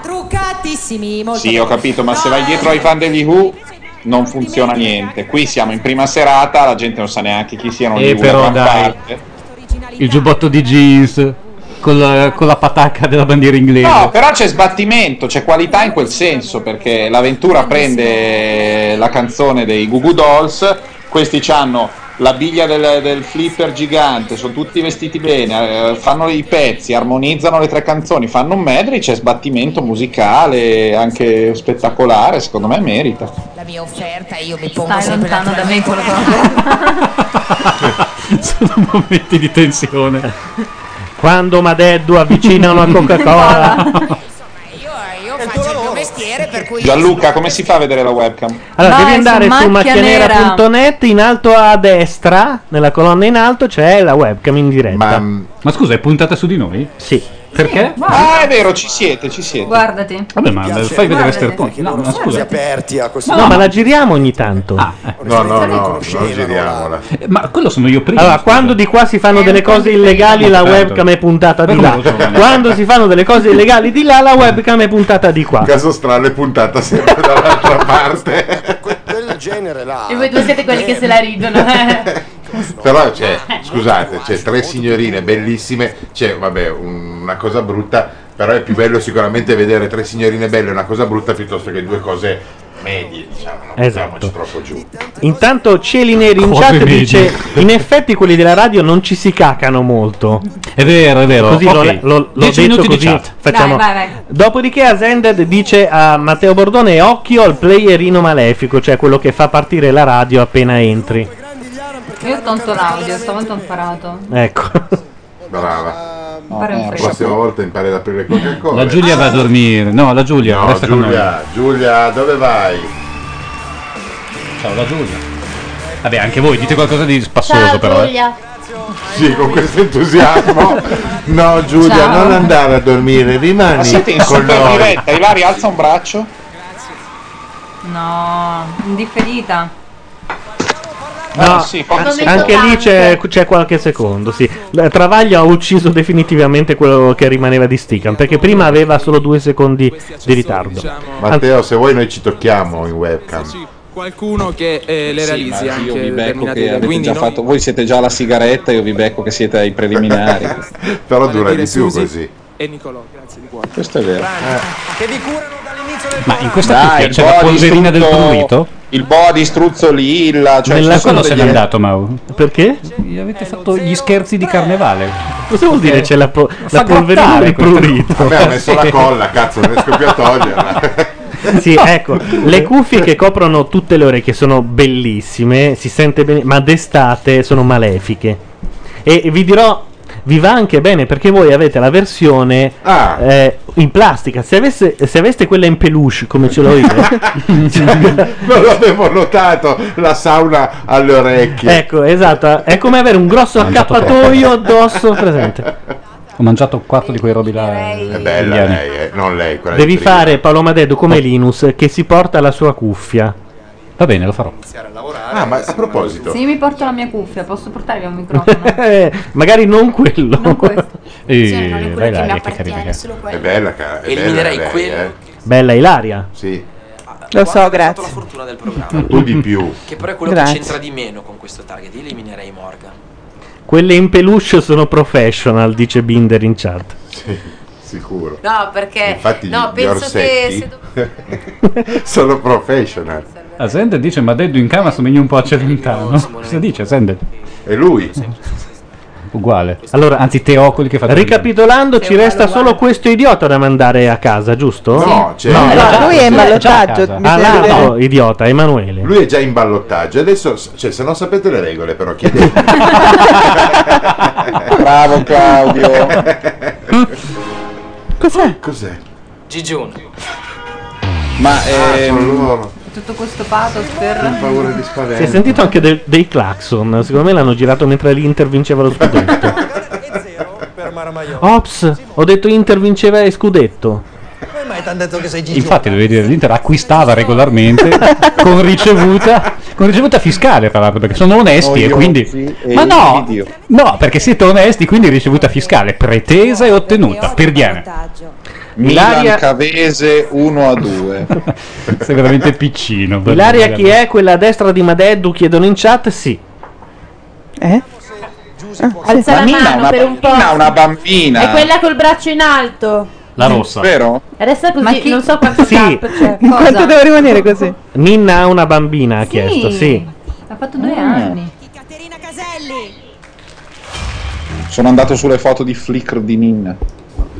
Speaker 8: Truccatissimi, molto
Speaker 19: Sì, ho
Speaker 8: belli.
Speaker 19: capito, ma se vai dietro ai fan degli Who non funziona niente. Qui siamo in prima serata, la gente non sa neanche chi siano
Speaker 4: Eh,
Speaker 19: gli Who.
Speaker 4: però,
Speaker 19: la gran
Speaker 4: dai.
Speaker 19: parte.
Speaker 4: Il giubbotto di jeans con la, con la patacca della bandiera inglese.
Speaker 19: No, però c'è sbattimento, c'è qualità in quel senso, perché l'avventura prende la canzone dei Goo Goo Dolls, questi hanno la biglia del, del flipper gigante, sono tutti vestiti bene, eh, fanno i pezzi, armonizzano le tre canzoni, fanno un medley, c'è sbattimento musicale, anche spettacolare, secondo me merita.
Speaker 8: La mia offerta io mi
Speaker 5: Stai lontano da me quello che
Speaker 4: Sono momenti di tensione.
Speaker 2: Quando Madeddu avvicina una Coca-Cola.
Speaker 8: Io faccio il mio mestiere per cui
Speaker 19: Gianluca, come si fa a vedere la webcam?
Speaker 2: Allora,
Speaker 8: Vai
Speaker 2: devi andare
Speaker 8: su
Speaker 2: su
Speaker 8: macchianera.
Speaker 2: macchianera.net, in alto a destra, nella colonna in alto c'è la webcam in diretta. Ma,
Speaker 4: scusa, è puntata su di noi?
Speaker 2: Sì.
Speaker 4: Perché?
Speaker 19: Ah, è vero, ci siete, ci siete.
Speaker 5: Guardati.
Speaker 4: Vabbè, ma
Speaker 5: Piace.
Speaker 4: fai vedere
Speaker 5: Guardati.
Speaker 4: Sterconi. No, ma
Speaker 5: Sono
Speaker 4: scusa.
Speaker 13: aperti a questo
Speaker 2: no, ma la giriamo ogni tanto.
Speaker 13: Cioè,
Speaker 3: No, no, no, non giriamola.
Speaker 4: Ah, Eh, Ma quello sono io prima. Certo.
Speaker 2: Allora, quando di qua si fanno delle cose illegali, la webcam è puntata di là. Quando si fanno delle cose illegali di là, la webcam è puntata di qua.
Speaker 3: Caso strano è puntata sempre dall'altra parte.
Speaker 13: Quel genere là.
Speaker 12: E voi due siete quelli che se la ridono. eh.
Speaker 3: Però c'è, scusate, c'è tre signorine bellissime, c'è, vabbè, un- una cosa brutta, però è più bello sicuramente vedere tre signorine belle e una cosa brutta piuttosto che due cose medie, diciamo, non
Speaker 2: Esatto.
Speaker 3: mettiamoci troppo giù.
Speaker 2: Intanto Cieli Neri in
Speaker 3: Come
Speaker 2: chat
Speaker 3: vedi?
Speaker 2: dice: In effetti quelli della radio non ci si cacano molto.
Speaker 4: È vero, è vero.
Speaker 2: Così l'ho-
Speaker 4: Ok.
Speaker 2: l'ho, l'ho
Speaker 4: Dieci
Speaker 2: detto
Speaker 4: minuti di
Speaker 2: così.
Speaker 4: chat.
Speaker 2: Facciamo.
Speaker 4: Vai, vai, vai.
Speaker 2: Dopodiché Asended dice a Matteo Bordone: Occhio al playerino malefico, cioè quello che fa partire la radio appena entri.
Speaker 5: Io ho tolto l'audio, stavolta ho imparato.
Speaker 2: Ecco.
Speaker 3: Brava.
Speaker 5: Pare un
Speaker 3: La
Speaker 5: fresco.
Speaker 3: prossima volta impari ad aprire Coca-Cola.
Speaker 4: La Giulia va a dormire. No, la Giulia.
Speaker 3: No,
Speaker 4: resta con
Speaker 3: Giulia, Giulia, dove vai?
Speaker 4: Ciao, la Giulia. noi. Vabbè, anche voi dite qualcosa di spassoso,
Speaker 12: Ciao
Speaker 4: però. eh.
Speaker 12: Giulia.
Speaker 3: Sì, con questo entusiasmo. No, Giulia,
Speaker 12: Ciao.
Speaker 3: non andare a dormire,
Speaker 19: Ma
Speaker 3: rimani
Speaker 19: siete in
Speaker 3: con
Speaker 19: super
Speaker 3: noi.
Speaker 19: diretta, Ilaria alza un braccio.
Speaker 5: No, indifferita.
Speaker 2: No,
Speaker 19: sì,
Speaker 2: an- anche lì c'è, c'è qualche secondo. Sì. La- Travaglio ha ucciso definitivamente quello che rimaneva di Stickam perché prima aveva solo due secondi di ritardo.
Speaker 19: Diciamo,
Speaker 3: Matteo, se vuoi noi ci tocchiamo in webcam.
Speaker 7: Qualcuno che eh, le realizzi anche determinate idee.
Speaker 19: avete
Speaker 7: Quindi
Speaker 19: già fatto, voi siete già alla sigaretta, io vi becco che siete ai preliminari.
Speaker 3: Però dura di più così.
Speaker 7: E Nicolò, grazie di cuore.
Speaker 19: Questo è vero. Eh.
Speaker 7: Che vi
Speaker 4: Ma in
Speaker 7: questa
Speaker 4: cucchia c'è la polverina del prurito?
Speaker 19: Il boa di struzzo lilla, cioè
Speaker 4: Nella
Speaker 19: ci sono
Speaker 4: cosa se n'è
Speaker 19: degli-
Speaker 4: andato, Mau.
Speaker 2: Perché?
Speaker 4: Cioè, Avete fatto gli scherzi di carnevale.
Speaker 2: Cosa vuol dire c'è la, po-
Speaker 4: Fa
Speaker 2: la polverina
Speaker 4: grattare
Speaker 2: del
Speaker 4: questo.
Speaker 2: prurito?
Speaker 3: Vabbè, ha messo la
Speaker 2: Sì.
Speaker 3: colla, cazzo, non riesco più a toglierla.
Speaker 2: Sì, ecco, le cuffie che coprono tutte le orecchie sono bellissime, si sente bene, ma d'estate sono malefiche. E vi dirò, vi va anche bene perché voi avete la versione eh, in plastica. Se, avesse- se aveste quella in peluche, come ce l'ho io, eh,
Speaker 3: non l'avevo notato, la sauna alle orecchie.
Speaker 2: ecco, esatto, è come avere un grosso
Speaker 4: Mangiato
Speaker 2: accappatoio addosso presente.
Speaker 4: Ho mangiato un quarto di quei robi là.
Speaker 3: È bella
Speaker 4: indiani.
Speaker 3: lei, eh, non lei, quella
Speaker 2: Devi
Speaker 3: di prima.
Speaker 2: fare Paloma Dedo come Linus che si porta la sua cuffia.
Speaker 4: Va bene, lo farò.
Speaker 3: Ah, ma a proposito,
Speaker 5: Se io mi porto la mia cuffia, posso portarvi un microfono?
Speaker 2: Eh, Magari non quello. Eh,
Speaker 5: Cioè, non è quello vai là, che mi che appartiene, carina che è. solo
Speaker 3: è bella, cara. È
Speaker 7: Eliminerei
Speaker 3: bella, lei,
Speaker 7: quello.
Speaker 3: eh.
Speaker 2: Bella Ilaria.
Speaker 3: Sì.
Speaker 11: Lo so, grazie.
Speaker 7: la fortuna del programma.
Speaker 3: Tu di più.
Speaker 7: Che però è quello
Speaker 11: Grazie.
Speaker 7: che c'entra di meno con questo target. Io eliminerei Morgan.
Speaker 2: Quelle in peluche sono professional, dice Binder in chat.
Speaker 3: Sicuro.
Speaker 8: No, perché
Speaker 3: Infatti
Speaker 8: no,
Speaker 3: gli
Speaker 8: penso
Speaker 5: Eh,
Speaker 8: che
Speaker 3: orsetti-
Speaker 8: se dov-
Speaker 3: Sono professional.
Speaker 4: Ah, Zended dice, ma Deddu in cama somiglia un po' a Celentano. Cosa dice Zended?
Speaker 3: E lui?
Speaker 4: Uguale. Allora, anzi, Teocoli che fa...
Speaker 2: Ricapitolando, ci resta solo questo idiota da mandare a casa, giusto?
Speaker 3: No, c'è- No,
Speaker 11: lui è in ballottaggio, mi
Speaker 2: Ah,
Speaker 11: sembra di
Speaker 2: l'altro idiota, Emanuele.
Speaker 3: Lui è già in ballottaggio. Adesso, s- cioè, se non sapete le regole, però chiedete.
Speaker 19: Bravo Claudio.
Speaker 3: Cos'è? Cos'è?
Speaker 7: Gigione.
Speaker 3: Ah,
Speaker 19: Ma ehm,
Speaker 5: Tutto questo pathos per...
Speaker 3: paura di spavento.
Speaker 2: Si è sentito anche de- dei clacson. Secondo me l'hanno girato mentre l'Inter vinceva lo scudetto. Ops, ho detto Inter vinceva e scudetto.
Speaker 13: Come mai ti hanno detto che sei Gigi?
Speaker 4: Infatti, dove dire, l'Inter acquistava regolarmente con ricevuta, con ricevuta fiscale, tra l'altro, perché sono onesti e quindi... Ma no, no, perché siete onesti, quindi ricevuta fiscale pretesa e ottenuta, per diane.
Speaker 19: Milan
Speaker 2: Ilaria-
Speaker 19: Cavese 1 a 2.
Speaker 4: Sei veramente piccino.
Speaker 2: Ilaria chi è? Quella a destra di Madeddu chiedono in chat, sì.
Speaker 11: Eh?
Speaker 12: Alza la mano per un po'.
Speaker 19: bambina, una bambina.
Speaker 12: È quella col braccio in alto.
Speaker 2: La rossa.
Speaker 19: Vero?
Speaker 12: Adesso è così, non so quanto
Speaker 2: Sì.
Speaker 12: cap, cioè, cosa?
Speaker 11: Quanto devo rimanere così?
Speaker 2: Ninna ha una bambina, ha chiesto, sì.
Speaker 5: Ha fatto due anni.
Speaker 19: Sono andato sulle foto di Flickr di Ninna.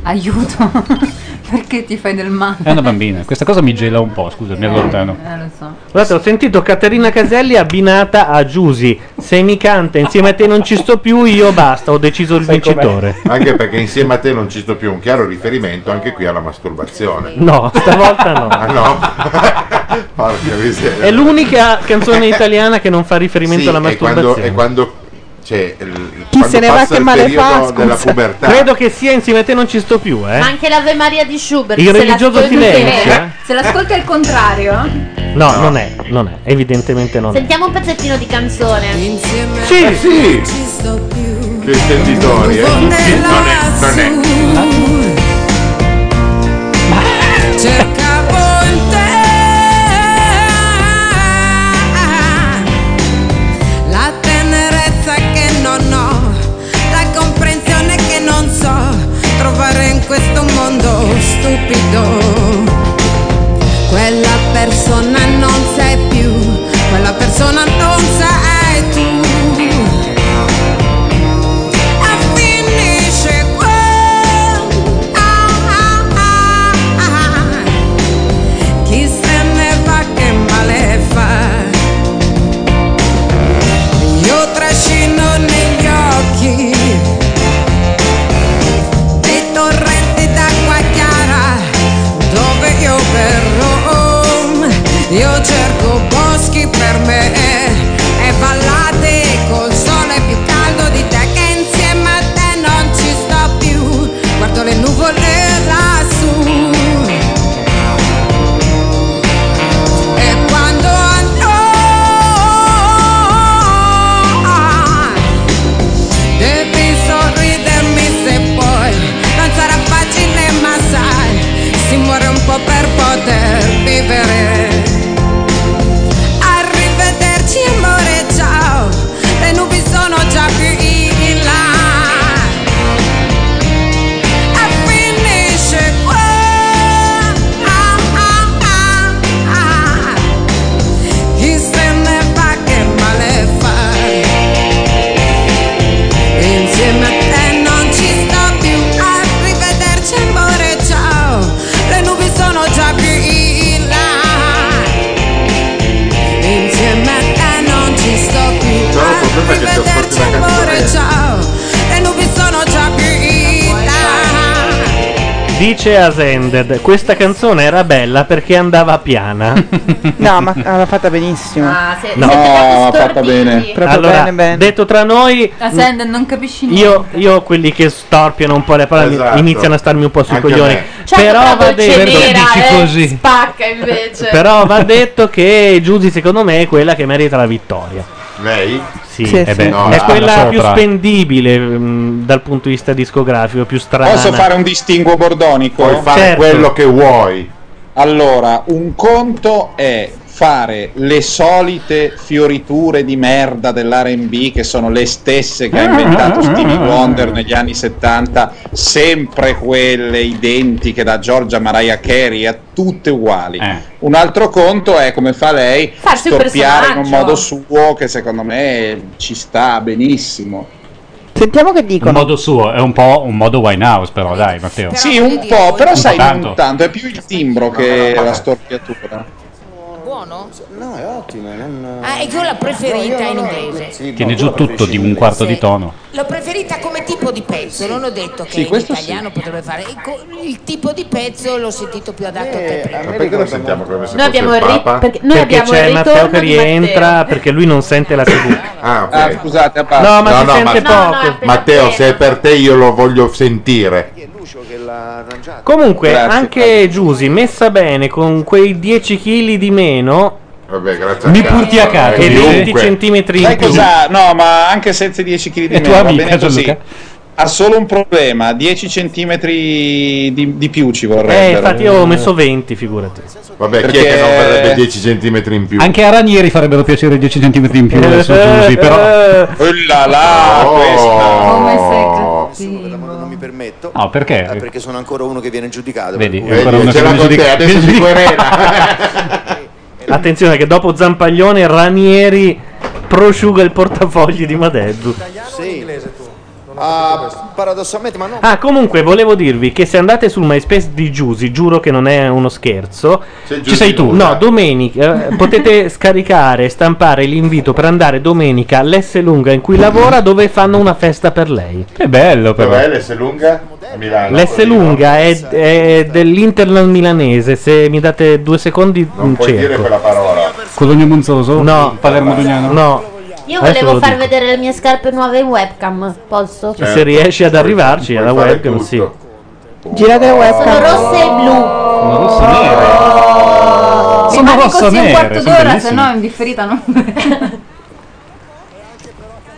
Speaker 5: Aiuto. Perché ti fai del male?
Speaker 19: Eh,
Speaker 4: È una bambina. Questa cosa mi gela un po', scusa, mi allontano.
Speaker 5: Eh, lo so.
Speaker 2: Guardate, ho sentito Caterina Caselli abbinata a Giusi. Se mi canta insieme a te non ci sto più, io basta, ho deciso il vincitore.
Speaker 3: Anche perché insieme a te non ci sto più un chiaro riferimento anche qui alla masturbazione.
Speaker 2: No, stavolta no.
Speaker 3: Ah no? Porca miseria.
Speaker 2: È l'unica canzone italiana che non fa riferimento
Speaker 3: Sì,
Speaker 2: alla
Speaker 3: e quando,
Speaker 2: masturbazione.
Speaker 3: e quando c'è il,
Speaker 2: Chi
Speaker 3: quando
Speaker 2: se ne va
Speaker 3: passa
Speaker 2: che
Speaker 3: il
Speaker 2: male
Speaker 3: periodo
Speaker 2: fa, scusa.
Speaker 3: della pubertà.
Speaker 2: Credo che sia insieme a te non ci sto più,
Speaker 12: Ma
Speaker 2: eh.
Speaker 12: anche l'Ave Maria di Schubert.
Speaker 2: Il
Speaker 12: se
Speaker 2: religioso
Speaker 12: l'ascolti-
Speaker 2: silenzio, eh?
Speaker 5: Se l'ascolti al contrario...
Speaker 2: No, non è, non è, evidentemente non è.
Speaker 12: Sentiamo un pezzettino di canzone.
Speaker 3: Sì, sì. Che intenditori, eh? Sì, non è, non è.
Speaker 14: Cercavo in
Speaker 1: te la tenerezza che non ho, la comprensione che non so trovare in questo mondo stupido. Quella persona non sei più, quella persona non sei tu. E finisce qua. Ah, ah, ah, ah. Chi se ne va che male fa Io trascino negli occhi Dei torrenti d'acqua chiara Dove io verrò Io cerco boschi per me E ballate col sole più caldo di te Che insieme a te non ci sto più Guardo le nuvole lassù e quando andrò Devi sorridermi se puoi Non sarà facile ma sai Si muore un po' per poter vivere Arrivederci amore ciao Le nubi sono già più in là E finisce qua Ah, ah, ah, ah. Chi se ne va che male fa Insieme a te non ci sto più Arrivederci amore ciao Le nubi sono già più in là Insieme a te non ci sto più Arrivederci amore ciao Le nubi sono già più in là
Speaker 2: Dice Asended, questa canzone era bella perché andava piana.
Speaker 11: No, ma l'ha fatta benissimo.
Speaker 8: Ah,
Speaker 5: se-
Speaker 11: No,
Speaker 5: siete dati
Speaker 11: ha fatta
Speaker 5: storditi.
Speaker 11: bene. Proprio
Speaker 2: allora,
Speaker 11: bene, bene.
Speaker 2: detto tra noi,
Speaker 5: La Sand Eh, non capisci niente.
Speaker 2: io, io quelli che storpiano un po' le parole
Speaker 3: Esatto.
Speaker 2: iniziano a starmi un po' sui
Speaker 3: Anche a
Speaker 2: coglioni.
Speaker 3: me.
Speaker 12: Certo,
Speaker 2: Però
Speaker 12: la
Speaker 2: va
Speaker 12: dolce
Speaker 2: detto,
Speaker 12: nera, eh, Spacca invece.
Speaker 2: Però va detto che Giusy secondo me è quella che merita la vittoria.
Speaker 3: Lei?
Speaker 2: Sì,
Speaker 3: Sì,
Speaker 2: eh
Speaker 3: sì.
Speaker 2: beh,
Speaker 3: No,
Speaker 2: è
Speaker 3: la-
Speaker 2: quella
Speaker 3: la
Speaker 2: più
Speaker 3: sopra.
Speaker 2: spendibile mh, dal punto di vista discografico, più strana.
Speaker 19: Posso fare un distinguo bordonico?
Speaker 2: Puoi fare Certo. quello che
Speaker 3: vuoi.
Speaker 19: Allora, un conto è fare le solite fioriture di merda dell'R&B che sono le stesse che ha inventato Stevie Wonder negli anni 70, sempre quelle identiche da Giorgia Mariah Carey, a tutte uguali.
Speaker 2: Eh.
Speaker 19: Un altro conto è come fa lei
Speaker 12: Farsi un
Speaker 19: storpiare in un
Speaker 12: personaggio.
Speaker 19: modo suo che secondo me ci sta benissimo.
Speaker 11: Sentiamo che
Speaker 4: Un
Speaker 11: dicono.
Speaker 4: modo suo, è un po' un modo Winehouse, però, dai, Matteo.
Speaker 19: Sì, un po', però
Speaker 4: Un po'
Speaker 19: sai,
Speaker 4: tanto.
Speaker 19: non tanto, è più il timbro che la storpiatura.
Speaker 6: buono?
Speaker 18: No, è ottimo. Non...
Speaker 5: Eh,
Speaker 6: Ah, è che io la preferita
Speaker 18: No, io
Speaker 6: in
Speaker 18: no, no.
Speaker 6: inglese.
Speaker 18: Sì,
Speaker 4: Tiene
Speaker 18: no,
Speaker 4: giù
Speaker 18: quello
Speaker 4: tutto di un quarto di tono.
Speaker 6: L'ho preferita come tipo di pezzo, non ho detto che
Speaker 4: Sì,
Speaker 6: in
Speaker 4: questo sì.
Speaker 6: italiano potrebbe fare. Il, co- il tipo di pezzo l'ho sentito più adatto a
Speaker 18: Eh,
Speaker 6: te prima.
Speaker 3: Ma perché lo sentiamo come se
Speaker 6: Noi
Speaker 3: fosse
Speaker 6: abbiamo
Speaker 3: il
Speaker 6: il rit-
Speaker 3: Papa?
Speaker 6: perché-
Speaker 2: Perché c'è Matteo che rientra perché lui non sente la TV.
Speaker 3: Ah, ok.
Speaker 2: Ah,
Speaker 19: scusate,
Speaker 2: No, ma si sente poco.
Speaker 3: Matteo, se è per te io lo voglio sentire.
Speaker 2: Comunque,
Speaker 3: Grazie.
Speaker 2: anche Giusy messa bene con quei 10 kg di meno.
Speaker 3: Vabbè, grazie.
Speaker 2: Mi
Speaker 3: cazzo,
Speaker 2: purti a
Speaker 3: eh,
Speaker 2: cacca. E
Speaker 3: chiunque.
Speaker 2: 20 centimetri in
Speaker 19: Sai
Speaker 2: più.
Speaker 19: cosa? No, ma anche senza 10 kg di
Speaker 4: È tua
Speaker 19: meno va
Speaker 4: amica,
Speaker 19: bene così.
Speaker 4: Gianluca.
Speaker 19: Ha solo un problema, 10 centimetri di, di più ci vorrebbero.
Speaker 2: Eh, infatti io ho messo 20, figurati.
Speaker 3: Vabbè, chi è
Speaker 19: Perché-
Speaker 3: che non verrebbe 10 centimetri in più?
Speaker 4: Anche a Ranieri farebbero piacere 10 cm in più
Speaker 3: Eh,
Speaker 4: adesso,
Speaker 3: eh,
Speaker 4: Giusy, però...
Speaker 19: Ulla
Speaker 4: Ah,
Speaker 19: la,
Speaker 18: Oh!
Speaker 3: Oh.
Speaker 18: Come Non mi permetto.
Speaker 4: No, Ah, perché?
Speaker 18: Eh, perché sono ancora uno che viene giudicato.
Speaker 4: Vedi,
Speaker 18: per
Speaker 4: è
Speaker 18: cui-
Speaker 4: ancora uno che viene giudicato. Viene
Speaker 2: Attenzione che dopo Zampaglione Ranieri prosciuga il portafogli di Madeddu.
Speaker 18: Sì. Ah, paradossalmente, ma no.
Speaker 2: Ah, comunque volevo dirvi che se andate sul MySpace di Giusy, giuro che non è uno scherzo.
Speaker 3: Giusy sei tu.
Speaker 2: No, domenica eh, potete scaricare e stampare l'invito per andare domenica all'S Lunga in cui lavora dove fanno una festa per lei.
Speaker 4: È bello però.
Speaker 3: Dov'è l'S lunga? A Milano.
Speaker 2: L'S lunga è, è dell'Interland milanese, se mi date due secondi
Speaker 3: Non
Speaker 2: un
Speaker 3: puoi dire
Speaker 2: cerco.
Speaker 3: quella parola.
Speaker 4: Cologno Monzoso?
Speaker 2: No.
Speaker 4: Palermo Dugnano?
Speaker 2: No.
Speaker 12: Io
Speaker 2: Adesso
Speaker 12: volevo
Speaker 2: lo
Speaker 12: far
Speaker 2: dico. Certo.
Speaker 12: vedere le mie scarpe nuove in webcam. Posso?
Speaker 2: Se riesci ad arrivarci alla
Speaker 3: Certo. fare
Speaker 2: webcam, sì.
Speaker 11: Girate
Speaker 12: Sono rosse e blu.
Speaker 5: Rimane
Speaker 4: rosso
Speaker 5: Oh, così un
Speaker 4: nere,
Speaker 5: quarto d'ora,
Speaker 4: sono
Speaker 5: se
Speaker 4: bellissime.
Speaker 5: no in differita non.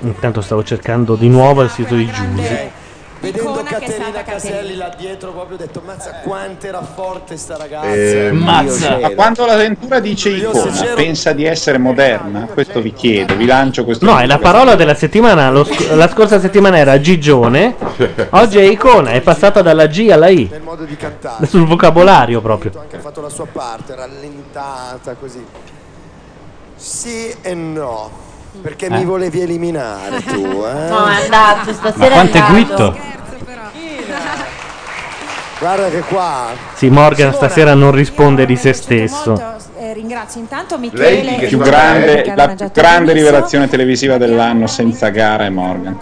Speaker 2: Intanto stavo cercando di nuovo il sito di Giusy.
Speaker 13: Vedendo Caterina Caselli là dietro, proprio ho detto: Mazza, quanto era forte sta ragazza!
Speaker 3: Eh, Ehm,
Speaker 19: Mazza.
Speaker 13: Io
Speaker 19: Ma
Speaker 13: c'ero.
Speaker 19: quando la Ventura dice icona, pensa di essere moderna? Questo vi chiedo, vi lancio questo.
Speaker 2: No, è la parola della settimana. lo sc- la scorsa settimana era Gigione, oggi è Icona, è passata dalla G alla I.
Speaker 13: Nel modo di cantare.
Speaker 2: Sul vocabolario proprio.
Speaker 13: Ha fatto la sua parte, rallentata così. Sì e no. Perché
Speaker 2: Eh.
Speaker 13: mi volevi eliminare tu, eh?
Speaker 12: No, è andato,
Speaker 2: Ma
Speaker 12: stasera
Speaker 2: quanto è
Speaker 12: andato.
Speaker 2: guitto?
Speaker 13: Guarda che qua.
Speaker 2: Sì, Morgan stasera non risponde di se stesso.
Speaker 16: Eh, ringrazio intanto
Speaker 19: Lei
Speaker 16: Michele.
Speaker 19: più
Speaker 16: Giovanni,
Speaker 19: grande-
Speaker 16: che hanno
Speaker 19: la più
Speaker 16: mangiato
Speaker 19: grande
Speaker 16: benissimo.
Speaker 19: rivelazione televisiva dell'anno senza gara è Morgan.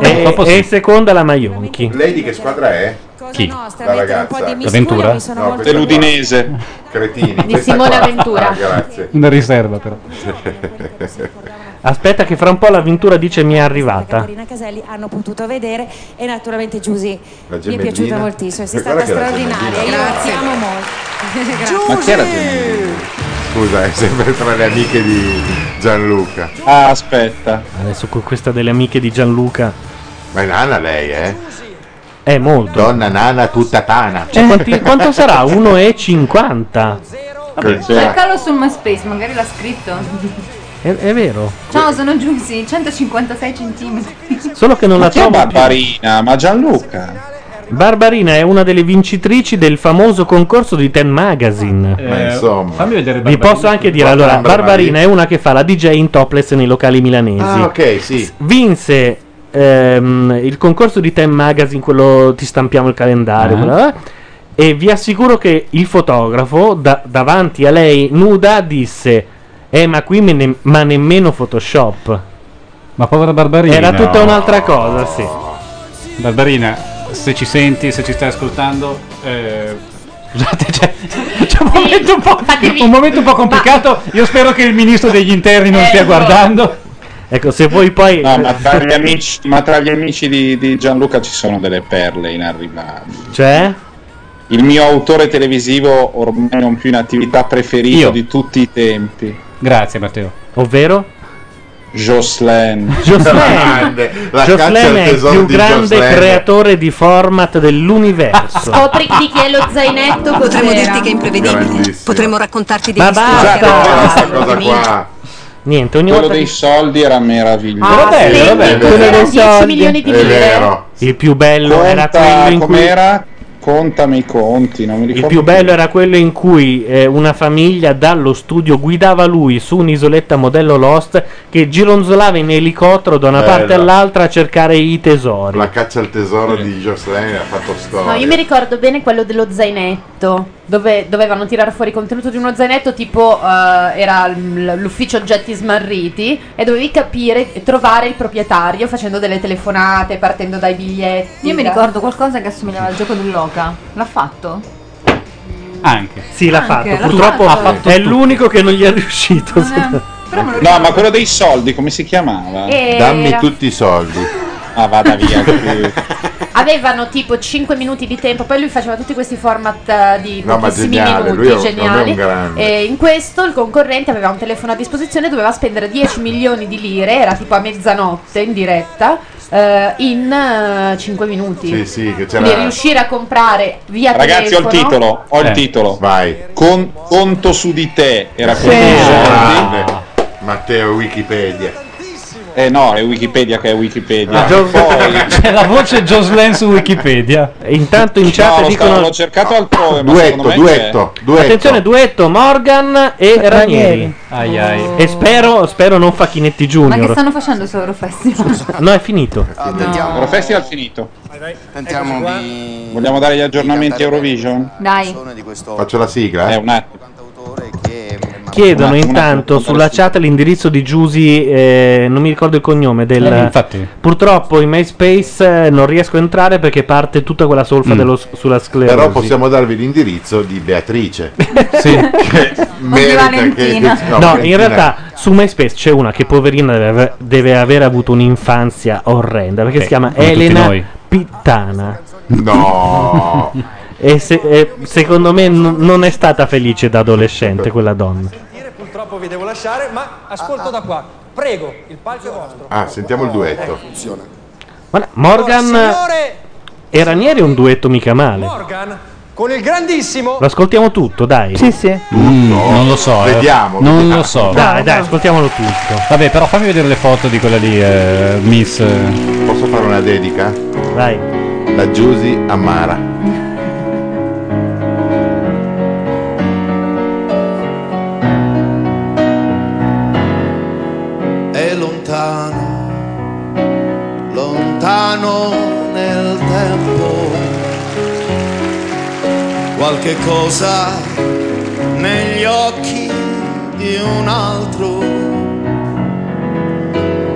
Speaker 2: E, Eh, e seconda la Maionchi.
Speaker 3: Lei di che squadra è?
Speaker 2: Chi?
Speaker 3: La ragazza.
Speaker 4: L'Aventura? mi sono
Speaker 3: No,
Speaker 4: molto-
Speaker 3: questa qua.
Speaker 19: Dell'Udinese.
Speaker 3: Cretini.
Speaker 4: Di
Speaker 3: questa
Speaker 4: Simone
Speaker 3: qua.
Speaker 4: Aventura.
Speaker 3: Ah, grazie.
Speaker 4: Una riserva però.
Speaker 2: Aspetta che fra un po' l'avventura dice mi è arrivata.
Speaker 16: Caterina Caselli hanno potuto vedere e naturalmente Giusy
Speaker 2: La
Speaker 16: mi è
Speaker 2: gemellina.
Speaker 16: piaciuta moltissimo, sei
Speaker 3: Guarda
Speaker 16: stata
Speaker 3: che la
Speaker 16: straordinaria, io
Speaker 3: gemellina.
Speaker 16: ti amo molto.
Speaker 3: Ma chi era Scusa, è sempre tra le amiche di Gianluca.
Speaker 19: Ah, aspetta.
Speaker 2: Adesso con questa delle amiche di Gianluca.
Speaker 3: Ma è nana lei, eh?
Speaker 2: È molto.
Speaker 3: Donna nana tutta tana.
Speaker 2: Cioè, quanti- quanto sarà? 1,50?
Speaker 3: Vabbè, cioè,
Speaker 5: Cercalo su MySpace, magari l'ha scritto.
Speaker 2: È, è vero.
Speaker 5: Ciao, sono Giusy, 156 centimetri.
Speaker 2: Solo che non
Speaker 5: Ma
Speaker 2: la
Speaker 5: chi è
Speaker 2: trovo.
Speaker 19: Barbarina, ma Gianluca.
Speaker 2: Barbarina è una delle vincitrici del famoso concorso di Ten Magazine.
Speaker 4: Eh, Fammi vedere
Speaker 2: Vi
Speaker 4: Barbarina.
Speaker 2: posso anche dire, allora, Barbarina è una che fa la DJ in topless nei locali milanesi.
Speaker 3: Ah, ok, sì.
Speaker 2: Vinse ehm, il concorso di Time Magazine, quello ti stampiamo il calendario.
Speaker 4: Ah.
Speaker 2: bla bla bla, e vi assicuro che il fotografo da- davanti a lei nuda disse: Eh, ma qui me ne- ma nemmeno Photoshop.
Speaker 4: Ma povera Barbarina.
Speaker 2: Era tutta un'altra cosa, sì.
Speaker 4: Barbarina, se ci senti, se ci stai ascoltando, eh, scusate, c'è, c'è un, momento un, po', un momento un po' complicato. Io spero che il ministro degli interni non stia guardando.
Speaker 2: Ecco, se voi poi.
Speaker 19: No, ma tra gli amici, ma tra gli amici di, di Gianluca ci sono delle perle inarrivabili.
Speaker 2: Cioè?
Speaker 19: Il mio autore televisivo ormai non più in attività preferito di tutti i tempi.
Speaker 4: Grazie Matteo.
Speaker 2: Ovvero?
Speaker 19: Jocelyn.
Speaker 2: Ah, Jocelyn, Jocelyn è il più grande creatore di format dell'universo.
Speaker 12: Scopri di chi è lo zainetto cos'era.
Speaker 21: Potremmo dirti che è imprevedibile. Potremmo raccontarti dei
Speaker 2: Ma
Speaker 21: misteri
Speaker 2: basta!
Speaker 21: che hanno
Speaker 2: Questa
Speaker 21: riguardato
Speaker 2: cosa
Speaker 21: l'uomo.
Speaker 2: qua. Niente, ogni
Speaker 19: Quello
Speaker 2: volta
Speaker 19: dei
Speaker 2: che-
Speaker 19: soldi era meraviglioso.
Speaker 2: Era bello, era bello. Ah, Quello dei soldi. Il più bello era quello in cui
Speaker 19: Com'era? Contami i conti, non mi
Speaker 2: il
Speaker 19: ricordo.
Speaker 2: più bello era quello in cui eh, una famiglia dallo studio guidava lui su un'isoletta modello Lost che gironzolava in elicottero da una
Speaker 3: Bella.
Speaker 2: parte all'altra a cercare i tesori.
Speaker 3: La caccia al tesoro di Jocelyn ha fatto
Speaker 12: No,
Speaker 3: storia.
Speaker 12: io mi ricordo bene quello dello zainetto. dove dovevano tirare fuori contenuto di uno zainetto, tipo eh, era l- l'ufficio oggetti smarriti e dovevi capire e trovare il proprietario facendo delle telefonate, partendo dai biglietti.
Speaker 5: Io mi
Speaker 12: da-
Speaker 5: ricordo qualcosa che assomigliava al gioco dell'oca. L'ha fatto?
Speaker 4: Anche.
Speaker 2: Sì, l'ha
Speaker 5: Anche,
Speaker 2: fatto.
Speaker 5: l'ha
Speaker 2: Purtroppo
Speaker 5: fatto. Ha fatto
Speaker 2: è
Speaker 5: tutto.
Speaker 2: l'unico che non gli è
Speaker 12: Eh,
Speaker 2: riuscito.
Speaker 19: No, ma quello dei soldi, come si chiamava?
Speaker 12: Eh, Dammi era- tutti
Speaker 19: i soldi. Ah, vada via. che-
Speaker 12: Avevano tipo 5 minuti di tempo, poi lui faceva tutti questi format eh, di
Speaker 3: No, ma
Speaker 12: pochissimi
Speaker 3: geniale,
Speaker 12: minuti
Speaker 3: lui è un-
Speaker 12: geniali.
Speaker 3: non è un grande.
Speaker 12: E in questo il concorrente aveva un telefono a disposizione, doveva spendere 10 milioni di lire, era tipo a mezzanotte in diretta, eh, in 5 minuti.
Speaker 3: Sì, sì, che
Speaker 12: Quindi
Speaker 3: c'era.
Speaker 12: riuscire a comprare via
Speaker 19: Ragazzi, ho il
Speaker 12: telefono.
Speaker 19: titolo. Ho il
Speaker 3: Eh.
Speaker 19: titolo. Vai. conto su di te. Era
Speaker 3: Sì.
Speaker 19: quello dei soldi.
Speaker 3: Grande. Ah, Matteo Wikipedia.
Speaker 19: Eh no, è Wikipedia che è Wikipedia.
Speaker 4: Ah, Gio-
Speaker 19: Poi-
Speaker 4: C'è la voce Joslen su Wikipedia.
Speaker 2: intanto in chat
Speaker 19: No, lo
Speaker 2: dicono-
Speaker 19: stavo- l'ho cercato altrove, ma secondo me c'è.
Speaker 2: Attenzione, duetto Morgan e
Speaker 4: Ranieri.
Speaker 2: Ranieri.
Speaker 4: Ai, ai.
Speaker 2: E spero, spero non Facchinetti
Speaker 5: Ma che
Speaker 2: Junior.
Speaker 5: stanno facendo su Eurofestival?
Speaker 2: No, è finito.
Speaker 5: No.
Speaker 19: Eurofestival finito.
Speaker 25: Tentiamo di.
Speaker 19: Vogliamo dare gli aggiornamenti Eurovision?
Speaker 5: Dai.
Speaker 3: Faccio la sigla.
Speaker 19: Eh, un attimo.
Speaker 2: Chiedono
Speaker 19: Un attimo,
Speaker 2: intanto sulla chat l'indirizzo di Giusy, eh, non mi ricordo il cognome del.
Speaker 4: Eh, infatti.
Speaker 2: Purtroppo in MySpace eh, non riesco a entrare perché parte tutta quella solfa dello- sulla sclerosi.
Speaker 3: Però possiamo darvi l'indirizzo di Beatrice. Che merita che.
Speaker 2: No, in realtà su MySpace c'è una che poverina deve, aver- deve aver avuto un'infanzia orrenda perché
Speaker 4: Beh,
Speaker 2: si chiama
Speaker 4: come tutti
Speaker 2: Elena
Speaker 4: noi.
Speaker 2: Pittana.
Speaker 3: No.
Speaker 2: e se- e secondo me n- non è stata felice da adolescente quella donna.
Speaker 7: Purtroppo vi devo lasciare, ma ascolto da qua. Prego, il palco è vostro.
Speaker 3: Ah, sentiamo il duetto.
Speaker 7: Funziona.
Speaker 2: Ma no,
Speaker 7: Oh,
Speaker 2: Morgan
Speaker 7: Signore
Speaker 2: e Ranieri è un duetto mica male.
Speaker 7: Morgan con il grandissimo
Speaker 2: Lo ascoltiamo tutto, dai.
Speaker 26: Sì, sì.
Speaker 4: non lo so. eh.
Speaker 2: Vediamolo,
Speaker 4: Non
Speaker 2: vediamo.
Speaker 4: lo so.
Speaker 2: Dai, dai, ascoltiamolo tutto.
Speaker 4: Vabbè, però fammi vedere le foto di quella lì, eh, Miss.
Speaker 3: Posso fare una dedica?
Speaker 2: Vai.
Speaker 3: Da Giusy a Mara.
Speaker 18: è lontano, lontano nel tempo. Qualche cosa negli occhi di un altro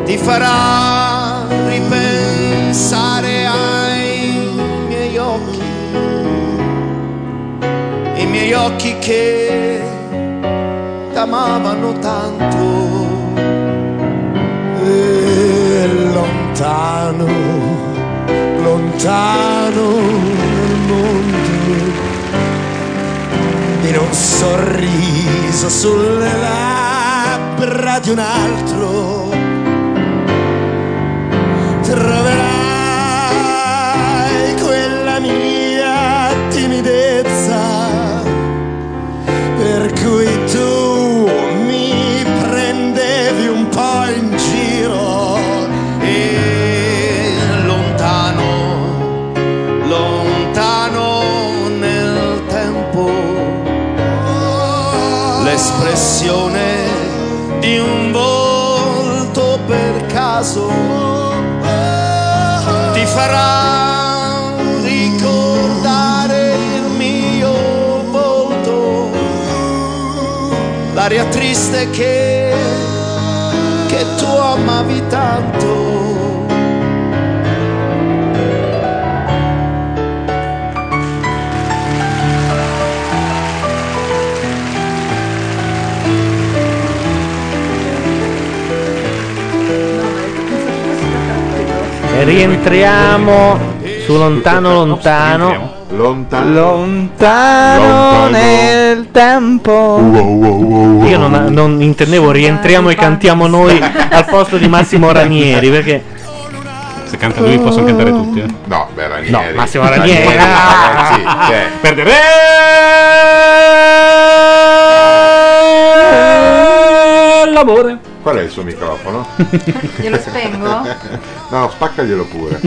Speaker 18: ti farà ripensare ai miei occhi, i miei occhi che t'amavano tanto.
Speaker 13: E Eh, lontano, lontano nel mondo, in un sorriso sulle labbra di un altro, troverai quella mia timidezza per cui tu mi prendevi un po' in giro
Speaker 18: e lontano, lontano nel tempo, l'espressione di un volto per caso ti farà ricordare il mio volto, l'aria triste che che tu amavi tanto.
Speaker 2: E rientriamo su lontano lontano.
Speaker 3: Lontano.
Speaker 26: Lontano nel tempo.
Speaker 2: Io non, non intendevo rientriamo e cantiamo noi al posto di Massimo Ranieri perché
Speaker 27: Se canta lui possono cantare tutti. Eh.
Speaker 3: No, beh, Ranieri.
Speaker 2: No, Massimo Ranieri.
Speaker 3: ragazzi, cioè,
Speaker 2: Eh,
Speaker 4: Perdere l'amore.
Speaker 3: Qual è il suo microfono?
Speaker 5: Glielo spengo?
Speaker 3: No, spaccaglielo pure.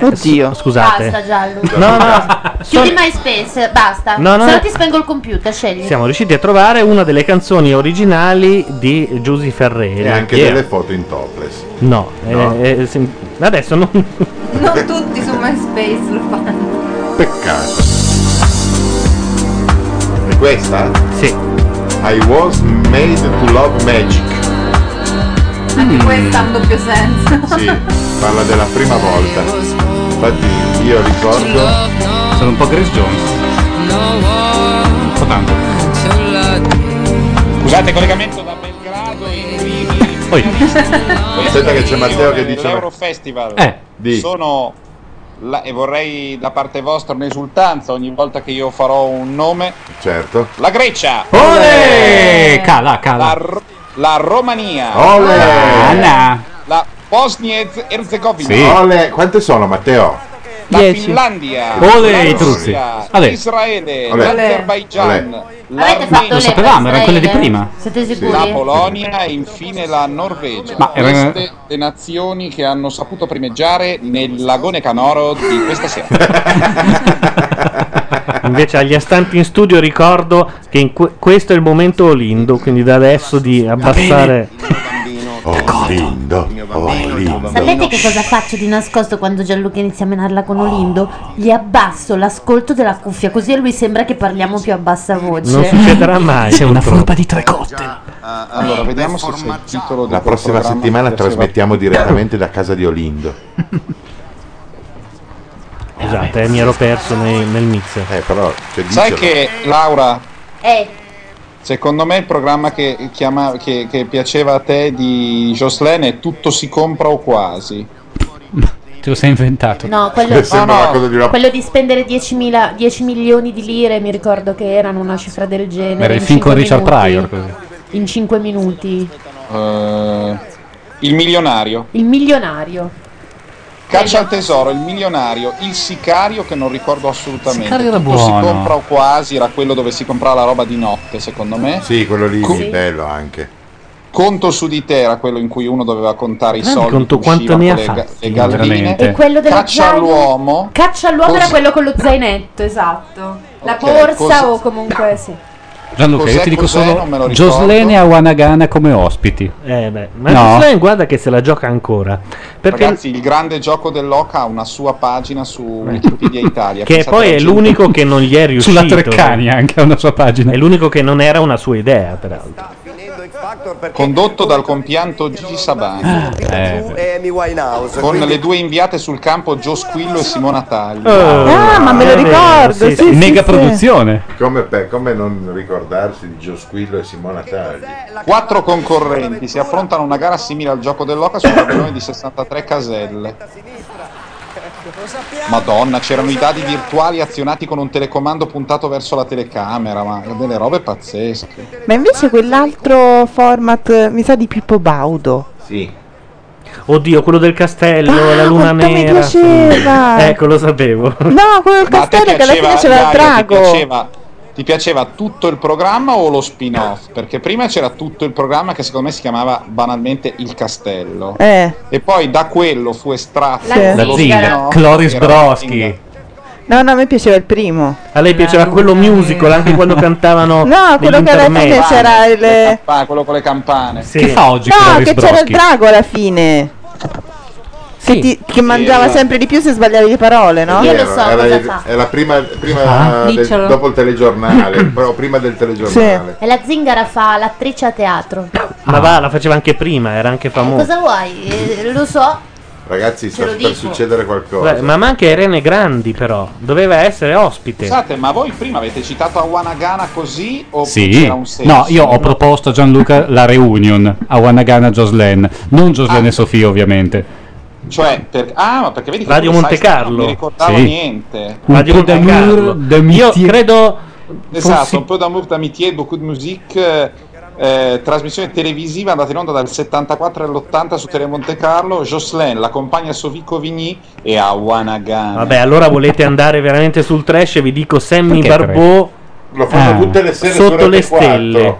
Speaker 26: Oddio.
Speaker 2: Scusate.
Speaker 12: Basta Giallo.
Speaker 2: No, no.
Speaker 12: Chiudi MySpace, basta.
Speaker 2: No, no,
Speaker 12: Se no
Speaker 2: no.
Speaker 12: ti spengo il computer, scegli.
Speaker 2: Siamo riusciti a trovare una delle canzoni originali di Giusy Ferreri.
Speaker 3: E anche
Speaker 2: Chi è?
Speaker 3: delle foto in topless.
Speaker 2: No,
Speaker 3: No.
Speaker 2: eh, eh, sì, adesso non...
Speaker 5: Non tutti sono MySpace lo fanno.
Speaker 3: Peccato. E questa?
Speaker 2: Sì.
Speaker 3: I was made to love magic.
Speaker 4: Mm.
Speaker 5: Anche questa ha un doppio senso.
Speaker 3: Mm. Sì, parla della prima volta. Infatti io ricordo.
Speaker 4: Sono un po' Grace Jones. Un po' tanto.
Speaker 19: Scusate, collegamento da Belgrado in Rimini.
Speaker 4: Poi.
Speaker 3: Aspetta che c'è Matteo che dice.
Speaker 19: L'Eurofestival.
Speaker 3: Eh, di.
Speaker 19: Sono la- e vorrei da parte vostra un'esultanza ogni volta che io farò un nome.
Speaker 3: Certo.
Speaker 19: La Grecia.
Speaker 4: Ole! Eh, Cala,
Speaker 19: La,
Speaker 4: cala.
Speaker 19: Ro- la Romania.
Speaker 3: Ole!
Speaker 4: Anna.
Speaker 19: La Bosnia e Herz- Erzegovina.
Speaker 3: Ole, quante sono Matteo?
Speaker 19: La Finlandia.
Speaker 3: Ole,
Speaker 19: la
Speaker 3: i
Speaker 19: Russia,
Speaker 3: trucchi. Vabbè.
Speaker 19: Israele.
Speaker 3: Ole.
Speaker 19: L'Azerbaigian.
Speaker 9: Avete
Speaker 19: l'Armenia,
Speaker 9: fatto le
Speaker 4: sapevamo, erano quelle di
Speaker 9: passerelle?
Speaker 4: prima.
Speaker 9: Siete sicuri?
Speaker 19: La Polonia e infine la Norvegia.
Speaker 4: Ma era-
Speaker 19: Queste le nazioni che hanno saputo primeggiare nel lagone Canoro di questa sera.
Speaker 2: Invece agli astanti in studio ricordo che in que- questo è il momento Olindo, quindi da adesso di abbassare...
Speaker 3: Oh, Olindo, Olindo.
Speaker 9: Sapete che cosa faccio di nascosto quando Gianluca inizia a menarla con Olindo? Gli abbasso l'ascolto della cuffia, così a lui sembra che parliamo più a bassa voce.
Speaker 2: Non succederà mai. C'è una furba
Speaker 9: di tre cotte.
Speaker 19: Allora, vediamo se c'è il titolo
Speaker 3: eh, La
Speaker 19: del
Speaker 3: prossima
Speaker 19: programma
Speaker 3: settimana
Speaker 19: che piaceva.
Speaker 3: trasmettiamo direttamente da casa di Olindo.
Speaker 2: Esatto, eh, mi ero perso nei- nel mix.
Speaker 3: Eh, però...
Speaker 19: Sai che Laura,
Speaker 9: Eh,
Speaker 19: secondo me il programma che, chiama- che- che piaceva a te di Jocelyn è Tutto si compra o quasi.
Speaker 4: Te lo sei inventato.
Speaker 9: no, quello, no, no. quello di spendere 10.000 10 milioni di lire, mi ricordo che erano una cifra del genere.
Speaker 4: Era il
Speaker 9: in
Speaker 4: film con
Speaker 9: cinque
Speaker 4: Richard
Speaker 9: minuti.
Speaker 4: Pryor. così.
Speaker 9: In 5 minuti.
Speaker 19: Eh, il milionario.
Speaker 9: Il milionario.
Speaker 19: Caccia al tesoro, il milionario, il sicario che non ricordo assolutamente.
Speaker 9: Sicario era
Speaker 19: Tutto
Speaker 3: buono.
Speaker 19: Si compra o quasi, era quello dove si comprava la roba di notte, secondo me.
Speaker 3: Sì, quello lì,
Speaker 19: Sì.
Speaker 3: bello anche.
Speaker 19: Conto su di te era quello in cui uno doveva contare i
Speaker 3: Grande
Speaker 19: soldi.
Speaker 2: conto,
Speaker 19: che uscivano
Speaker 2: quanto ne
Speaker 19: con
Speaker 2: ha
Speaker 19: le, ga-
Speaker 2: fatti,
Speaker 19: le galline.
Speaker 2: veramente.
Speaker 9: E quello dello
Speaker 19: Caccia
Speaker 9: zaino-
Speaker 19: all'uomo.
Speaker 9: Caccia all'uomo era
Speaker 19: Cos'è?
Speaker 9: quello con lo zainetto, esatto. La
Speaker 19: Ok,
Speaker 9: borsa
Speaker 19: cos'è?
Speaker 9: o comunque sì.
Speaker 4: Gianluca, io
Speaker 19: Cos'è,
Speaker 4: ti dico
Speaker 19: cos'è?
Speaker 4: solo
Speaker 19: Non me lo ricordo.
Speaker 4: Joslene e Awanagana come ospiti.
Speaker 2: Eh beh, ma
Speaker 4: No.
Speaker 2: Giuseppe guarda che se la gioca ancora. Perché
Speaker 19: Ragazzi, il grande gioco dell'Oca ha una sua pagina su Wikipedia Italia.
Speaker 2: Eh. che
Speaker 19: Pensate
Speaker 2: poi
Speaker 19: alla
Speaker 2: è
Speaker 19: gente.
Speaker 2: l'unico che non gli è riuscito.
Speaker 4: Sulla Treccani anche ha una sua pagina.
Speaker 2: È l'unico che non era una sua idea, peraltro.
Speaker 19: Condotto dal compianto Gigi
Speaker 11: Ah,
Speaker 19: Sabani.
Speaker 11: eh.
Speaker 2: Eh.
Speaker 13: E Amy Winehouse.
Speaker 19: Con
Speaker 13: quindi-
Speaker 19: le due inviate sul campo Gio Squillo e Simona Taglio.
Speaker 2: Oh.
Speaker 11: Ah, ma me lo
Speaker 19: eh,
Speaker 2: Eh,
Speaker 11: ricordo, sì, sì, sì.
Speaker 3: Come, per- come non ricordarsi di Gio Squillo e Simona Tagli?
Speaker 19: Quattro concorrenti si affrontano a una gara simile al gioco dell'Oca su un tabellone di 63 caselle. Madonna, c'erano i dadi virtuali azionati con un telecomando puntato verso la telecamera, ma delle robe pazzesche.
Speaker 11: Ma invece quell'altro format eh, mi sa di Pippo Baudo.
Speaker 3: Sì.
Speaker 2: Oddio, quello del castello,
Speaker 4: Ah,
Speaker 2: la luna
Speaker 11: quanto mi
Speaker 2: nera.
Speaker 11: piaceva!
Speaker 2: Mm. ecco, lo sapevo.
Speaker 11: No, quello del
Speaker 19: Ma a te
Speaker 11: castello che alla fine
Speaker 19: piaceva,
Speaker 11: c'era il
Speaker 19: Dario, ti
Speaker 11: drago.
Speaker 19: piaceva, ti piaceva tutto il programma o lo spin-off? Perché prima c'era tutto il programma che secondo me si chiamava banalmente Il Castello.
Speaker 11: Eh.
Speaker 19: E poi da quello fu estratto
Speaker 11: La Sì.
Speaker 19: lo
Speaker 11: zingara.
Speaker 19: spin-off,
Speaker 2: Cloris
Speaker 19: che era
Speaker 2: Broski.
Speaker 11: No, no, a me piaceva il primo.
Speaker 2: A lei piaceva quello musical anche quando cantavano
Speaker 11: No, quello che alla fine
Speaker 2: nell'intermezzo.
Speaker 11: c'era il.
Speaker 19: Ah, quello con le campane.
Speaker 2: Che fa oggi
Speaker 11: No,
Speaker 2: Cloris
Speaker 11: che c'era il
Speaker 2: Broski?
Speaker 11: drago alla fine. Che, ti- che mangiava
Speaker 3: esatto.
Speaker 11: sempre di più se sbagliavi le parole, no?
Speaker 3: È vero, era il- È la prima, prima
Speaker 11: Ah.
Speaker 3: del-
Speaker 9: Diccelo.
Speaker 3: dopo il telegiornale, però prima del telegiornale.
Speaker 9: E la zingara fa l'attrice a teatro.
Speaker 2: Ma va, la faceva anche prima, era anche famosa.
Speaker 9: Cosa vuoi? Eh, lo so.
Speaker 3: Ragazzi,
Speaker 9: Ce
Speaker 3: sta
Speaker 9: lo
Speaker 3: per
Speaker 9: dico.
Speaker 3: succedere qualcosa.
Speaker 2: Beh, ma anche Irene Grandi, però, doveva essere ospite.
Speaker 19: Scusate, ma voi prima avete citato a Wanagana così o
Speaker 4: Sì,
Speaker 19: c'era un senso?
Speaker 4: no, io ho proposto a Gianluca la reunion a Wanagana Joslen, non
Speaker 19: Ah.
Speaker 4: Joslen e Sofia ovviamente.
Speaker 19: Cioè, per- ah, ma perché vedi che
Speaker 4: Radio
Speaker 19: tu sai,
Speaker 4: Monte Carlo.
Speaker 19: Non mi ricordavo
Speaker 4: Sì.
Speaker 19: niente.
Speaker 4: Radio Un po' Monte d'amour, Carlo.
Speaker 2: Io credo
Speaker 19: Esatto,
Speaker 2: fossi-
Speaker 19: un po' d'amour d'amitié, beaucoup de musique. eh, trasmissione televisiva andata in onda dal 74 all'80 su Tele Monte Carlo. Jocelyn, la compagna Sovico Vigny e a Wanagana.
Speaker 2: Vabbè, allora volete andare veramente sul trash? Vi dico Sammy
Speaker 19: Perché
Speaker 2: Barbò.
Speaker 3: Lo fanno
Speaker 2: Ah.
Speaker 3: tutte le sere su
Speaker 2: sotto le
Speaker 3: Rete 4.
Speaker 2: stelle.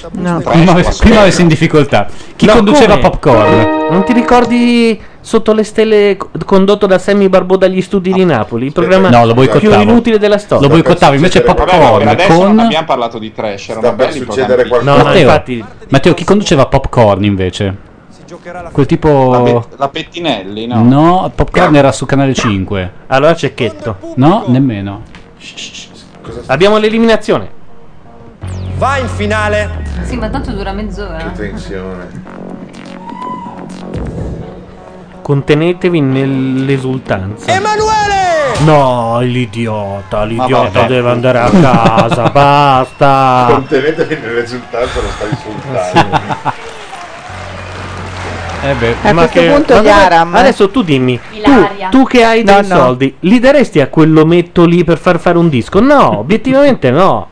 Speaker 4: Qui non avessi- qui non avessi in difficoltà. Chi
Speaker 2: No,
Speaker 4: conduceva
Speaker 2: come?
Speaker 4: popcorn?
Speaker 2: Non ti ricordi Sotto le stelle co- condotto da Sammy Barbò dagli studi
Speaker 19: Ah,
Speaker 2: di Napoli? Il programma
Speaker 4: No, lo boicottavo.
Speaker 2: più inutile della storia.
Speaker 4: Lo boicottavo, invece
Speaker 19: Vabbè, ma per
Speaker 4: popcorn
Speaker 19: adesso non
Speaker 4: con
Speaker 19: abbiamo parlato di trash. Erano
Speaker 3: Sta per
Speaker 19: belli i
Speaker 3: succedere
Speaker 19: programmi.
Speaker 2: No, no,
Speaker 4: Matteo,
Speaker 2: infatti
Speaker 4: Matteo, chi conduceva popcorn invece?
Speaker 7: giocherà la
Speaker 4: Quel tipo.
Speaker 19: La Pettinelli, no?
Speaker 4: No, Popcorn era su canale 5.
Speaker 2: Allora Cecchetto.
Speaker 4: No, nemmeno.
Speaker 2: Abbiamo l'eliminazione.
Speaker 7: Va in finale.
Speaker 5: Sì, ma tanto dura mezz'ora.
Speaker 3: Attenzione.
Speaker 2: Contenetevi nell'esultanza.
Speaker 7: Emanuele!
Speaker 2: No, l'idiota, l'idiota
Speaker 3: vabbè.
Speaker 2: deve andare a casa, basta.
Speaker 3: Contenetevi nel risultato, lo sta insultando.
Speaker 4: Eh beh,
Speaker 11: A questo punto
Speaker 2: ma dove-
Speaker 11: Yaram, eh.
Speaker 2: Adesso tu dimmi, tu,
Speaker 11: Ilaria.
Speaker 2: tu che hai dei
Speaker 11: No, no.
Speaker 2: soldi, li daresti a quell'ometto lì per far fare un disco? No, obiettivamente no.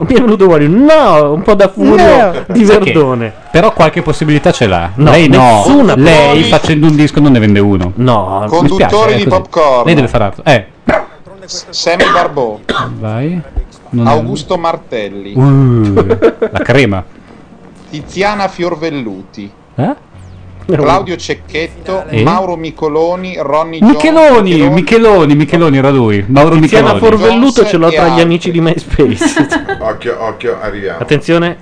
Speaker 2: Mi è venuto fuori un no, un po' da furio
Speaker 4: No.
Speaker 2: di
Speaker 4: Sai che-
Speaker 2: verdone.
Speaker 4: Però qualche possibilità ce l'ha.
Speaker 2: No,
Speaker 4: lei no.
Speaker 2: nessuna.
Speaker 4: Lei
Speaker 2: Popcorn.
Speaker 4: facendo un disco non ne vende uno.
Speaker 2: No,
Speaker 4: mi spiace,
Speaker 19: Conduttori
Speaker 4: è
Speaker 19: di
Speaker 4: così.
Speaker 19: popcorn.
Speaker 4: Lei deve fare altro. Eh,
Speaker 19: Sammy Barbò,
Speaker 4: vai. Non è-
Speaker 19: Augusto Martelli,
Speaker 4: Uh, la crema.
Speaker 19: Tiziana Fiorvelluti,
Speaker 4: Eh?
Speaker 19: Claudio Cecchetto,
Speaker 4: Eh?
Speaker 19: Mauro Micoloni, Ronny
Speaker 4: Micheloni, Micheloni, Micheloni era lui. Mauro
Speaker 2: Tiziana
Speaker 4: Micheloni.
Speaker 2: Forvelluto ce l'ho
Speaker 19: Jones e
Speaker 2: tra gli
Speaker 19: altri.
Speaker 2: amici di MySpace.
Speaker 3: occhio, occhio, arriviamo.
Speaker 2: Attenzione,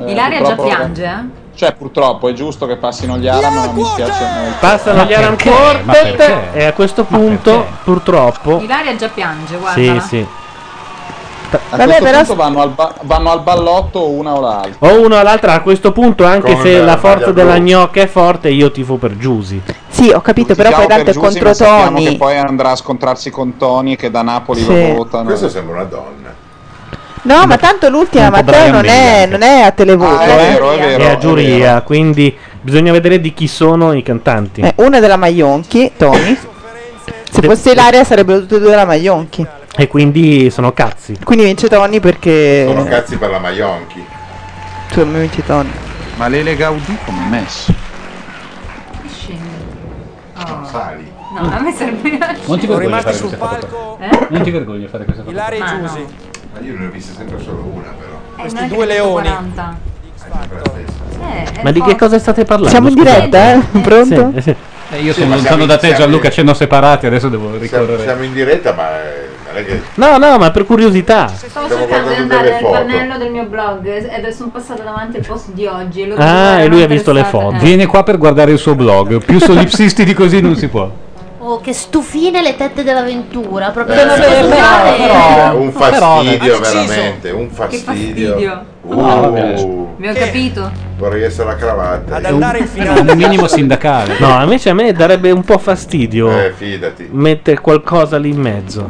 Speaker 19: Eh,
Speaker 5: Ilaria già
Speaker 19: purtroppo-
Speaker 5: piange, eh?
Speaker 19: Cioè, purtroppo è giusto che passino gli Aram, ma mi dispiace molto.
Speaker 2: passano
Speaker 19: Ma
Speaker 2: gli Aram
Speaker 19: perché? Ma
Speaker 2: Quartet
Speaker 19: perché?
Speaker 2: e a questo punto, purtroppo,
Speaker 5: Ilaria già piange,
Speaker 2: sì,
Speaker 5: guarda.
Speaker 2: sì.
Speaker 19: A
Speaker 2: Vabbè,
Speaker 19: questo
Speaker 2: però-
Speaker 19: punto vanno al, ba- vanno al ballotto una o l'altra.
Speaker 2: O uno all'altra a questo punto, anche
Speaker 19: Con
Speaker 2: se
Speaker 19: la
Speaker 2: la forza
Speaker 19: maglia
Speaker 2: della
Speaker 19: blu.
Speaker 2: gnocca è forte, io tifo per Giusy.
Speaker 11: Sì, ho capito, però
Speaker 19: diciamo
Speaker 11: poi tanto è contro
Speaker 19: che
Speaker 11: Tony.
Speaker 19: poi andrà a scontrarsi con Tony che da Napoli
Speaker 11: Sì.
Speaker 19: lo votano.
Speaker 11: Questo
Speaker 3: sembra una donna.
Speaker 11: No, ma tanto l'ultima
Speaker 2: Un po'
Speaker 11: Matteo
Speaker 2: Brian
Speaker 11: non è, non è a televoto. eh.
Speaker 2: È a giuria, quindi bisogna vedere di chi sono i cantanti.
Speaker 11: Eh, uno è della Maionchi, Tony. Se fosse Ilaria sarebbero tutti e due della Maionchi.
Speaker 2: E quindi sono cazzi.
Speaker 11: Quindi vince Tony perché.
Speaker 3: Sono cazzi per la Maionchi.
Speaker 11: Tu non vinci Tony.
Speaker 19: Ma Lele Gaudì come è messo?
Speaker 3: Sali.
Speaker 5: No, a me serve.
Speaker 4: Non ti
Speaker 5: Sono
Speaker 4: vergogni a
Speaker 5: rimasti
Speaker 4: fare
Speaker 5: sul
Speaker 4: questa foto
Speaker 5: palco.
Speaker 4: qua.
Speaker 5: Eh? Ah,
Speaker 4: Non ti vergogni a fare questa foto
Speaker 7: Ilaria
Speaker 4: qua.
Speaker 7: e Giusy.
Speaker 3: Ma io ne ho viste sempre solo una, però.
Speaker 5: non è
Speaker 7: due
Speaker 5: Eh, che Eh,
Speaker 7: leoni.
Speaker 5: 40.
Speaker 2: Ma di che cosa state parlando?
Speaker 11: Siamo in
Speaker 2: Scusate.
Speaker 11: diretta, eh? Pronto?
Speaker 2: Sì, sì.
Speaker 4: Eh, io
Speaker 3: Sì,
Speaker 4: sono
Speaker 3: ma
Speaker 4: lontano
Speaker 3: siamo-
Speaker 4: da te,
Speaker 3: siamo-
Speaker 4: Gianluca, ci hanno separati, adesso devo
Speaker 3: Siamo,
Speaker 4: ricorrere.
Speaker 3: siamo in diretta, ma eh, non è che.
Speaker 2: No, no, ma per curiosità.
Speaker 5: Stavo
Speaker 3: Stiamo
Speaker 5: cercando di
Speaker 3: guardando
Speaker 5: andare al
Speaker 3: delle foto.
Speaker 5: pannello del mio blog ed sono passata davanti al post di oggi. E loro
Speaker 4: Ah,
Speaker 5: erano
Speaker 4: e lui ha visto le
Speaker 5: interessate.
Speaker 4: foto.
Speaker 5: Eh.
Speaker 4: Viene qua per guardare il suo blog. Più solipsisti di così non si può.
Speaker 9: Oh, che stufine le tette dell'avventura. Proprio
Speaker 3: Eh,
Speaker 9: da non toccare.
Speaker 3: però- un fastidio
Speaker 9: Ha deciso.
Speaker 3: veramente, un fastidio.
Speaker 5: fastidio.
Speaker 4: Ah,
Speaker 3: Uh,
Speaker 5: Vi ho capito.
Speaker 3: vorrei essere la cravatta.
Speaker 7: Ad andare in finale.
Speaker 4: Un minimo sindacale.
Speaker 2: No, invece a me darebbe un po' fastidio
Speaker 3: Eh, fidati.
Speaker 2: mettere qualcosa lì in mezzo.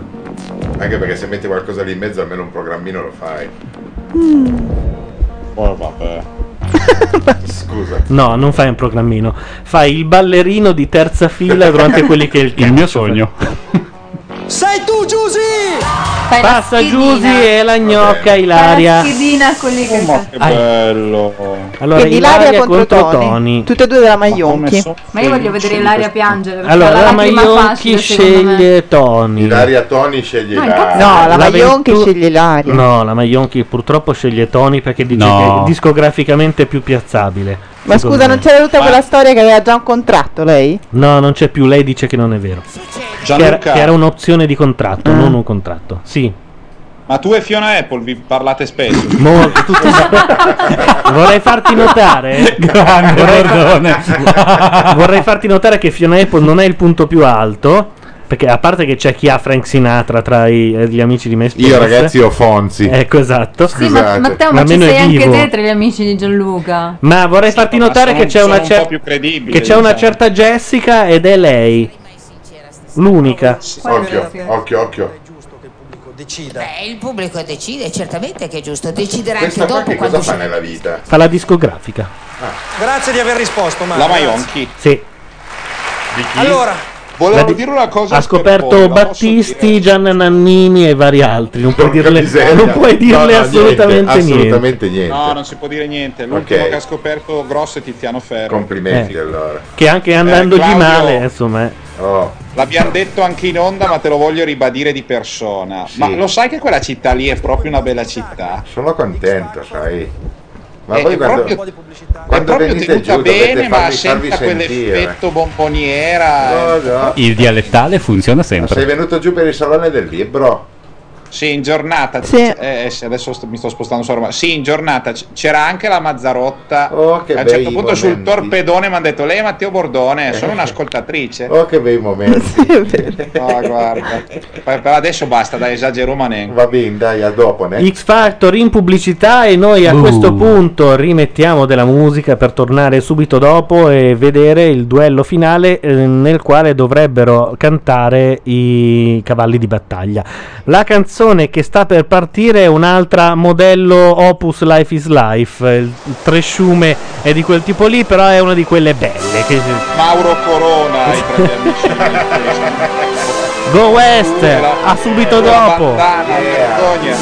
Speaker 3: Anche perché se metti qualcosa lì in mezzo, almeno un programmino lo fai.
Speaker 11: Mm.
Speaker 3: Oh, vabbè. Scusa.
Speaker 2: No, non fai un programmino. Fai il ballerino di terza fila durante quelli che è il Il mio sogno.
Speaker 7: Sei tu, Giusy!
Speaker 2: Passa Giusy e la gnocca
Speaker 5: La
Speaker 2: Ilaria.
Speaker 5: schedina con le
Speaker 4: Eh,
Speaker 5: che
Speaker 2: Ah.
Speaker 19: bello.
Speaker 2: Allora,
Speaker 11: Quindi
Speaker 2: Ilaria,
Speaker 11: Ilaria
Speaker 2: contro,
Speaker 11: contro
Speaker 2: Tony.
Speaker 11: Tutte e due della Maionchi.
Speaker 5: Ma io voglio vedere Ilaria piangere. perché
Speaker 2: Allora,
Speaker 5: la
Speaker 2: la
Speaker 5: lacrima
Speaker 2: Maionchi
Speaker 5: facile, secondo me.
Speaker 2: sceglie Tony.
Speaker 3: Ilaria Toni sceglie
Speaker 5: No,
Speaker 3: Ilaria.
Speaker 5: infatti- No,
Speaker 11: la Maionchi
Speaker 2: Ventu-
Speaker 11: sceglie Ilaria.
Speaker 2: No, la Maionchi purtroppo sceglie Tony perché dice
Speaker 4: No.
Speaker 2: che è discograficamente più piazzabile.
Speaker 11: Ma
Speaker 2: Secondo
Speaker 11: scusa,
Speaker 2: me.
Speaker 11: non c'era tutta quella storia che aveva già un contratto lei?
Speaker 2: No, non c'è più, lei dice che non è vero. Che era,
Speaker 19: Gianluca.
Speaker 2: che era un'opzione di
Speaker 11: Ah.
Speaker 2: contratto, non un contratto. Sì,
Speaker 19: Ma tu e Fiona Apple vi parlate spesso.
Speaker 2: molto, tutti Vorrei farti notare.
Speaker 4: Grande
Speaker 2: vorrei,
Speaker 4: Bordone.
Speaker 2: vorrei farti notare che Fiona Apple non è il punto più alto. Perché a parte che c'è chi ha Frank Sinatra tra i- eh, gli amici di me
Speaker 3: Io, ragazzi, ho Fonzi.
Speaker 2: Ecco esatto.
Speaker 5: Sì, ma, Matteo, ma ci
Speaker 2: Almeno è
Speaker 5: sei anche
Speaker 2: vivo.
Speaker 5: te tra gli amici di Gianluca.
Speaker 2: Ma vorrei farti notare
Speaker 19: sono-
Speaker 2: che c'è
Speaker 19: sono
Speaker 2: una
Speaker 19: un
Speaker 2: cer-
Speaker 19: po' più credibile,
Speaker 2: che c'è una
Speaker 19: diciamo.
Speaker 2: certa Jessica ed è lei. L'unica.
Speaker 3: Occhio, occhio, occhio.
Speaker 6: Decida. Beh, il pubblico decide, certamente che è giusto. Deciderà
Speaker 3: Questa
Speaker 6: anche
Speaker 3: qua
Speaker 6: dopo
Speaker 3: che
Speaker 6: quando
Speaker 3: cosa
Speaker 6: uscirà.
Speaker 3: fa nella vita?
Speaker 2: Fa la discografica.
Speaker 7: Grazie di aver risposto, Mario.
Speaker 19: La
Speaker 7: grazie.
Speaker 19: Maionchi.
Speaker 2: Sì.
Speaker 7: Allora,
Speaker 19: Volevo
Speaker 2: La di-
Speaker 19: dire una cosa.
Speaker 2: Ha
Speaker 19: per
Speaker 2: scoperto
Speaker 19: voi, la posso
Speaker 2: Battisti, Gianna Nannini e vari altri. Non puoi dirle,
Speaker 3: miseria.
Speaker 2: non puoi
Speaker 3: No,
Speaker 2: dirle
Speaker 3: no, niente,
Speaker 2: assolutamente, niente.
Speaker 3: assolutamente niente.
Speaker 19: No, non si può dire niente. L'ultimo
Speaker 3: Ok.
Speaker 19: che ha scoperto grosso è Tiziano Ferro.
Speaker 3: Complimenti allora. Oh.
Speaker 2: Che anche
Speaker 19: Eh,
Speaker 2: andandogli
Speaker 19: Claudio-
Speaker 2: male, insomma. eh.
Speaker 19: L'abbiamo detto anche in onda, ma te lo voglio ribadire di persona. Ma lo sai che quella città lì è proprio una bella città?
Speaker 3: Sono contento, sai. Ma
Speaker 19: È-
Speaker 3: voi
Speaker 19: è
Speaker 3: quando,
Speaker 19: proprio-
Speaker 3: quando
Speaker 19: è proprio
Speaker 3: venite
Speaker 19: tenuta
Speaker 3: giù dovete
Speaker 19: bene, ma
Speaker 3: farvi, farvi
Speaker 19: senza
Speaker 3: sentire.
Speaker 19: quell'effetto bomboniera.
Speaker 3: No, no.
Speaker 4: Il dialettale funziona
Speaker 3: Ma sei
Speaker 4: sempre.
Speaker 3: venuto giù per il salone del libro?
Speaker 19: Sì, in giornata.
Speaker 28: Sì.
Speaker 19: eh, sì, adesso sto- mi sto spostando su Roma. Sì, in giornata c- c'era anche la Mazzarotta. a un
Speaker 3: Oh, bei
Speaker 19: certo punto sul
Speaker 3: momenti. Eh.
Speaker 19: torpedone mi hanno detto: Lei è Matteo Bordone, sono un'ascoltatrice.
Speaker 3: Oh, che bei momenti.
Speaker 19: Ah, guarda. Poi- Però adesso basta, dai, esagero manengo.
Speaker 3: Va bene, dai, a dopo, ne?
Speaker 19: Eh.
Speaker 2: X Factor in pubblicità e noi a questo punto rimettiamo della musica per tornare subito dopo e vedere il duello finale eh, nel quale dovrebbero cantare i cavalli di battaglia. La canzone che sta per partire è un'altra modello Opus Life is Life, il tresciume è di quel tipo lì, però è una di quelle belle. Che...
Speaker 19: Mauro Corona, i tre amici.
Speaker 2: Go West, a subito dopo.
Speaker 19: Battana, vergogna.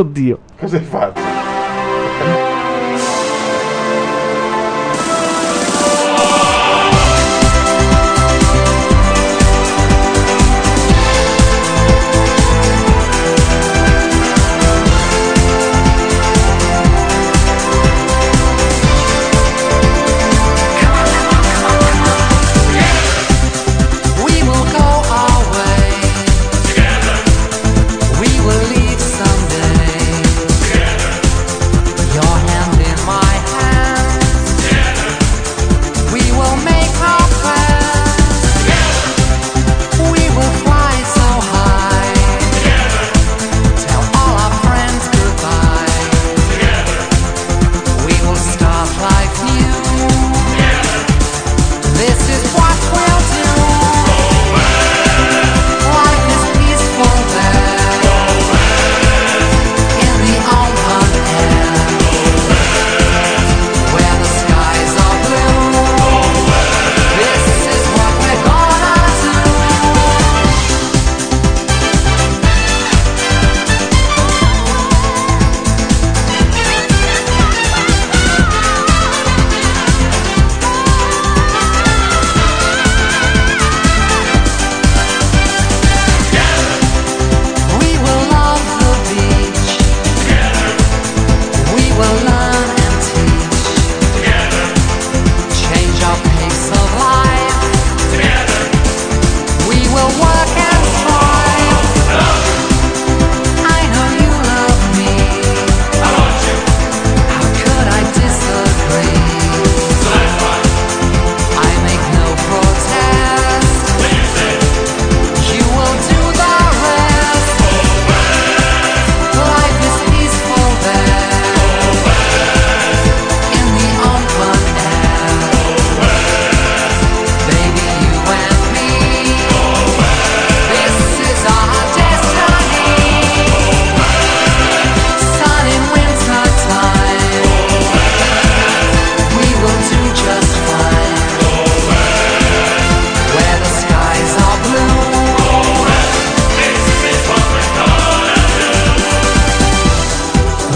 Speaker 2: Oddio.
Speaker 3: Cosa hai fatto?
Speaker 8: We will go our way. Together. We will leave someday. Together. Your hand in my hand. Together. We will make our plans. Together. We will fly so high. Together. Tell all our friends goodbye. Together. We will start life new. Together. This is what we'll do. Life is peaceful there. In the open air. Where the skies are blue. This is what we're gonna do. We will love the beach. Together. We will learn and teach. Together. Change our pace of life. Together. We will work and strive. I know you love me. I want you. How could I disagree? So that's why I make no protest. When you say you will do the rest. Life is peaceful there. In the open air. Baby, you and me. This is our destiny. Sun in winter time. We will do just fine. Where the skies are blue.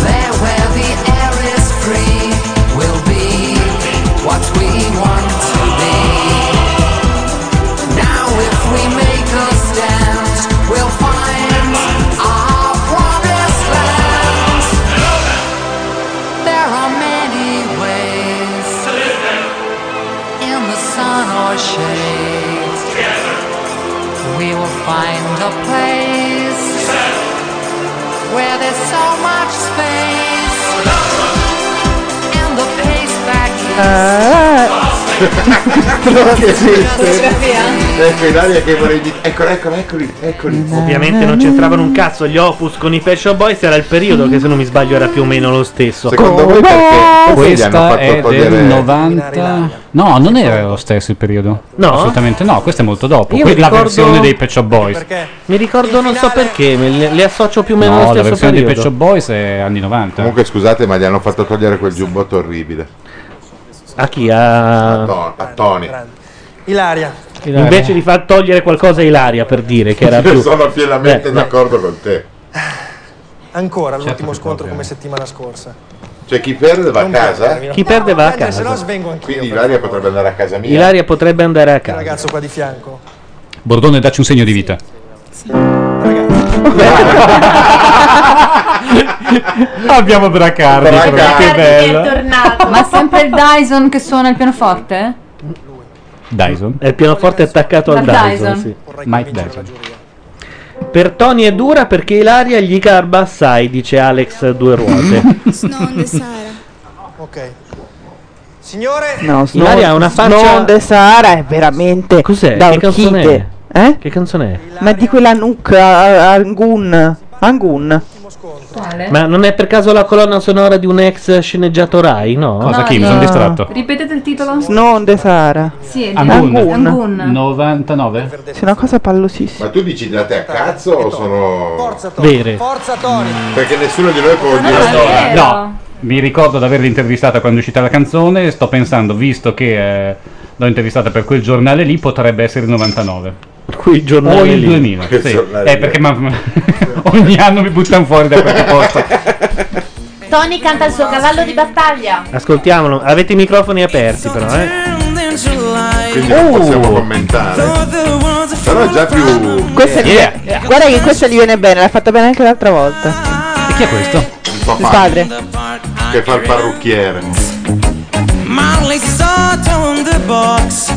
Speaker 8: There where the air is free, we'll be what we want to be. Now if we make a stand, we'll find our promised land. There are many ways in the sun or shade. We will find a place where there's so much space and the pace back
Speaker 3: Ecco in aria che vorrei dire. Eccolo, eccolo, eccoli, eccoli.
Speaker 2: Ovviamente
Speaker 4: Eh.
Speaker 2: non c'entravano un cazzo gli Opus con i Fashion Boys, era il periodo che se non mi sbaglio era più o meno lo stesso.
Speaker 3: Secondo voi
Speaker 4: Ah,
Speaker 3: perché? Perché gli hanno
Speaker 4: Questa è
Speaker 3: fatto
Speaker 4: del
Speaker 3: togliere
Speaker 4: 90. No, non era lo stesso il periodo.
Speaker 2: No?
Speaker 4: Assolutamente no, questo è molto dopo.
Speaker 2: Io
Speaker 4: Que- La
Speaker 2: ricordo-
Speaker 4: versione dei Pet Shop Boys.
Speaker 2: Mi ricordo, non so perché, me le, le associo più o meno
Speaker 4: No,
Speaker 2: allo
Speaker 4: la
Speaker 2: stesso
Speaker 4: versione dei Pet Shop
Speaker 2: periodo.
Speaker 4: Boys è anni 90.
Speaker 3: Comunque scusate, ma gli hanno fatto togliere quel giubbotto orribile.
Speaker 2: A chi? A,
Speaker 3: a Tony.
Speaker 7: Ilaria.
Speaker 2: Invece di far togliere qualcosa a Ilaria per dire che era più. Eh,
Speaker 3: Sono pienamente
Speaker 2: Beh,
Speaker 3: d'accordo con te.
Speaker 7: Ancora l'ultimo scontro come settimana scorsa.
Speaker 3: Cioè chi perde va a
Speaker 7: Non
Speaker 3: casa?
Speaker 7: perdermi, no.
Speaker 2: Chi perde va a
Speaker 7: Dai, Se no
Speaker 2: casa.
Speaker 7: svengo anch'io.
Speaker 3: Quindi Ilaria potrebbe andare a casa mia.
Speaker 2: Ilaria potrebbe andare a casa.
Speaker 7: Ragazzo qua di fianco.
Speaker 4: Bordone, dacci un segno di vita. Abbiamo Bracardi,
Speaker 3: Bracardi.
Speaker 4: però, che bello.
Speaker 29: tornato.
Speaker 5: Ma sempre il Dyson che suona il pianoforte?
Speaker 4: Dyson.
Speaker 2: È il pianoforte attaccato al
Speaker 5: Dal
Speaker 2: Dyson.
Speaker 5: Dyson.
Speaker 2: sì.
Speaker 4: Mike Dyson.
Speaker 2: Per Tony è dura perché Ilaria gli garba assai, dice Alex due ruote.
Speaker 7: Ok. Signore,
Speaker 11: No, Snow,
Speaker 2: Ilaria ha una faccia-
Speaker 11: Snow de Sahara è veramente
Speaker 2: Cos'è?
Speaker 11: da
Speaker 2: Che canzone
Speaker 11: orchide. Eh?
Speaker 2: Che canzone
Speaker 11: Ma di quella Nuk a- a- Angun. Angun.
Speaker 2: è? Eh? Ma non è per caso la colonna sonora di un ex sceneggiato Rai, no?
Speaker 11: Cosa, Kim? Sono distratto.
Speaker 5: Ripetete il titolo?
Speaker 11: Snow de Sahara.
Speaker 5: Sì, è di
Speaker 11: Angun.
Speaker 5: Angun.
Speaker 4: 99?
Speaker 11: C'è una cosa pallosissima.
Speaker 3: Ma tu dici da te a cazzo o sono
Speaker 4: Vere.
Speaker 7: Forza Tony.
Speaker 3: Perché nessuno di noi può dire
Speaker 4: No, mi ricordo di averla intervistata quando è uscita la canzone. e Sto pensando, visto che eh, l'ho intervistata per quel giornale lì, potrebbe essere il 99.
Speaker 2: Quei giornali
Speaker 4: o il
Speaker 2: lì.
Speaker 4: 2000.
Speaker 2: Quel
Speaker 4: sì.
Speaker 2: giornale
Speaker 4: Eh,
Speaker 2: lì.
Speaker 4: perché ma- ogni anno mi buttano fuori da qualche posto.
Speaker 12: Tony canta il suo cavallo di battaglia.
Speaker 2: Ascoltiamolo, avete i microfoni aperti però, eh? Uh.
Speaker 3: Quindi non possiamo commentare. Però è già più.
Speaker 11: Questa gli-
Speaker 3: Yeah.
Speaker 11: Guarda che questa gli viene bene, l'ha fatta bene anche l'altra volta.
Speaker 4: E chi è questo?
Speaker 11: Il padre.
Speaker 3: Che fa il parrucchiere.
Speaker 11: Ah,
Speaker 8: Molly salt on the box.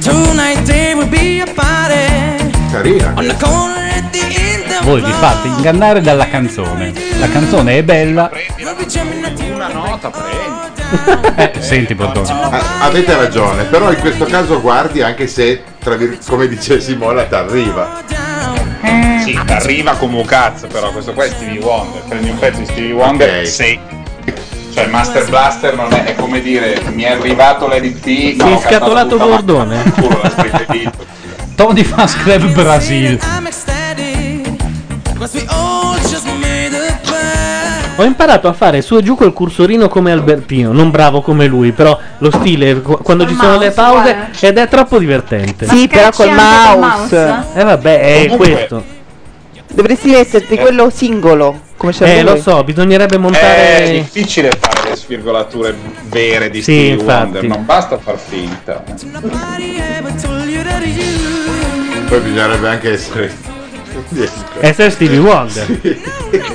Speaker 8: Tonight there will be a party
Speaker 3: Carina.
Speaker 8: on the corner at the end of
Speaker 4: Voi vi fate ingannare dalla canzone. La canzone è bella.
Speaker 8: Una nota
Speaker 4: Eh, senti, Bordone.
Speaker 3: A- Ah, avete ragione, però in questo caso guardi anche se, tra vir- come dice Simona, ti arriva.
Speaker 11: Mm.
Speaker 19: Sì, arriva come un cazzo, però questo qua è Stevie Wonder. Prendi un pezzo di Stevie Wonder, sei. Cioè, Master Blaster non è, è come dire, mi è arrivato l'LP.
Speaker 2: Sei scatolato Bordone.
Speaker 4: Tony Fans Club Brasil.
Speaker 8: I'm ecstatic. Cause we all just made a plan.
Speaker 2: Ho imparato a fare su e giù col cursorino come Albertino, non bravo come lui, però lo stile qu- quando ci sono le pause ed è troppo divertente.
Speaker 11: Sì, però col mouse.
Speaker 2: Eh vabbè, è
Speaker 11: Comunque-
Speaker 2: questo.
Speaker 11: Dovresti metterti quello singolo. Come c'è
Speaker 2: Eh lo
Speaker 11: lui.
Speaker 2: so, bisognerebbe
Speaker 19: Eh, È
Speaker 2: montare
Speaker 19: difficile fare le svirgolature vere di
Speaker 2: Sì,
Speaker 19: Stevie
Speaker 2: infatti.
Speaker 19: Wonder, non basta far finta.
Speaker 3: Poi bisognerebbe anche essere.
Speaker 2: Essere Stevie Wonder.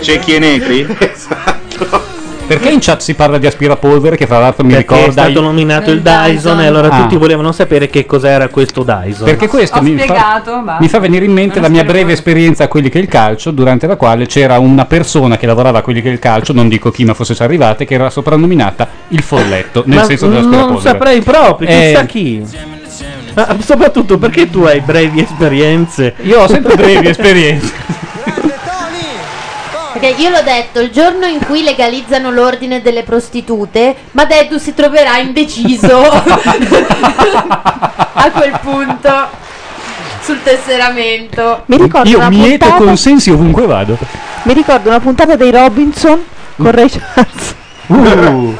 Speaker 19: C'è chi è Negri?
Speaker 3: Esatto,
Speaker 4: Perché in chat si parla di aspirapolvere che fra l'altro mi
Speaker 2: perché è
Speaker 4: ricorda
Speaker 2: stato nominato il
Speaker 5: Esatto.
Speaker 2: Dyson, e allora
Speaker 4: Ah.
Speaker 2: tutti volevano sapere che cos'era questo Dyson.
Speaker 4: Perché questo
Speaker 5: Ho
Speaker 4: mi fa,
Speaker 5: spiegato, ma.
Speaker 4: mi fa venire in mente la mia breve esperienza a quelli che è il calcio, durante la quale c'era una persona che lavorava a quelli che è il calcio, non dico chi ma fosse già arrivata, che era soprannominata il folletto, nel
Speaker 2: Ma
Speaker 4: senso della
Speaker 2: non saprei proprio,
Speaker 4: Eh.
Speaker 2: chissà chi. Ma soprattutto perché tu hai brevi esperienze?
Speaker 4: Io ho sempre brevi esperienze.
Speaker 12: Perché io l'ho detto, il giorno in cui legalizzano l'ordine delle prostitute, Madeddu si troverà indeciso a quel punto sul tesseramento.
Speaker 11: Mi ricordo
Speaker 4: Io
Speaker 11: una
Speaker 4: mieto
Speaker 11: puntata-
Speaker 4: consensi ovunque vado.
Speaker 11: Mi ricordo una puntata dei Robinson
Speaker 2: Mm.
Speaker 11: con Ray Charles.
Speaker 3: Mi è
Speaker 11: Uh.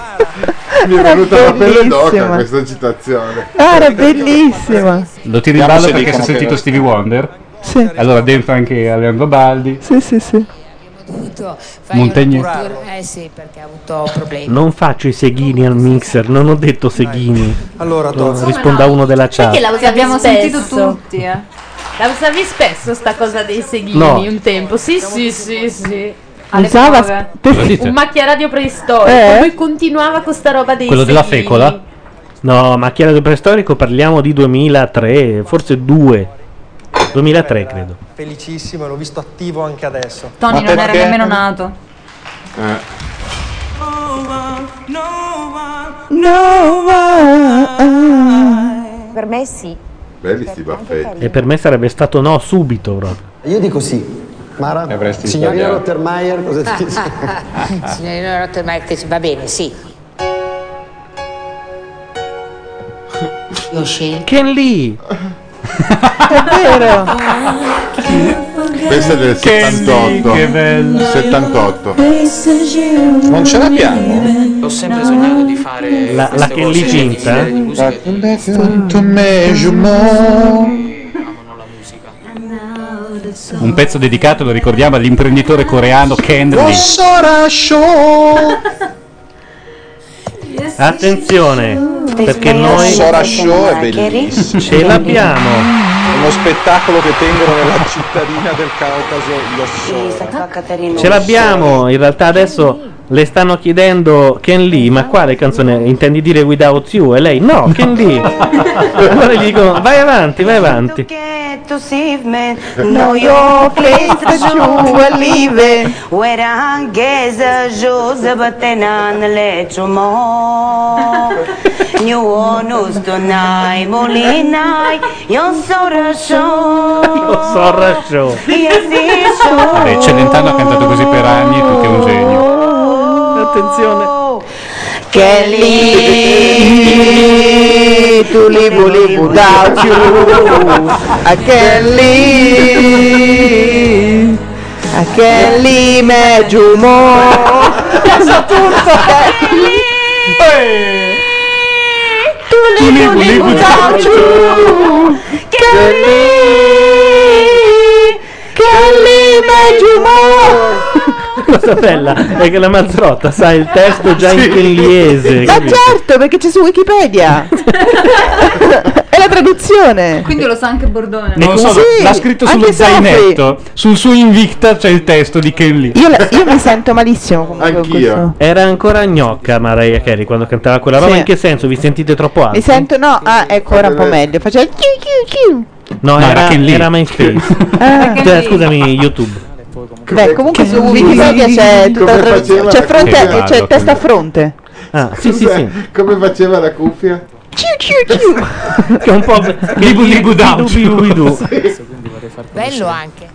Speaker 11: Era
Speaker 3: venuta la pelle d'oca
Speaker 11: bellissima.
Speaker 3: questa citazione.
Speaker 11: Ah, era bellissima.
Speaker 4: Lo tiri in
Speaker 3: Vediamo
Speaker 4: ballo
Speaker 3: se
Speaker 4: perché si
Speaker 3: dicono
Speaker 4: è
Speaker 3: che-
Speaker 4: sentito Stevie Wonder?
Speaker 11: Sì.
Speaker 4: Allora dentro anche Alejandro Baldi.
Speaker 11: Sì, sì, sì.
Speaker 6: Tutto, fai
Speaker 4: Montagne.
Speaker 6: una cultura- Eh sì, perché ha avuto problemi.
Speaker 2: Non faccio i seghini al mixer, non ho detto seghini.
Speaker 7: Allora,
Speaker 2: Risponda risponda uno della chat.
Speaker 12: Perché la usavi
Speaker 5: abbiamo
Speaker 12: spesso?
Speaker 5: sentito tutti, eh.
Speaker 12: La usavi spesso sta cosa dei seghini
Speaker 2: No.
Speaker 12: un tempo? Sì, sì, sì, sì.
Speaker 11: Alle Usava prove.
Speaker 2: Cosa dite?
Speaker 12: un macchiaradio preistorico.
Speaker 11: Eh?
Speaker 12: Lui continuava con sta roba dei
Speaker 2: Quello della
Speaker 12: seghini.
Speaker 2: fecola? No, ma chi era del preistorico parliamo di 2003, forse 2. 2003 credo.
Speaker 7: Felicissimo, l'ho visto attivo anche adesso.
Speaker 5: Tony non era nemmeno nato.
Speaker 20: Per me sì.
Speaker 3: Belli sti baffetti.
Speaker 2: E per me sarebbe stato no subito proprio.
Speaker 13: Io dico sì. Mara, signorina
Speaker 2: sbagliato.
Speaker 13: Rottermeier, cosa ti dice?
Speaker 6: Signorina Rottermeier che dice, va bene, sì. Io scelgo.
Speaker 2: Ken Lee!
Speaker 11: È vero.
Speaker 3: Questa è del 78.
Speaker 4: Che bello.
Speaker 3: 78.
Speaker 8: Non ce
Speaker 3: l'abbiamo?
Speaker 8: Ho sempre sognato di fare
Speaker 2: La- la
Speaker 8: queste
Speaker 2: Ken
Speaker 8: voci
Speaker 2: Lee
Speaker 8: di-
Speaker 2: Cinta?
Speaker 8: di musica.
Speaker 4: Un pezzo dedicato, lo ricordiamo, all'imprenditore coreano Ken Lee.
Speaker 2: Attenzione, perché noi
Speaker 10: Sora Show è bellissimo.
Speaker 2: Ce l'abbiamo.
Speaker 10: Uno spettacolo che tengono nella cittadina del Caucaso, lo so.
Speaker 2: Ce l'abbiamo, in realtà adesso le stanno chiedendo Ken Lee, ma quale canzone intendi dire Without You? E lei no, Ken Lee. allora gli dicono vai avanti, vai avanti.
Speaker 14: it to save me. Know your place that you were leaving. Where I guess a shows, but then I let you more. New onus tonight, molinai, io so rascio.
Speaker 2: Sorra show.
Speaker 4: Vabbè, Celentano ha cantato così per anni, tu che è un genio.
Speaker 2: Attenzione.
Speaker 14: Che lì tu li volevi buttare giù.
Speaker 6: A che lì, a che lì me giù mo. Piace tutto.
Speaker 14: Tu li volevi buttare giù. Che lì, che lì me giù mo.
Speaker 2: La cosa bella è che la Mazzarotta sa il testo Ecco, già in inglese.
Speaker 11: Ma
Speaker 2: capito?
Speaker 11: certo, perché c'è su Wikipedia. È la traduzione.
Speaker 5: Quindi lo sa anche Bordone.
Speaker 4: Non lo so,
Speaker 11: Sì,
Speaker 4: l'ha scritto sullo
Speaker 11: anche Sofri.
Speaker 4: zainetto. Sul suo Invicta c'è il testo di Kelly.
Speaker 11: Io, la- io mi sento malissimo comunque con questo.
Speaker 2: Era ancora gnocca Mariah Carey quando cantava quella roba.
Speaker 11: Sì.
Speaker 2: In che senso? Vi sentite troppo alti?
Speaker 11: Mi sento, no, ah, ecco, ora un po' meglio. Faceva chiu, chiu,
Speaker 2: No, era, era MySpace.
Speaker 11: Ah.
Speaker 2: Cioè, scusami, YouTube.
Speaker 11: chiu. Beh, comunque su
Speaker 2: Come-
Speaker 11: Wikipedia c'è tutta la
Speaker 3: Come
Speaker 11: traduzione.
Speaker 3: faceva la
Speaker 11: C'è, fronte-
Speaker 3: cuffia?
Speaker 11: c'è testa a fronte.
Speaker 2: Ah, sì, sì,
Speaker 3: Scusa,
Speaker 2: sì.
Speaker 3: Come faceva la cuffia?
Speaker 11: Chiu, chiu, chiu.
Speaker 2: Che è un po'. Libu libu
Speaker 17: Quindi vorrei far
Speaker 6: Bello anche.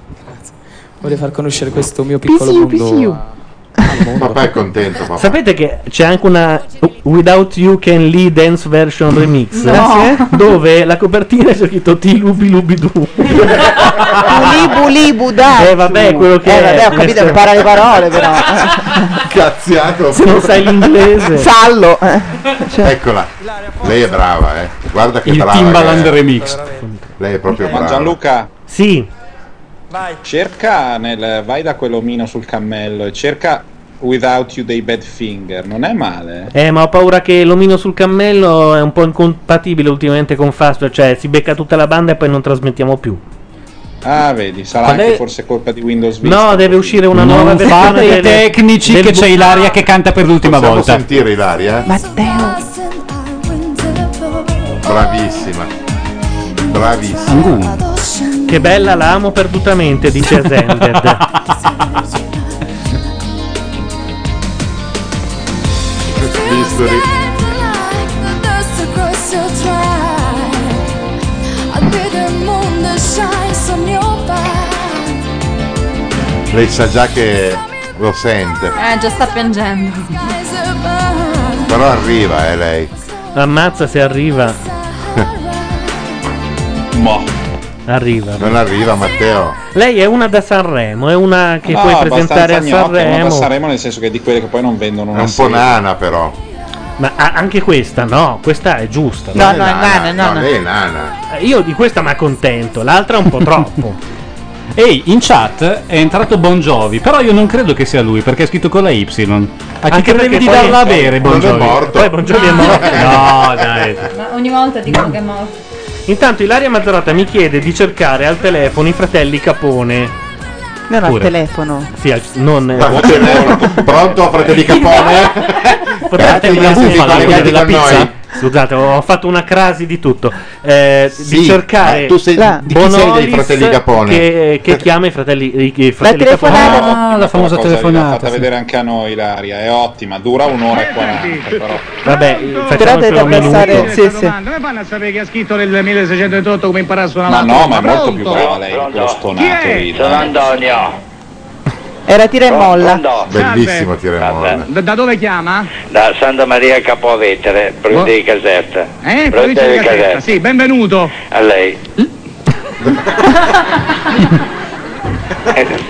Speaker 17: Vorrei far conoscere questo mio piccolo
Speaker 2: Pisiu,
Speaker 17: mondo
Speaker 2: pisiu.
Speaker 17: a- al mondo.
Speaker 3: Papà è contento, papà.
Speaker 2: Sapete che c'è anche una Without You Can Lee Dance Version Remix
Speaker 11: No.
Speaker 2: dove la copertina è scritto Ti Lubi Lubi Du.
Speaker 11: Buli buli budà.
Speaker 2: Eh, vabbè, quello che
Speaker 11: Eh, vabbè,
Speaker 2: è.
Speaker 11: ho capito, impara le parole però.
Speaker 3: Cazziato.
Speaker 2: Se non sai cioè. l'inglese.
Speaker 11: Sallo. eh.
Speaker 3: Eccola. Lei è brava, eh. Guarda che
Speaker 4: Il
Speaker 3: brava.
Speaker 4: Timbaland
Speaker 3: che è.
Speaker 4: Remix.
Speaker 3: Lei è proprio
Speaker 19: Ma
Speaker 3: brava.
Speaker 19: Gianluca,
Speaker 2: Sì.
Speaker 19: cerca nel, vai da quell'omino sul cammello e cerca Without You dei Badfinger, non è male.
Speaker 2: Eh, ma ho paura che l'omino sul cammello è un po' incompatibile ultimamente con Fast, cioè si becca tutta la banda e poi non trasmettiamo più.
Speaker 19: Ah, vedi, sarà
Speaker 2: Vabbè.
Speaker 19: anche forse colpa di Windows Vista.
Speaker 2: No, deve uscire una
Speaker 4: non
Speaker 2: nuova versione
Speaker 4: fate i
Speaker 2: delle-
Speaker 4: tecnici
Speaker 2: del
Speaker 4: che
Speaker 2: bu-
Speaker 4: c'è Ilaria che canta per l'ultima
Speaker 3: Possiamo
Speaker 4: volta.
Speaker 3: sentire Ilaria?
Speaker 14: oh.
Speaker 3: Bravissima. Bravissima.
Speaker 2: Che bella, la amo perdutamente, dice Zended.
Speaker 3: History. Lei sa già che lo sente.
Speaker 5: Eh, già sta piangendo.
Speaker 3: Però arriva, eh, lei.
Speaker 2: Ammazza se arriva.
Speaker 19: Mo.
Speaker 2: Arriva.
Speaker 3: Non arriva, Matteo.
Speaker 2: Lei è una da Sanremo, è una che
Speaker 19: No,
Speaker 2: puoi
Speaker 19: abbastanza
Speaker 2: presentare a
Speaker 19: gnocca, non da
Speaker 2: Sanremo.
Speaker 19: Sanremo nel senso che è di quelle che poi non vendono
Speaker 3: È un po' nana, però.
Speaker 2: Ma a- anche questa no, questa è giusta.
Speaker 3: No, no, è nana, no, lei è nana.
Speaker 2: Eh, Io di questa mi accontento, l'altra un po' troppo.
Speaker 4: Ehi, in chat è entrato Bon Jovi, però io non credo che sia lui perché è scritto con la Y. A chi credevi
Speaker 2: Anche perché
Speaker 4: di
Speaker 2: poi-
Speaker 4: darla a bere, Bon
Speaker 2: Non è
Speaker 4: Jovi?
Speaker 2: morto. Poi Bon Jovi è morto.
Speaker 4: No, dai.
Speaker 5: Ma ogni volta dicono che è morto.
Speaker 2: Intanto Ilaria Mazzarotta mi chiede di cercare al telefono i fratelli Capone.
Speaker 11: Non al
Speaker 2: Pure.
Speaker 11: telefono.
Speaker 2: Sì, al- non
Speaker 3: Al eh, Pronto, fratelli Capone?
Speaker 2: Potete
Speaker 3: Grazie,
Speaker 2: una
Speaker 3: siete
Speaker 2: bufala,
Speaker 3: collegati
Speaker 2: quella della
Speaker 3: con noi.
Speaker 2: pizza. Scusate, ho fatto una crasi di tutto. Eh,
Speaker 3: Sì,
Speaker 2: di cercare
Speaker 3: ma tu sei-
Speaker 2: la-
Speaker 3: di chi sei dei fratelli Capone?
Speaker 2: Che, eh, che chiama i fratelli, i- i fratelli Capone.
Speaker 4: Ah, la famosa
Speaker 19: Quella cosa
Speaker 4: telefonata,
Speaker 19: l'ha fatta
Speaker 4: sì.
Speaker 19: vedere anche a noi Ilaria, è ottima, dura un'ora e 40 però.
Speaker 2: Vabbè,
Speaker 11: Però dovete pensare. Sì, sì.
Speaker 22: Come fanno a sapere che ha scritto nel 1688 come imparare a
Speaker 19: Ma
Speaker 22: suonare? la
Speaker 19: no, ma è
Speaker 22: tromba?
Speaker 19: molto più
Speaker 22: Pronto?
Speaker 19: brava lei, lo stonato lì.
Speaker 22: Sono
Speaker 19: Antonio.
Speaker 11: Era tira e molla.
Speaker 3: Bellissimo Tiremolla.
Speaker 22: Da, da dove chiama?
Speaker 30: Da Santa Maria Capovetere, provincia di Caserta.
Speaker 22: Eh, provincia di Caserta. Sì, benvenuto.
Speaker 30: A lei.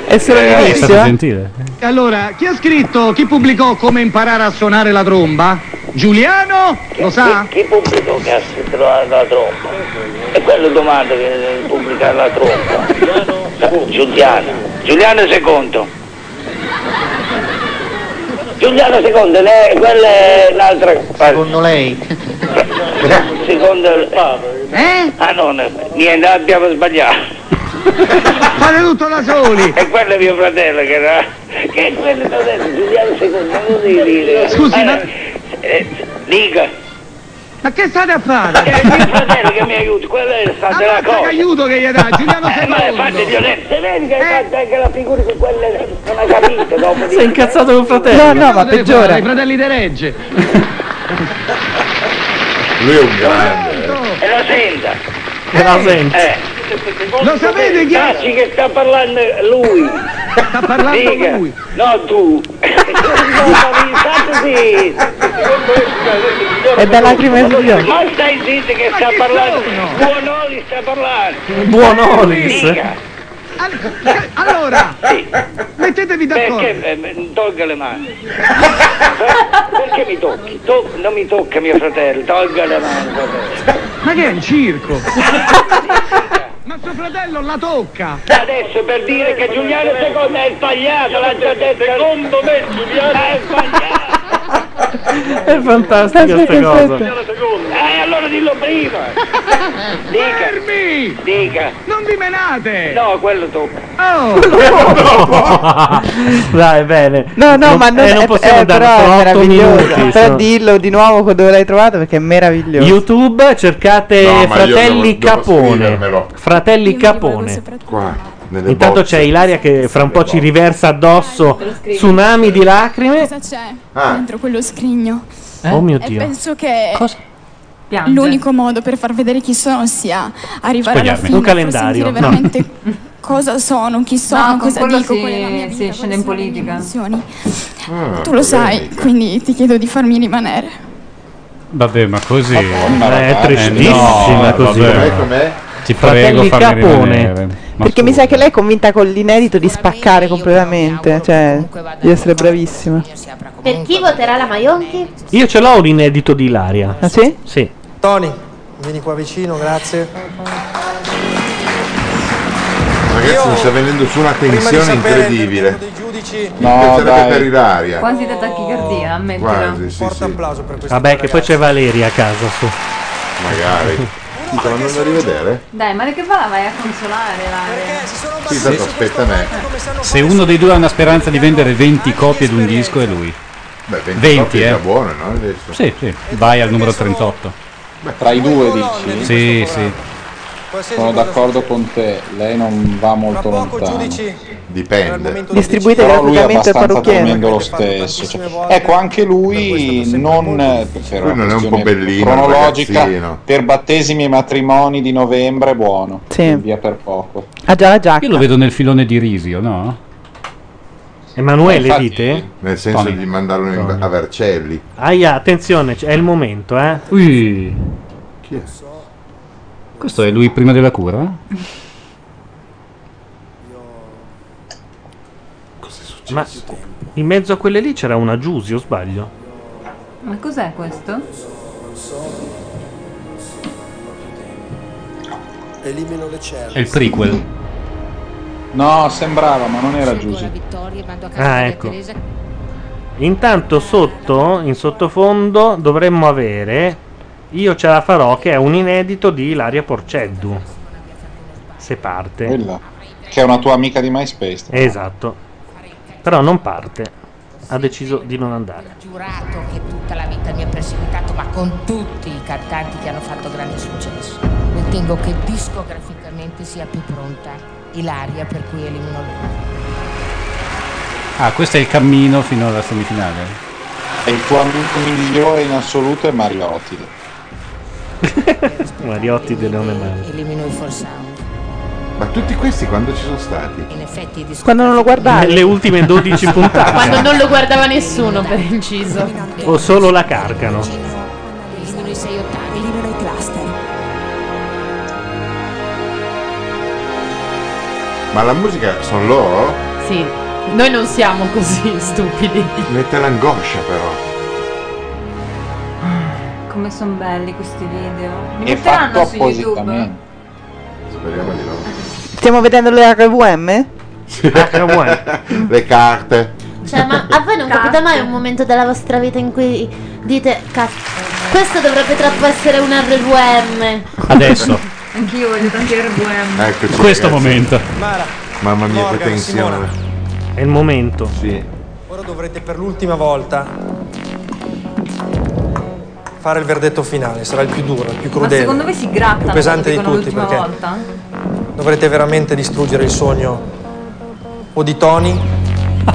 Speaker 11: È solo
Speaker 30: Eh,
Speaker 11: l'inizio?
Speaker 22: stato
Speaker 4: gentile.
Speaker 22: Allora, chi ha scritto, chi pubblicò come imparare a suonare la tromba? Giuliano? Lo sa?
Speaker 30: Chi pubblico che ha scritto la, la tromba? E quello domanda che deve pubblicare la tromba. Giuliano. Giuliano II. Giuliano II, lei, quella è un'altra Secondo lei? Secondo Eh? Ah no, no, niente, abbiamo sbagliato.
Speaker 22: Fate tutto da soli.
Speaker 30: E quello è mio fratello che era. Che è quello che ho detto, Giuliano II, non lo devi dire.
Speaker 22: Scusi,
Speaker 30: Eh,
Speaker 22: ma-
Speaker 30: eh, dica.
Speaker 22: Ma che state a fare?
Speaker 30: È il mio fratello che mi aiuti, quello è il stato della
Speaker 22: Ammazza che
Speaker 30: cosa.
Speaker 22: aiuto che gli dà, Giuliano
Speaker 30: Eh, ma è parte di Onesto, vedi che hai fatto anche la figura di quella che non ha capito dopo di...
Speaker 2: Sei incazzato con fratello?
Speaker 22: No, no, ma
Speaker 2: Deve
Speaker 22: peggiora.
Speaker 2: fare,
Speaker 22: I fratelli di Regge.
Speaker 3: Lui è un grande.
Speaker 30: E lo senta.
Speaker 2: E la sento.
Speaker 30: Eh. Lo sapete chi è? che sta parlando lui. Sta
Speaker 22: parlando
Speaker 30: lui. No, tu.
Speaker 11: È da lacrime e sudore.
Speaker 30: Ma stai zitto che sta parlando. Buonoli sta parlando.
Speaker 2: Buonolis.
Speaker 30: Dica.
Speaker 22: Allora, mettetevi d'accordo.
Speaker 30: Perché eh, mi tolga le mani? Perché mi tocchi? To- non mi tocca mio fratello, tolga le mani. fratello.
Speaker 22: Ma che è un circo? Ma suo fratello la tocca.
Speaker 30: Adesso per dire che Giuliano secondo è sbagliato, l'ha già detto. Secondo me Giuliano è sbagliato.
Speaker 2: È fantastica questa cosa.
Speaker 30: Eh, allora dillo prima. Dica. Fermi! Dica.
Speaker 22: Non Oh! vi menate!
Speaker 30: No, quello tocca.
Speaker 2: Dai, bene.
Speaker 11: No, no,
Speaker 2: Non-
Speaker 11: ma non,
Speaker 2: eh, non
Speaker 11: è,
Speaker 2: possiamo
Speaker 11: eh,
Speaker 2: dare
Speaker 11: però è
Speaker 2: solo 8
Speaker 11: meraviglioso. Però
Speaker 2: minuti. sono-
Speaker 11: dillo di nuovo con dove l'hai trovato perché è meraviglioso.
Speaker 2: YouTube cercate
Speaker 11: No, ma io devo-
Speaker 2: Fratelli
Speaker 11: devo
Speaker 2: Capone.
Speaker 11: scrivermelo.
Speaker 2: Fratelli Capone. Intanto c'è Ilaria che fra un po' ci riversa addosso tsunami di lacrime.
Speaker 15: Cosa c'è
Speaker 2: Ah.
Speaker 15: dentro quello scrigno?
Speaker 2: Eh? Oh mio
Speaker 15: E
Speaker 2: Dio.
Speaker 15: penso che l'unico modo per far vedere chi sono sia arrivare alla
Speaker 2: Spogliarmi.
Speaker 15: fine
Speaker 2: Un
Speaker 15: per
Speaker 2: calendario,
Speaker 15: sentire
Speaker 2: no.
Speaker 15: veramente cosa sono, chi sono,
Speaker 5: No, con
Speaker 15: cosa
Speaker 5: quello
Speaker 15: dico,
Speaker 5: si-
Speaker 15: qual è la mia
Speaker 5: si
Speaker 15: vita,
Speaker 5: scende
Speaker 15: quali
Speaker 5: in
Speaker 15: sono le mie
Speaker 5: politica.
Speaker 15: emozioni. tu lo sai, quindi ti chiedo di farmi rimanere.
Speaker 4: Vabbè, ma così.
Speaker 2: Ma è
Speaker 4: Eh,
Speaker 2: tristissima
Speaker 4: no,
Speaker 2: così.
Speaker 4: vabbè, ma- Ti prego,
Speaker 2: Fratelli
Speaker 4: fammi
Speaker 2: Capone.
Speaker 4: rimanere. Eh, Ma
Speaker 11: Perché mi sa che lei è convinta con l'inedito di spaccare completamente, cioè di essere bravissima.
Speaker 12: Per chi voterà la Maionchi?
Speaker 2: Io ce l'ho un inedito di Ilaria.
Speaker 11: Ah, sì?
Speaker 2: Sì.
Speaker 7: Tony, vieni qua vicino, grazie.
Speaker 3: Ragazzi, mi sta venendo su una tensione incredibile.
Speaker 7: No,
Speaker 3: Mi piacerebbe
Speaker 7: dai.
Speaker 3: per Ilaria.
Speaker 5: Quasi da tachicardia, ammettila.
Speaker 3: Quasi, sì, sì.
Speaker 2: Vabbè, che poi c'è Valeria a casa su.
Speaker 3: Magari. Ti stanno andando a rivedere?
Speaker 5: Dai, ma di che va la vai a consolare, Lare?
Speaker 3: Sì, tanto aspetta me.
Speaker 4: Se uno dei due ha una speranza di vendere 20 copie di un disco è lui.
Speaker 3: Beh, 20,
Speaker 4: 20,
Speaker 3: copie è
Speaker 4: eh.
Speaker 3: già buono, no? Adesso.
Speaker 4: Sì, sì. Vai al numero 38.
Speaker 16: Tra i due dici?
Speaker 4: Sì, sì.
Speaker 16: Sono d'accordo con te, lei non va molto lontano.
Speaker 3: Dipende.
Speaker 16: Distribuite Però lui è abbastanza tremendo lo stesso. cioè. Ecco, anche lui non, per
Speaker 3: Lui non è un
Speaker 16: questione
Speaker 3: po' bellino,
Speaker 16: cronologica,
Speaker 3: ragazzino.
Speaker 16: per battesimi e matrimoni di novembre è buono.
Speaker 11: Sì.
Speaker 16: Via per poco.
Speaker 11: Ha già la giacca.
Speaker 4: Io lo vedo nel filone di Risio, no?
Speaker 2: Emanuele
Speaker 16: Infatti-
Speaker 2: dite?
Speaker 3: Nel senso
Speaker 2: Tony.
Speaker 3: di mandarlo in- a Vercelli.
Speaker 2: Aia, attenzione, c- è il momento, eh.
Speaker 3: Chi è?
Speaker 4: Questo è lui prima della cura?
Speaker 2: Ma in mezzo a quelle lì c'era una Giusy, o sbaglio?
Speaker 5: Ma cos'è questo?
Speaker 13: Elimino le celle.
Speaker 4: È il prequel.
Speaker 16: No, sembrava, ma non era giusto.
Speaker 2: Ah, ecco. Intanto sotto, in sottofondo, dovremmo avere Io ce la farò, che è un inedito di Ilaria Porceddu. Se parte.
Speaker 16: Quella. Che è una tua amica di MySpace.
Speaker 2: Esatto. Però non parte. Ha deciso di non andare.
Speaker 18: giurato che tutta la vita mi ha perseguitato, ma con tutti i cantanti che hanno fatto grande successo. Ritengo che discograficamente sia più pronta Ilaria, per cui elimino lei.
Speaker 4: Ah, questo è il cammino fino alla semifinale.
Speaker 16: E il tuo amico migliore in assoluto è Mario Ottile.
Speaker 2: Mariotti De Leone Mani.
Speaker 18: Elimino il for sound.
Speaker 3: Ma tutti questi quando ci sono stati?
Speaker 18: In effetti i dischi
Speaker 11: Quando non lo guardavi.
Speaker 2: Nelle ultime 12
Speaker 12: Quando
Speaker 2: puntate.
Speaker 12: non lo guardava nessuno, per inciso.
Speaker 2: o solo la carcano.
Speaker 18: elimino i 6 ottavi. Elimino i cluster.
Speaker 3: Ma la musica sono loro?
Speaker 12: Sì. Noi non siamo così stupidi.
Speaker 3: Mette l'angoscia però.
Speaker 5: Come sono belli questi video. Mi
Speaker 16: È
Speaker 5: metteranno
Speaker 16: fatto
Speaker 5: su YouTube.
Speaker 16: appositamente.
Speaker 3: Speriamo di no.
Speaker 11: Stiamo vedendo le HVM?
Speaker 2: Ah,
Speaker 3: Le carte.
Speaker 12: Cioè, ma a voi non capita mai un momento della vostra vita in cui dite, cazzo, questo dovrebbe troppo essere un RVM.
Speaker 4: Adesso.
Speaker 5: Anch'io voglio tanti RVM.
Speaker 2: Ecco.
Speaker 3: Eccoci,
Speaker 4: Questo
Speaker 3: ragazzi.
Speaker 4: momento.
Speaker 3: Mamma mia, che
Speaker 7: Morgan,
Speaker 3: tensione.
Speaker 2: È il momento.
Speaker 3: Sì.
Speaker 7: Ora dovrete per l'ultima volta fare il verdetto finale, sarà il più duro, il più
Speaker 5: Ma
Speaker 7: crudele.
Speaker 5: secondo me si grattano
Speaker 7: più pesante di
Speaker 5: quando dicono
Speaker 7: tutti
Speaker 5: l'ultima
Speaker 7: perché
Speaker 5: volta?
Speaker 7: dovrete veramente distruggere il sogno o di Tony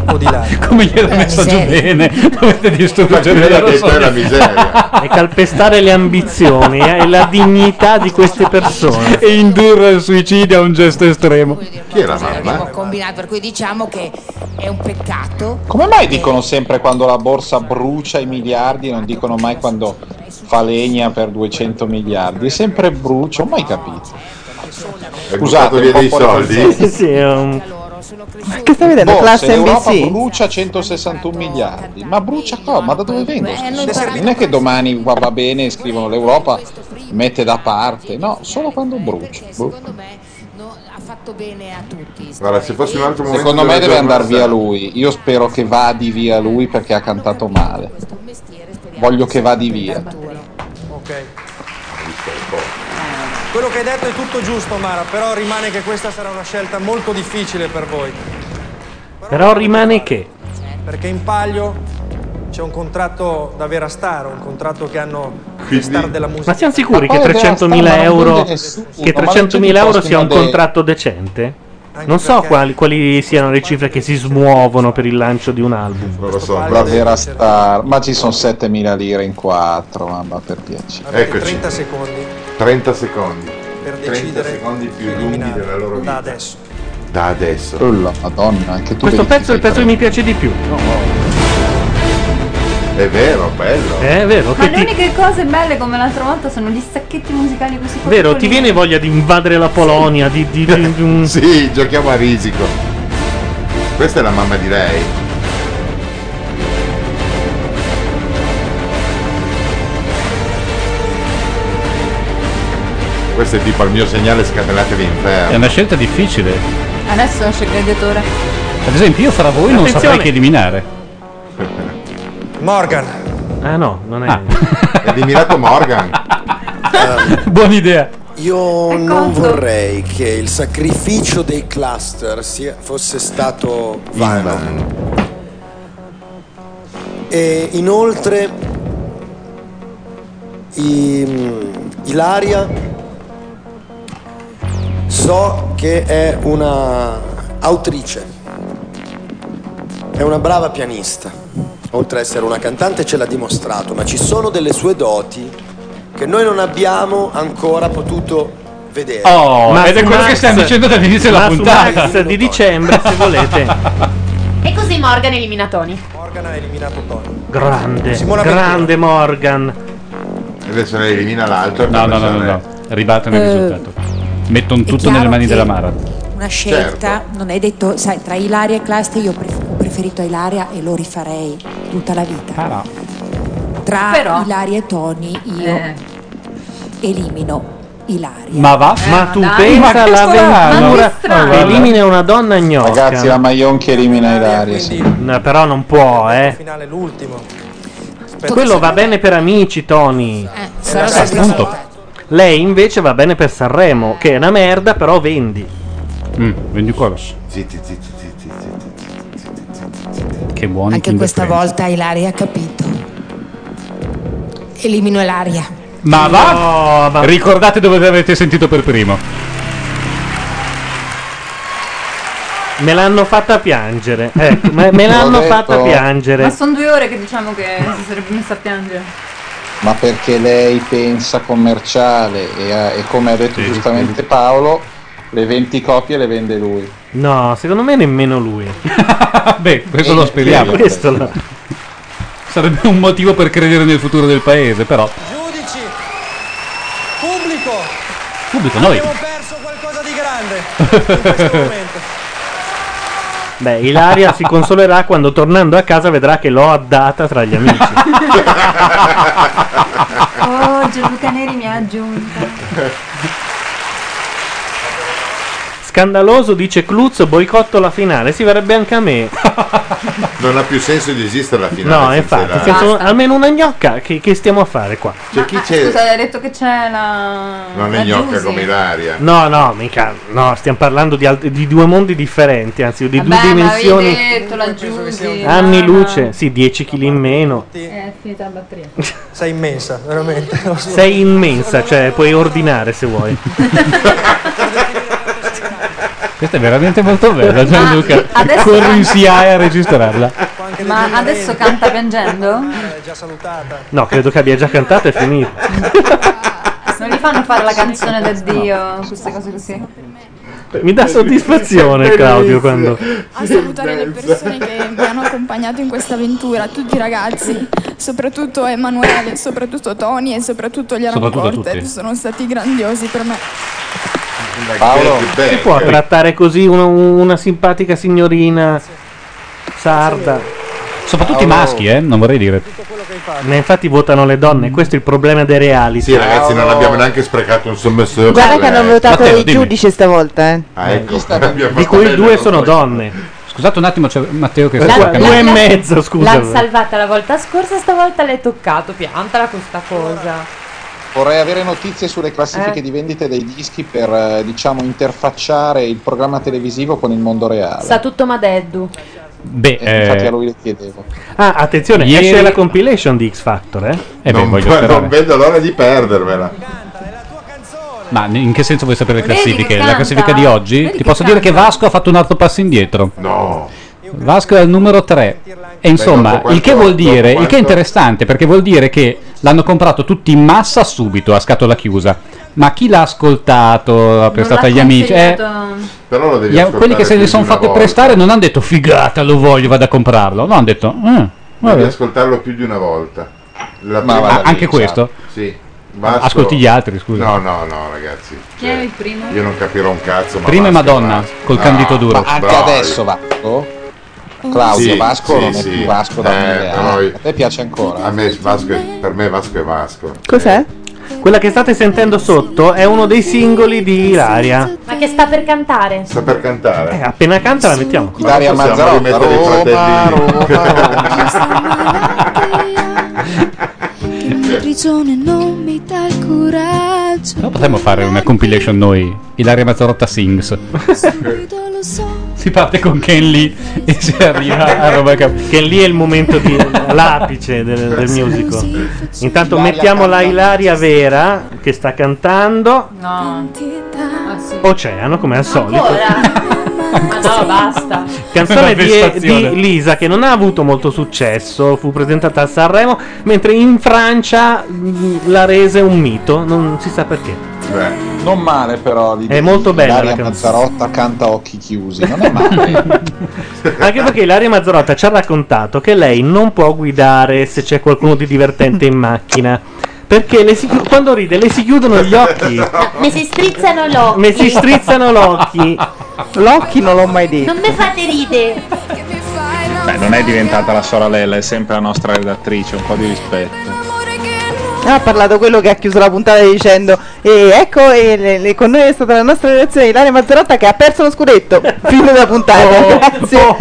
Speaker 7: o di Lari.
Speaker 4: Come gliel'ho messo giù bene, dovete distruggere la
Speaker 2: e calpestare le ambizioni eh, e la dignità di queste persone.
Speaker 4: e indurre il suicidio a un gesto estremo.
Speaker 3: Chi è la
Speaker 12: Abbiamo combinato, per cui diciamo che è un peccato.
Speaker 19: Come mai dicono sempre quando la borsa brucia i miliardi, non dicono mai quando fa legna per 200 miliardi? È sempre brucio, non ho mai capito.
Speaker 3: buttato
Speaker 19: Scusate,
Speaker 3: via
Speaker 19: un po'
Speaker 3: dei
Speaker 19: fuori
Speaker 3: soldi?
Speaker 19: contesto.
Speaker 2: Sì, è un-
Speaker 31: Che stai vedendo?
Speaker 19: Boh,
Speaker 31: Classe
Speaker 19: se l'Europa
Speaker 31: NBC?
Speaker 19: brucia 161 miliardi, ma brucia cosa? Ma da dove vengono? sti soldi? Non è che domani va, va bene e scrivono l'Europa mette da parte, no, solo quando brucia. Boh.
Speaker 3: Guarda, se fosse un altro momento
Speaker 19: Secondo me
Speaker 3: della
Speaker 19: deve
Speaker 3: giornata-
Speaker 19: andare via lui. Io spero che vadi via lui perché ha cantato male. Voglio che vadi via.
Speaker 7: Ok. Quello che hai detto è tutto giusto, Mara, però rimane che questa sarà una scelta molto difficile per voi,
Speaker 2: Però rimane che.
Speaker 7: perché in palio c'è un contratto da vera star, un contratto che hanno le star della musica.
Speaker 2: Ma siamo sicuri che 300.000 euro, che 300.000 euro sia un contratto decente? Non so quali, quali siano le cifre che si smuovono per il lancio di un album.
Speaker 3: Non lo so,
Speaker 19: La vera star. Ma ci sono 7.000 lire in 4, mamma per piacere.
Speaker 7: Avete 30 secondi
Speaker 3: 30 secondi.
Speaker 7: per decidere
Speaker 3: secondi più lunghi della loro vita.
Speaker 7: da adesso.
Speaker 3: Da adesso.
Speaker 19: madonna, anche tu.
Speaker 2: Questo pezzo è il pezzo che mi piace di più.
Speaker 3: È vero, bello.
Speaker 2: È Eh, vero,
Speaker 5: Ma
Speaker 2: che
Speaker 5: le
Speaker 2: ti,
Speaker 5: uniche cose belle come l'altra volta sono gli sacchetti musicali così
Speaker 2: vero, ti
Speaker 5: piccolini.
Speaker 2: viene voglia di invadere la Polonia, di, di, di- di un...
Speaker 3: Sì, giochiamo a risico. Questa è la mamma di lei. Questo è tipo il mio segnale scatenate
Speaker 4: È
Speaker 3: l'inferno.
Speaker 4: una scelta difficile.
Speaker 5: Adesso esce il gladiatore.
Speaker 4: Ad esempio, io fra voi non
Speaker 2: Attenzione.
Speaker 4: saprei che eliminare.
Speaker 7: Morgan.
Speaker 2: Ah no, non è...
Speaker 3: Eliminato Morgan.
Speaker 4: Buona idea.
Speaker 13: Io non
Speaker 7: contro.
Speaker 13: vorrei che il sacrificio dei cluster sia- fosse stato vano. E inoltre i- Ilaria so che è una autrice, è una brava pianista, oltre ad essere una cantante ce l'ha dimostrato, ma ci sono delle sue doti che noi non abbiamo ancora potuto vedere.
Speaker 4: Oh, ed è quello che stiamo dicendo dall'inizio della
Speaker 2: Max-
Speaker 4: puntata.
Speaker 2: Max di dicembre, se volete.
Speaker 32: E così Morgan elimina Tony.
Speaker 7: Morgan ha eliminato Tony.
Speaker 2: Grande,
Speaker 7: Simona
Speaker 2: grande Morgan.
Speaker 3: Adesso ne elimina l'altro.
Speaker 4: No, no, no, no, no. Ribattono il
Speaker 33: Eh,
Speaker 4: risultato. Mettono tutto
Speaker 33: chiaro
Speaker 4: nelle mani
Speaker 33: che-
Speaker 4: della Mara.
Speaker 33: Una scelta, non hai detto, sai, tra Ilaria e Cluster io pref- ho preferito Ilaria e lo rifarei tutta la vita.
Speaker 2: Ah,
Speaker 33: Tra Ilaria e Tony io
Speaker 5: Eh.
Speaker 33: elimino Ilaria.
Speaker 4: Ma va?
Speaker 33: Ma
Speaker 2: tu
Speaker 33: dai, ma
Speaker 2: pensa
Speaker 33: che
Speaker 2: all'avventura
Speaker 33: strano.
Speaker 2: che elimina una donna gnocca.
Speaker 19: Ragazzi, la Maionchi elimina Ilaria.
Speaker 2: No, però non può, eh.
Speaker 7: Finale l'ultimo.
Speaker 2: Quello va bene per amici, Tony.
Speaker 7: sarà
Speaker 2: Eh,
Speaker 7: sempre
Speaker 2: appunto. Lei invece va bene per Sanremo, che è una merda, però vendi.
Speaker 4: Mm, vendi qua.
Speaker 3: Zitti, zitti, zitti, zitti.
Speaker 4: Che buoni
Speaker 12: Anche
Speaker 4: Kinder
Speaker 12: questa
Speaker 4: Bueno.
Speaker 12: volta Ilaria ha capito. Elimino Ilaria.
Speaker 4: Ma va? Ricordate dove l'avete sentito per primo.
Speaker 2: Me l'hanno fatta piangere. Ecco, me, me l'hanno
Speaker 19: L'ho detto.
Speaker 2: fatta
Speaker 5: Ma
Speaker 2: piangere.
Speaker 5: sono due ore che diciamo che si sarebbe messa a piangere.
Speaker 19: ma perché lei pensa commerciale e, ha- e come ha detto giustamente Paolo, le 20 copie le vende lui.
Speaker 2: No, secondo me nemmeno lui.
Speaker 4: Beh, questo lo speriamo.
Speaker 2: Eh, Questo lo-
Speaker 4: Sarebbe un motivo per credere nel futuro del paese, però.
Speaker 7: Giudici, pubblico,
Speaker 4: Subito noi.
Speaker 7: abbiamo perso qualcosa di grande in questo momento.
Speaker 2: Beh, Ilaria si consolerà quando tornando a casa vedrà che l'ho addata tra gli amici.
Speaker 5: Oh, Gianluca Neri mi ha aggiunto.
Speaker 2: Scandaloso dice Cluz, boicotto la finale. Sì, verrebbe anche a me.
Speaker 3: Non ha più senso di esistere la finale.
Speaker 2: No,
Speaker 3: senza
Speaker 2: infatti,
Speaker 3: la-
Speaker 2: senza un- almeno una gnocca. Che, che stiamo a fare qua?
Speaker 3: Cioè, chi
Speaker 5: Scusa, hai detto che c'è la.
Speaker 3: Non
Speaker 5: la
Speaker 3: è gnocca
Speaker 5: Giusy.
Speaker 3: come Ilaria.
Speaker 2: No, no, mica. No, stiamo parlando di, alt- di due mondi differenti, anzi, di
Speaker 5: Vabbè,
Speaker 2: due
Speaker 5: ma
Speaker 2: dimensioni.
Speaker 5: avevi detto la Giusy.
Speaker 2: Anni luce, sì, 10 kg in meno.
Speaker 5: Eh, finita la batteria.
Speaker 7: Sei immensa, veramente. lo so.
Speaker 2: Sei immensa, cioè puoi ordinare se vuoi.
Speaker 4: Questa è veramente molto bella, Gianluca.
Speaker 5: Ah, adesso-
Speaker 4: Corri in CIA a registrarla.
Speaker 5: Ma adesso canta piangendo? Non
Speaker 2: No, credo che abbia già cantato e finito.
Speaker 5: gli fanno fare la canzone del Dio, queste cose così.
Speaker 2: Mi dà soddisfazione, Claudio, quando.
Speaker 15: a salutare le persone che mi hanno accompagnato in questa avventura, tutti i ragazzi, soprattutto Emanuele, soprattutto Tony e soprattutto gli Aram
Speaker 2: Soprattutto a tutti.
Speaker 15: Quartet, sono stati grandiosi per me.
Speaker 3: Paolo,
Speaker 2: Si può trattare così uno- una simpatica signorina sarda.
Speaker 4: Soprattutto i maschi, eh, non vorrei dire.
Speaker 2: Ne infatti votano le donne, questo è il problema dei reality.
Speaker 3: Sì, ragazzi, non abbiamo neanche sprecato un sommesso.
Speaker 11: Guarda che hanno votato i giudici stavolta, eh.
Speaker 3: Ah, ecco.
Speaker 4: Di cui due sono donne. Scusate un attimo, c'è Matteo che
Speaker 1: La- la-
Speaker 4: Due
Speaker 1: la- L'ha
Speaker 4: scusa.
Speaker 1: salvata la volta scorsa, stavolta l'hai toccato. Piantala questa cosa.
Speaker 16: Vorrei avere notizie sulle classifiche
Speaker 1: Eh.
Speaker 16: di vendite dei dischi per eh, diciamo interfacciare il programma televisivo con il mondo reale.
Speaker 1: Sa tutto Madeddu.
Speaker 4: Beh, eh,
Speaker 16: E Eh, infatti a lui le chiedevo.
Speaker 2: Ah, attenzione,
Speaker 16: Ieri-
Speaker 2: esce la compilation di X Factor, eh?
Speaker 3: non,
Speaker 4: voglio
Speaker 3: non
Speaker 4: sperare.
Speaker 3: vedo l'ora di perdervela.
Speaker 4: Ma in che senso vuoi sapere le
Speaker 2: Vedi che
Speaker 4: classifiche? La
Speaker 2: canta.
Speaker 4: classifica di oggi?
Speaker 2: Vedi
Speaker 4: Ti
Speaker 2: che
Speaker 4: posso dire che Vasco ha fatto un altro passo indietro.
Speaker 3: No.
Speaker 4: Vasco è al numero 3. E
Speaker 16: Beh,
Speaker 4: insomma,
Speaker 16: dopo
Speaker 4: il che
Speaker 16: quanto-
Speaker 4: vuol
Speaker 16: dopo
Speaker 4: dire, il che è
Speaker 16: quanto-
Speaker 4: interessante, perché vuol dire che l'hanno comprato tutti in massa subito a scatola chiesa. Ma chi l'ha ascoltato, l'ha prestato agli amici? Eh,
Speaker 3: Però lo devi
Speaker 4: gli-
Speaker 3: ascoltare
Speaker 4: quelli che se
Speaker 3: più
Speaker 4: li
Speaker 3: di
Speaker 4: sono
Speaker 3: una
Speaker 4: fatti
Speaker 3: volta.
Speaker 4: prestare non hanno detto figata, lo voglio, vado a comprarlo. No, hanno detto, "Mm,
Speaker 3: Devi
Speaker 4: vabbè.
Speaker 3: ascoltarlo più di una volta. La
Speaker 4: Ma
Speaker 3: prima-
Speaker 4: vada lì, anche sa. questo?
Speaker 3: Sì. Vasco-
Speaker 4: Ascolti gli altri, scusa.
Speaker 3: No, no, no, ragazzi.
Speaker 5: Chi era il primo?
Speaker 3: Io non capirò un cazzo. Ma
Speaker 4: Prima è
Speaker 3: Vasco,
Speaker 4: Madonna,
Speaker 3: Vasco.
Speaker 4: col Candido Duro.
Speaker 16: Ma anche
Speaker 3: bravi.
Speaker 16: adesso Vasco? Claudio,
Speaker 3: Sì,
Speaker 16: Vasco
Speaker 3: sì,
Speaker 16: non è
Speaker 3: sì.
Speaker 16: più Vasco da
Speaker 3: Eh,
Speaker 16: mille
Speaker 3: però
Speaker 16: anni.
Speaker 3: io-
Speaker 16: A te piace ancora?
Speaker 3: A me Vasco è- per me Vasco è Vasco.
Speaker 11: Cos'è?
Speaker 2: Quella che state sentendo sotto è uno dei singoli di Ilaria.
Speaker 12: Ma che sta per cantare?
Speaker 3: Sta per cantare.
Speaker 2: Eh, appena canta la mettiamo.
Speaker 3: Ilaria
Speaker 2: Ma non
Speaker 3: Mazzarotta,
Speaker 2: possiamo rimettere i
Speaker 3: Roma,
Speaker 2: fratelli.
Speaker 9: Prigione non mi dà il coraggio.
Speaker 4: No, potremmo fare una compilation noi, Ilaria Mazzarotta Sings.
Speaker 9: Non lo so.
Speaker 4: si parte con Ken Lee e si arriva a roba che...
Speaker 2: Ken Lee è il momento di l'apice del, del musical. Intanto
Speaker 4: Ilaria
Speaker 2: mettiamo la
Speaker 4: canta.
Speaker 2: Ilaria vera che sta cantando
Speaker 5: No. Ah, sì.
Speaker 2: Oceano come al solito.
Speaker 5: Ancora? Ma no, basta.
Speaker 2: Canzone di,
Speaker 4: vessazione.
Speaker 2: di Lisa che non ha avuto molto successo, fu presentata a Sanremo, mentre in Francia mh, la rese un mito, non si sa perché.
Speaker 16: Non male però. l'idea
Speaker 2: È molto
Speaker 16: di
Speaker 2: bella
Speaker 16: Ilaria
Speaker 2: la canzone.
Speaker 16: Mazzarotta canta a occhi chiusi. Non è male.
Speaker 2: Anche perché Ilaria Mazzarotta ci ha raccontato che lei non può guidare se c'è qualcuno di divertente in macchina. Perché le si chi- quando ride le si chiudono gli occhi.
Speaker 12: Mi si strizzano l'occhio.
Speaker 2: Mi si strizzano l'occhi.
Speaker 11: L'occhi non l'ho mai detto.
Speaker 12: Non mi fate ridere.
Speaker 19: Beh, non è diventata la sorella, è sempre la nostra redattrice, un po' di rispetto.
Speaker 11: Ha parlato quello che ha chiuso la puntata dicendo E ecco, e le- le- con noi è stata la nostra redazione di Ilaria Mazzarotta che ha perso lo scudetto Fine della puntata, grazie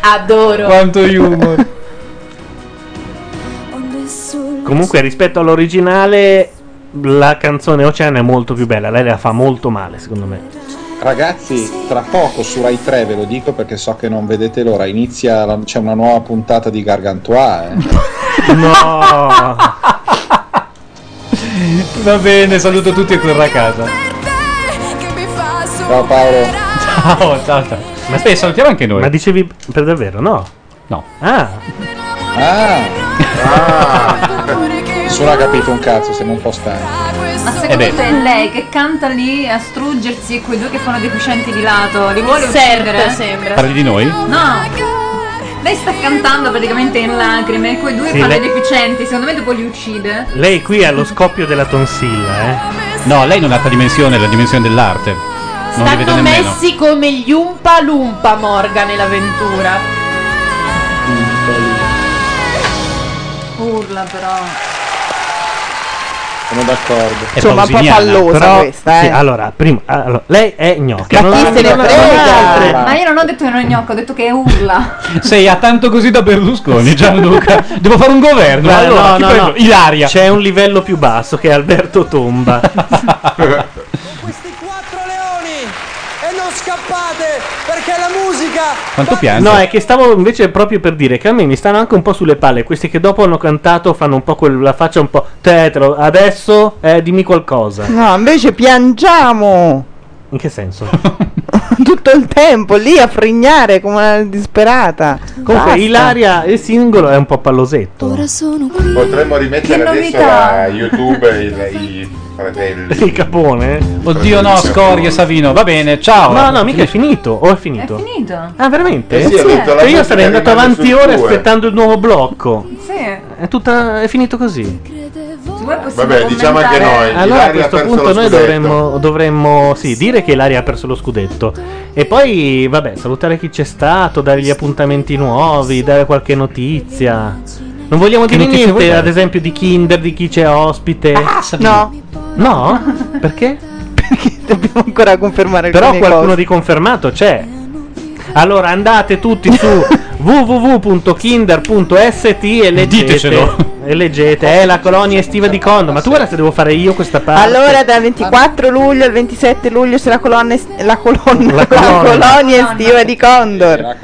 Speaker 12: Adoro.
Speaker 4: Quanto humor.
Speaker 2: Comunque rispetto all'originale la canzone Oceano è molto più bella, lei la fa molto male secondo me.
Speaker 16: Ragazzi, tra poco su Rai 3 ve lo dico perché so che non vedete l'ora. Inizia la- c'è una nuova puntata di Gargantua. Eh.
Speaker 2: no.
Speaker 4: Oh. Va bene, saluto tutti e torno a casa.
Speaker 16: Ciao Paolo.
Speaker 4: Ciao, ciao, ciao. Ma aspetta, salutiamo anche noi.
Speaker 2: Ma dicevi per davvero, no?
Speaker 4: No.
Speaker 2: Ah.
Speaker 3: Ah.
Speaker 16: Nessuno ha capito un cazzo, siamo un po' stanchi.
Speaker 5: Ma
Speaker 16: Eh
Speaker 5: secondo
Speaker 16: beh.
Speaker 5: te è lei che canta lì a struggersi e quei due che fanno dei cuscenti di lato, li vuole uccidere? sembra.
Speaker 4: Parli di noi?
Speaker 5: No. Lei sta cantando praticamente in lacrime e quei due
Speaker 2: Sì,
Speaker 5: fanno
Speaker 2: lei-
Speaker 5: dei deficienti, secondo me dopo li uccide.
Speaker 2: Lei qui ha lo scoppio della tonsilla, eh.
Speaker 4: No, lei non ha la dimensione, la dimensione dell'arte. Non li vede
Speaker 1: Stanno
Speaker 4: nemmeno.
Speaker 1: messi come gli Umpa Lumpa Morgan nell'avventura.
Speaker 5: Urla però.
Speaker 16: Sono d'accordo.
Speaker 2: Insomma, un po' pallosa questa, eh. allora, prima, allora, lei è gnocca. non- non-
Speaker 5: Ma io non ho detto che non è gnocco, ho detto che urla.
Speaker 4: Sei a tanto così da Berlusconi, Gianluca. Devo fare un governo.
Speaker 2: Guarda,
Speaker 4: allora, ti
Speaker 2: no, no,
Speaker 4: prego,
Speaker 2: no.
Speaker 4: Ilaria.
Speaker 2: C'è un livello più basso che è Alberto Tomba.
Speaker 7: E non scappate perché la musica
Speaker 2: Quanto piange? No, è che stavo invece proprio per dire che a me mi stanno anche un po' sulle palle. Questi che dopo hanno cantato fanno un po' quella faccia un po' tetro. Adesso eh, dimmi qualcosa.
Speaker 11: No, invece piangiamo
Speaker 2: In che senso?
Speaker 11: tutto il tempo lì a frignare come una disperata.
Speaker 2: Comunque,
Speaker 11: Basta.
Speaker 2: Ilaria, il singolo è un po' pallosetto. Ora
Speaker 9: sono
Speaker 3: Potremmo rimettere
Speaker 11: Che
Speaker 3: adesso
Speaker 11: novità!
Speaker 3: a YouTube il- i fratelli.
Speaker 2: Il capone?
Speaker 4: Oddio no, Scorie Savino. Va bene, ciao.
Speaker 2: No, no, mica è finito. O è finito?
Speaker 5: Finito.
Speaker 2: Ah, veramente?
Speaker 4: Eh sì, ho detto, la
Speaker 2: Cioè, io
Speaker 4: musica
Speaker 2: sarei andato
Speaker 4: rimane
Speaker 2: avanti
Speaker 4: su
Speaker 2: ore
Speaker 4: due.
Speaker 2: aspettando il nuovo blocco.
Speaker 5: Sì.
Speaker 2: È, tutta, è finito così.
Speaker 5: Se vuoi possiamo
Speaker 3: Vabbè, diciamo anche
Speaker 5: commentare.
Speaker 3: noi.
Speaker 2: Allora a
Speaker 3: Ilaria ha
Speaker 2: questo
Speaker 3: perso
Speaker 2: punto
Speaker 3: lo
Speaker 2: noi
Speaker 3: scudetto.
Speaker 2: dovremmo, dovremmo sì, dire che Ilaria ha perso lo scudetto. E poi, vabbè, salutare chi c'è stato, dare gli appuntamenti nuovi, dare qualche notizia. Non vogliamo
Speaker 4: Che
Speaker 2: dire
Speaker 4: notizie vuoi Ah,
Speaker 2: niente,
Speaker 4: dare?
Speaker 2: ad esempio, di Kinder, di chi c'è ospite.
Speaker 11: No.
Speaker 2: No? Perché?
Speaker 11: Dobbiamo ancora confermare
Speaker 2: Però
Speaker 11: alcune
Speaker 2: qualcuno
Speaker 11: cose.
Speaker 2: di confermato c'è. Allora andate tutti su www.kinder.st e leggete,
Speaker 4: Ditecelo.
Speaker 2: e leggete eh, la colonia estiva di Condom. Ma tu guarda se devo fare io questa parte.
Speaker 11: Allora dal 24 luglio al 27 luglio c'è la colonna es- la colonna la,
Speaker 2: colonna.
Speaker 11: colonia estiva di Condor.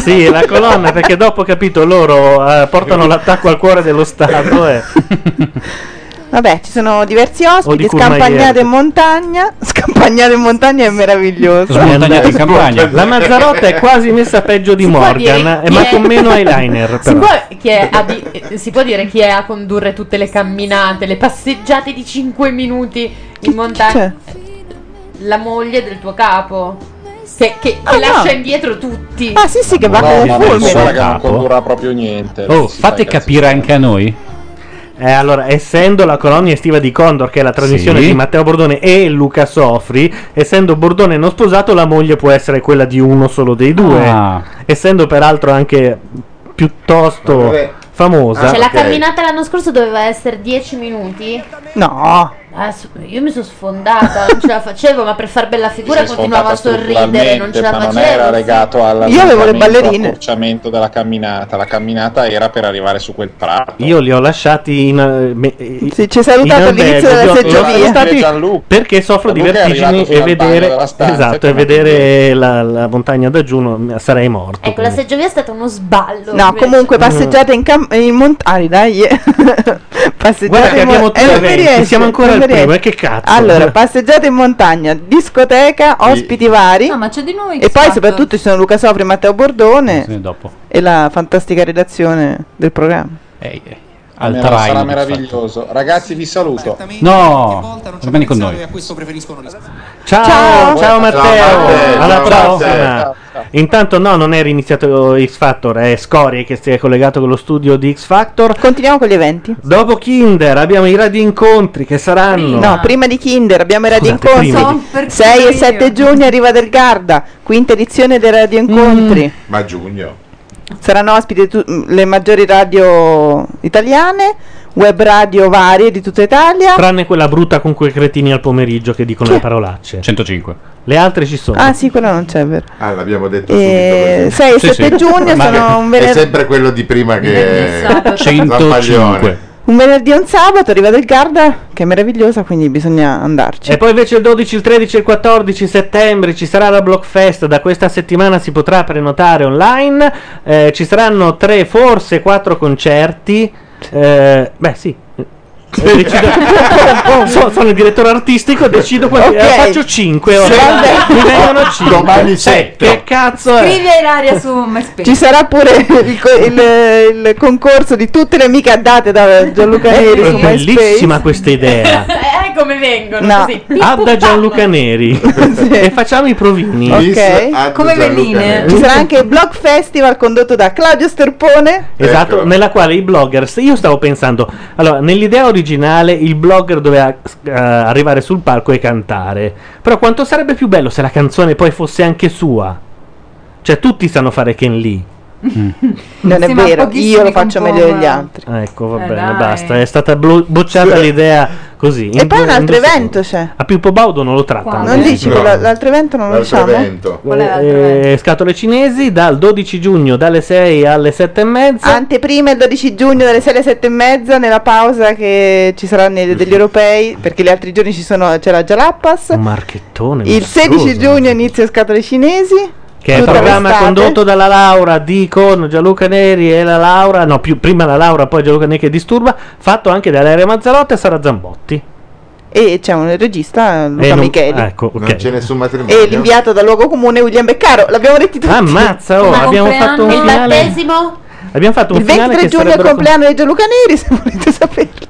Speaker 2: Sì, la colonna, perché dopo, capito, loro eh, portano l'attacco al cuore dello Stato. eh.
Speaker 11: Vabbè, ci sono diversi
Speaker 2: O di
Speaker 11: ospiti,
Speaker 2: Courmayeur.
Speaker 11: scampagnate in montagna. Scampagnate in montagna è meraviglioso.
Speaker 2: Andate. La Mazzarotta è quasi messa peggio di
Speaker 12: Si può
Speaker 2: Morgan,
Speaker 12: dire
Speaker 2: eh, ma
Speaker 12: chi è-
Speaker 2: con meno eyeliner.
Speaker 12: Si
Speaker 2: Però.
Speaker 12: può, chi è a di- eh, si può dire chi è a condurre tutte le camminate, le passeggiate di 5 minuti in montagna? Eh, La moglie del tuo capo. Che, che- che
Speaker 11: Ah, no.
Speaker 12: lascia indietro tutti.
Speaker 11: Ah sì sì che va
Speaker 16: No,
Speaker 11: come
Speaker 16: ma
Speaker 11: un fulmine.
Speaker 16: adesso raga, non
Speaker 2: Capo.
Speaker 16: condurrà proprio niente.
Speaker 2: Oh,
Speaker 16: Si
Speaker 2: fate
Speaker 16: fa i cazzi.
Speaker 2: capire anche a noi. Eh, allora, essendo la colonia estiva di Condor, che è la trasmissione
Speaker 4: Sì.
Speaker 2: di Matteo Bordone e Luca Sofri, essendo Bordone non sposato, la moglie può essere quella di uno solo dei due.
Speaker 4: Ah.
Speaker 2: Essendo peraltro anche piuttosto
Speaker 3: Vabbè.
Speaker 2: famosa.
Speaker 12: Cioè, la camminata l'anno scorso doveva essere 10 minuti.
Speaker 11: No.
Speaker 12: Adesso- io mi sono sfondata, non ce la facevo, ma per far bella figura
Speaker 16: Si è
Speaker 12: continuavo a
Speaker 16: sfondata
Speaker 12: sorridere, non ce la
Speaker 16: strutturalmente,
Speaker 12: facevo.
Speaker 16: ma non era legato alla
Speaker 11: Io avevo le ballerine.
Speaker 16: accorciamento della camminata. La camminata era per arrivare su quel prato.
Speaker 2: Io li ho lasciati in. eh, me-
Speaker 11: Sì, ci hai
Speaker 2: in
Speaker 11: salutato
Speaker 2: albergo,
Speaker 11: all'inizio della
Speaker 2: li ho- li ho
Speaker 11: seggiovia.
Speaker 2: salutati
Speaker 16: Gianluca.
Speaker 2: perché soffro di
Speaker 16: Gianluca è
Speaker 2: vertigini
Speaker 16: arrivato
Speaker 2: e
Speaker 16: fino al bagno
Speaker 2: vedere,
Speaker 16: della stanza,
Speaker 2: esatto, e
Speaker 16: come
Speaker 2: vedere la, la montagna da giù non- sarei morto.
Speaker 12: Ecco, la seggiovia è stata uno sballo.
Speaker 11: No,
Speaker 12: invece.
Speaker 11: comunque
Speaker 2: Eh.
Speaker 11: passeggiate in, cam- in montagna, dai. passeggiate
Speaker 2: Guarda che
Speaker 11: in
Speaker 2: abbiamo
Speaker 11: mon-
Speaker 2: tre
Speaker 11: eh, non mi
Speaker 2: eventi,
Speaker 11: riesce,
Speaker 2: siamo ancora
Speaker 11: non mi
Speaker 2: al primo,
Speaker 11: riesce.
Speaker 2: eh, che cazzo.
Speaker 11: Allora, passeggiate in montagna, discoteca, ospiti vari.
Speaker 5: No, Ah, ma c'è di noi
Speaker 11: E poi soprattutto ci sono Luca Sopri e Matteo Bordone e la fantastica redazione del programma.
Speaker 4: Al
Speaker 16: Sarà-
Speaker 4: traino,
Speaker 16: sarà
Speaker 4: infatti.
Speaker 16: meraviglioso. Ragazzi, vi saluto.
Speaker 4: No, rimani con noi.
Speaker 2: Ciao, ciao,
Speaker 16: Ciao.
Speaker 2: Matteo.
Speaker 16: Ciao, Matteo.
Speaker 2: Alla
Speaker 16: Ciao,
Speaker 2: prossima.
Speaker 16: Matteo.
Speaker 2: Intanto no, non era iniziato X Factor, è Scorie che si è collegato con lo studio di X Factor.
Speaker 11: Continuiamo con gli eventi.
Speaker 2: Dopo Kinder abbiamo i radincontri che saranno
Speaker 11: No, prima di Kinder abbiamo i
Speaker 2: Scusate, prima di-
Speaker 11: radioincontri. 6 e 7 giugno arriva del Garda, quinta edizione dei radioincontri.
Speaker 3: Ma giugno.
Speaker 2: Mm.
Speaker 11: Saranno ospiti tu- mm, le maggiori radio italiane, web radio varie di tutta Italia.
Speaker 2: tranne quella brutta con quei cretini al pomeriggio che dicono le parolacce.
Speaker 4: 105.
Speaker 2: Le altre ci sono.
Speaker 11: Ah sì, quella non c'è, è vero.
Speaker 3: Ah, l'abbiamo detto
Speaker 11: Eh,
Speaker 3: subito. così.
Speaker 11: 6 e 7 giugno
Speaker 3: Ma
Speaker 11: sono un
Speaker 3: È
Speaker 11: venerdì.
Speaker 3: sempre quello di prima che...
Speaker 11: Sabato.
Speaker 2: 105.
Speaker 11: Un venerdì e un sabato arriva del Garda, che è meravigliosa, quindi bisogna andarci.
Speaker 2: E poi invece il 12, il 13 e il 14 settembre ci sarà la Blockfest, da questa settimana si potrà prenotare online, Eh, ci saranno tre, forse quattro concerti, Eh, beh sì, Eh, decido- So- sono il direttore artistico, decido quanti,
Speaker 11: Ah. Ok.
Speaker 2: eh, faccio 5 ore,
Speaker 11: Sì.
Speaker 2: mi vengono Eh, 5,
Speaker 11: Domani
Speaker 2: che cazzo è?
Speaker 5: Scrivi a Ilaria su MySpace.
Speaker 11: Ci sarà pure il, co- il- il concorso di tutte le amiche date da Gianluca
Speaker 2: È
Speaker 11: Neri su MySpace.
Speaker 2: bellissima questa idea.
Speaker 12: Eh, come vengono
Speaker 11: No.
Speaker 12: così.
Speaker 2: Adda Gianluca Neri e facciamo i provini.
Speaker 11: Ok, Ci sarà anche il Blog Festival condotto da Claudio Sterpone.
Speaker 2: Esatto, nella quale i bloggers, io stavo pensando, allora nell'idea originale il blogger doveva eh, arrivare sul palco e cantare, però quanto sarebbe più bello se la canzone poi fosse anche sua, cioè tutti sanno fare Ken Lee.
Speaker 11: Non
Speaker 2: Sì,
Speaker 11: è
Speaker 2: ma
Speaker 11: vero,
Speaker 2: pochissimi
Speaker 11: io lo faccio meglio
Speaker 2: compongono.
Speaker 11: degli altri.
Speaker 2: Ecco, va
Speaker 11: Eh,
Speaker 2: bene,
Speaker 11: dai.
Speaker 2: basta, è stata blo- bocciata l'idea Così.
Speaker 11: E poi un altro evento c'è.
Speaker 2: A Pippo Baudo non lo trattano.
Speaker 11: Non dici che la- l'altro evento non lo diciamo? Qual è l'altro
Speaker 2: Eh, scatole cinesi dal 12 giugno dalle 6 alle 7 e mezza.
Speaker 11: Anteprima il 12 giugno dalle 6 alle 7 e mezza nella pausa che ci saranno degli europei perché gli altri giorni ci sono, c'era Jalappas.
Speaker 2: Un marchettone.
Speaker 11: Il
Speaker 2: mostruoso.
Speaker 11: 16 giugno inizio scatole cinesi.
Speaker 2: Che è un
Speaker 11: Tutta
Speaker 2: programma
Speaker 11: l'estate.
Speaker 2: condotto dalla Laura di con Gianluca Neri e la Laura, no, più, prima la Laura, poi Gianluca Neri che disturba, fatto anche da Laria Mazzarotta e Sara Zambotti.
Speaker 11: E c'è un regista, Luca
Speaker 2: E non-
Speaker 11: Micheli.
Speaker 2: Ecco, ok.
Speaker 3: Non c'è nessun matrimonio.
Speaker 11: E l'inviato dal luogo comune William Beccaro. L'abbiamo detti tutti.
Speaker 2: Ammazza, oh, Ma abbiamo compleanno? fatto un
Speaker 12: Il
Speaker 2: finale-
Speaker 12: battesimo?
Speaker 2: Abbiamo fatto un
Speaker 11: Il
Speaker 2: finale
Speaker 11: 23
Speaker 2: che
Speaker 11: giugno è il
Speaker 2: sarebbero com-
Speaker 11: compleanno di Gianluca Neri, se volete sapere.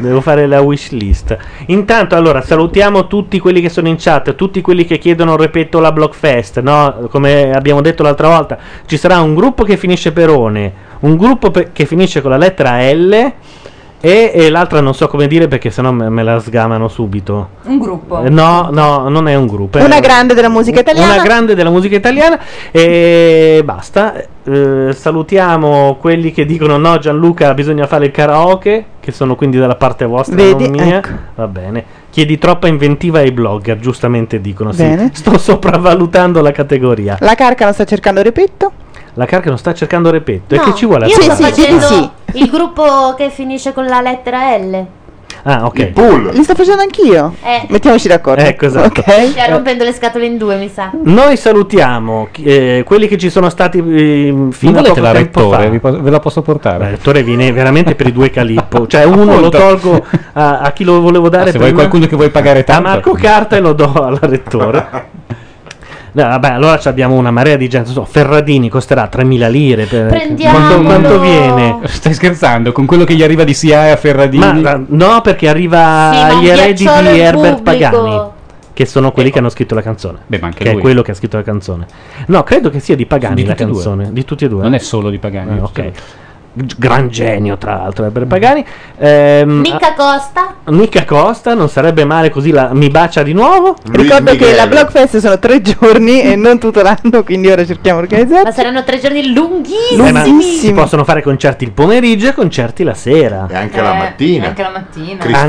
Speaker 2: Devo fare la wish list. Intanto, allora, salutiamo tutti quelli che sono in chat, tutti quelli che chiedono, ripeto, la Blockfest. No? Come abbiamo detto l'altra volta, ci sarà un gruppo che finisce per one, un gruppo pe- che finisce con la lettera L e, e l'altra non so come dire perché sennò me, me la sgamano subito.
Speaker 5: Un gruppo.
Speaker 2: Eh, No, no, non è un gruppo. è-
Speaker 11: Boh. Una grande della musica italiana.
Speaker 2: una grande della musica italiana e basta. Eh, salutiamo quelli che dicono no Gianluca bisogna fare il karaoke, che sono quindi dalla parte vostra,
Speaker 11: Vedi,
Speaker 2: non mia.
Speaker 11: ecco.
Speaker 2: Va bene. Chiedi troppa inventiva ai blogger, giustamente dicono. Sì,
Speaker 11: Bene.
Speaker 2: sto sopravvalutando la categoria.
Speaker 11: La Carcano sta cercando Repetto.
Speaker 2: La carca non sta cercando repetto. E
Speaker 12: No,
Speaker 2: che ci vuole?
Speaker 12: Io
Speaker 2: a
Speaker 12: sto
Speaker 2: trovare?
Speaker 12: facendo il gruppo che finisce con la lettera L.
Speaker 2: Ah, ok.
Speaker 11: Li sto facendo anch'io.
Speaker 12: Eh.
Speaker 11: Mettiamoci d'accordo.
Speaker 2: Ecco, esatto.
Speaker 12: Mi Stai
Speaker 2: Eh,
Speaker 12: rompendo le scatole in due, mi sa.
Speaker 2: Noi salutiamo chi- eh, quelli che ci sono stati eh, fino a
Speaker 4: volete
Speaker 2: poco
Speaker 4: la
Speaker 2: tempo
Speaker 4: Rettore?
Speaker 2: fa.
Speaker 4: Vi po- ve la posso portare?
Speaker 2: La Rettore viene veramente per i due calippo. Cioè, uno lo
Speaker 4: Appunto.
Speaker 2: tolgo a, a chi lo volevo dare
Speaker 4: Ah, se vuoi qualcuno
Speaker 2: che vuoi pagare tanto. A Marco Carta e lo do alla Rettore. No, vabbè, allora ci abbiamo una marea di gente. Non so, Ferradini costerà 3.000 lire. Per...
Speaker 4: Prendiamolo!
Speaker 2: Quanto, quanto viene?
Speaker 4: Stai scherzando con quello che gli arriva di CIA a Ferradini?
Speaker 2: Ma, no, perché arriva
Speaker 4: Sì, ma
Speaker 2: agli
Speaker 4: un
Speaker 2: eredi
Speaker 4: piazzolo
Speaker 2: di
Speaker 4: in
Speaker 2: Herbert
Speaker 4: pubblico.
Speaker 2: Pagani. Che sono quelli che hanno scritto la canzone.
Speaker 4: Ecco. anche
Speaker 2: che
Speaker 4: lui.
Speaker 2: è quello che ha scritto la canzone. No, credo che sia di Pagani
Speaker 4: Di
Speaker 2: la
Speaker 4: tutti e due.
Speaker 2: canzone. Di tutti e due.
Speaker 4: Non è Mm. solo di Pagani.
Speaker 2: Ah, ok. G- Gran genio, tra l'altro, Herbert Pagani. Ehm,
Speaker 12: Mica Costa?
Speaker 2: a- Mica Costa, non sarebbe male così la mi bacia di nuovo.
Speaker 11: Ricordo che la Blockfest sono tre giorni e non tutto l'anno, quindi ora cerchiamo di organizzare.
Speaker 12: Ma saranno tre giorni lunghissimi.
Speaker 2: Eh, ma si possono fare concerti il pomeriggio e concerti la sera.
Speaker 3: anche
Speaker 5: Eh,
Speaker 2: E
Speaker 5: Anche la mattina.
Speaker 2: anche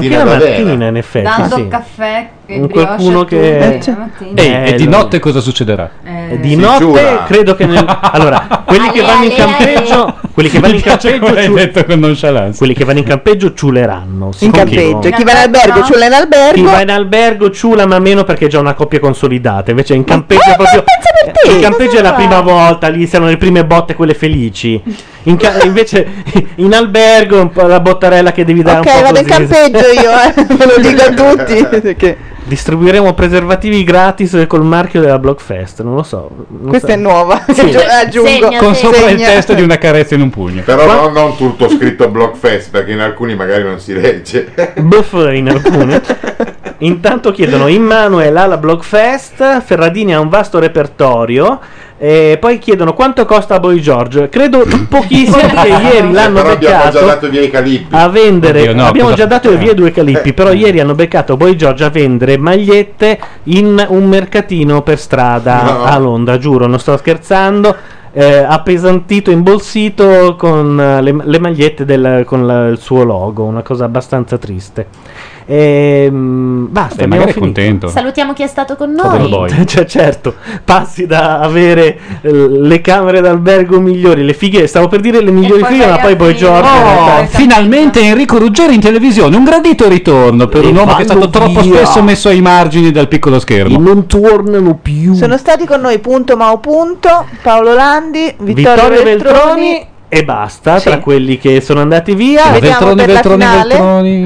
Speaker 2: la mattina, in effetti.
Speaker 5: Dando
Speaker 2: sì.
Speaker 5: caffè e
Speaker 2: Un
Speaker 5: brioche a
Speaker 2: qualcuno
Speaker 5: tutti
Speaker 2: che- Eh,
Speaker 5: la mattina.
Speaker 4: Ehi, e di
Speaker 2: Bello.
Speaker 4: notte cosa succederà?
Speaker 5: Eh,
Speaker 2: Di notte credo che nel- allora, quelli che vanno in campeggio, quelli che vanno in campeggio, ciu- quelli che vanno in campeggio ciuleranno.
Speaker 11: In
Speaker 2: sicuro.
Speaker 11: campeggio. Chi va in albergo, ciulla in
Speaker 2: Chi
Speaker 11: albergo.
Speaker 2: va in albergo ciula ma meno perché è già una coppia consolidata. Invece in campeggio è proprio. in campeggio è la prima volta, lì siano le prime botte quelle felici. In ca- invece in albergo è un po' la bottarella che devi dare
Speaker 11: Ok,
Speaker 2: un po'
Speaker 11: vado in
Speaker 2: così.
Speaker 11: campeggio io, eh. Ve lo dico a tutti. perché
Speaker 2: Distribuiremo preservativi gratis col marchio della Blockfest. Non lo so. non
Speaker 11: Questa
Speaker 2: so.
Speaker 11: è nuova. Aggi- Aggiungo.
Speaker 4: Con sopra il
Speaker 11: Segna.
Speaker 4: testo di una carezza in un pugno.
Speaker 3: Però no, non tutto scritto Blockfest, perché in alcuni magari non si legge.
Speaker 2: Buff in alcune. Intanto chiedono Immanuel alla Blockfest, Ferradini ha un vasto repertorio e poi chiedono quanto costa Boy George. Credo pochissimo perché Diciamo ieri l'hanno
Speaker 3: Però abbiamo già
Speaker 2: beccato
Speaker 3: dato via i calippi.
Speaker 2: a vendere
Speaker 4: Oddio, no,
Speaker 2: abbiamo
Speaker 4: cosa-
Speaker 2: già dato le vie due
Speaker 3: Eh.
Speaker 2: calippi, però ieri hanno beccato Boy George a vendere magliette in un mercatino per strada
Speaker 3: No.
Speaker 2: a Londra, giuro, non sto scherzando. eh, appesantito, imbolsito con eh, le, le magliette del, con la- il suo logo, una cosa abbastanza triste. Ehm, basta,
Speaker 4: Beh,
Speaker 2: abbiamo
Speaker 4: magari è
Speaker 2: finito.
Speaker 4: contento.
Speaker 12: Salutiamo chi è stato con
Speaker 2: Povero
Speaker 12: noi.
Speaker 2: boy. Cioè, certo, passi da avere eh, le camere d'albergo migliori, le fighe, stavo per dire le migliori
Speaker 4: poi
Speaker 2: fighe,
Speaker 4: vai
Speaker 2: ma
Speaker 4: a
Speaker 2: poi Boy
Speaker 4: finire.
Speaker 2: George. in
Speaker 4: Oh,
Speaker 2: realtà-
Speaker 4: finalmente Enrico Ruggeri in televisione. Un gradito ritorno per
Speaker 2: E
Speaker 4: un uomo che è
Speaker 2: vanno
Speaker 4: stato troppo
Speaker 2: via.
Speaker 4: spesso messo ai margini dal piccolo schermo.
Speaker 2: non tornano più.
Speaker 11: Sono stati con noi punto Mao punto, Paolo Landi, Vittorio,
Speaker 2: Vittorio
Speaker 11: Veltroni.
Speaker 2: Veltroni e basta tra quelli che sono andati via.
Speaker 11: Vediamo per la finale.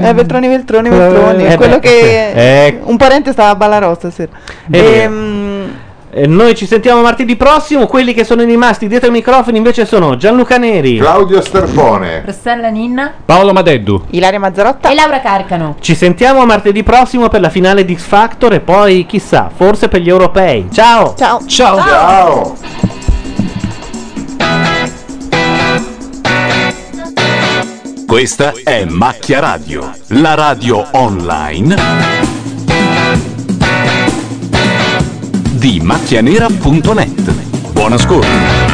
Speaker 11: Eh, Veltroni, Veltroni, Veltroni.
Speaker 2: Eh,
Speaker 11: quello
Speaker 2: beh,
Speaker 11: che Ehm,
Speaker 2: sì. Ecco.
Speaker 11: un parente stava a Ballarossa stasera.
Speaker 2: Eh, vero.
Speaker 11: Ehm,
Speaker 2: E noi ci sentiamo martedì prossimo. Quelli che sono rimasti dietro i microfoni invece sono Gianluca Neri,
Speaker 3: Claudio Sterpone,
Speaker 5: Rossella Ninna.
Speaker 2: Paolo Madeddu.
Speaker 11: Ilaria Mazzarotta
Speaker 12: e Laura Carcano.
Speaker 2: Ci sentiamo martedì prossimo per la finale di X Factor e poi chissà, forse per gli europei. Ciao!
Speaker 11: Ciao!
Speaker 4: Ciao!
Speaker 3: Ciao!
Speaker 8: Questa è Macchia Radio, la radio online di macchianera.net. Buon ascolto.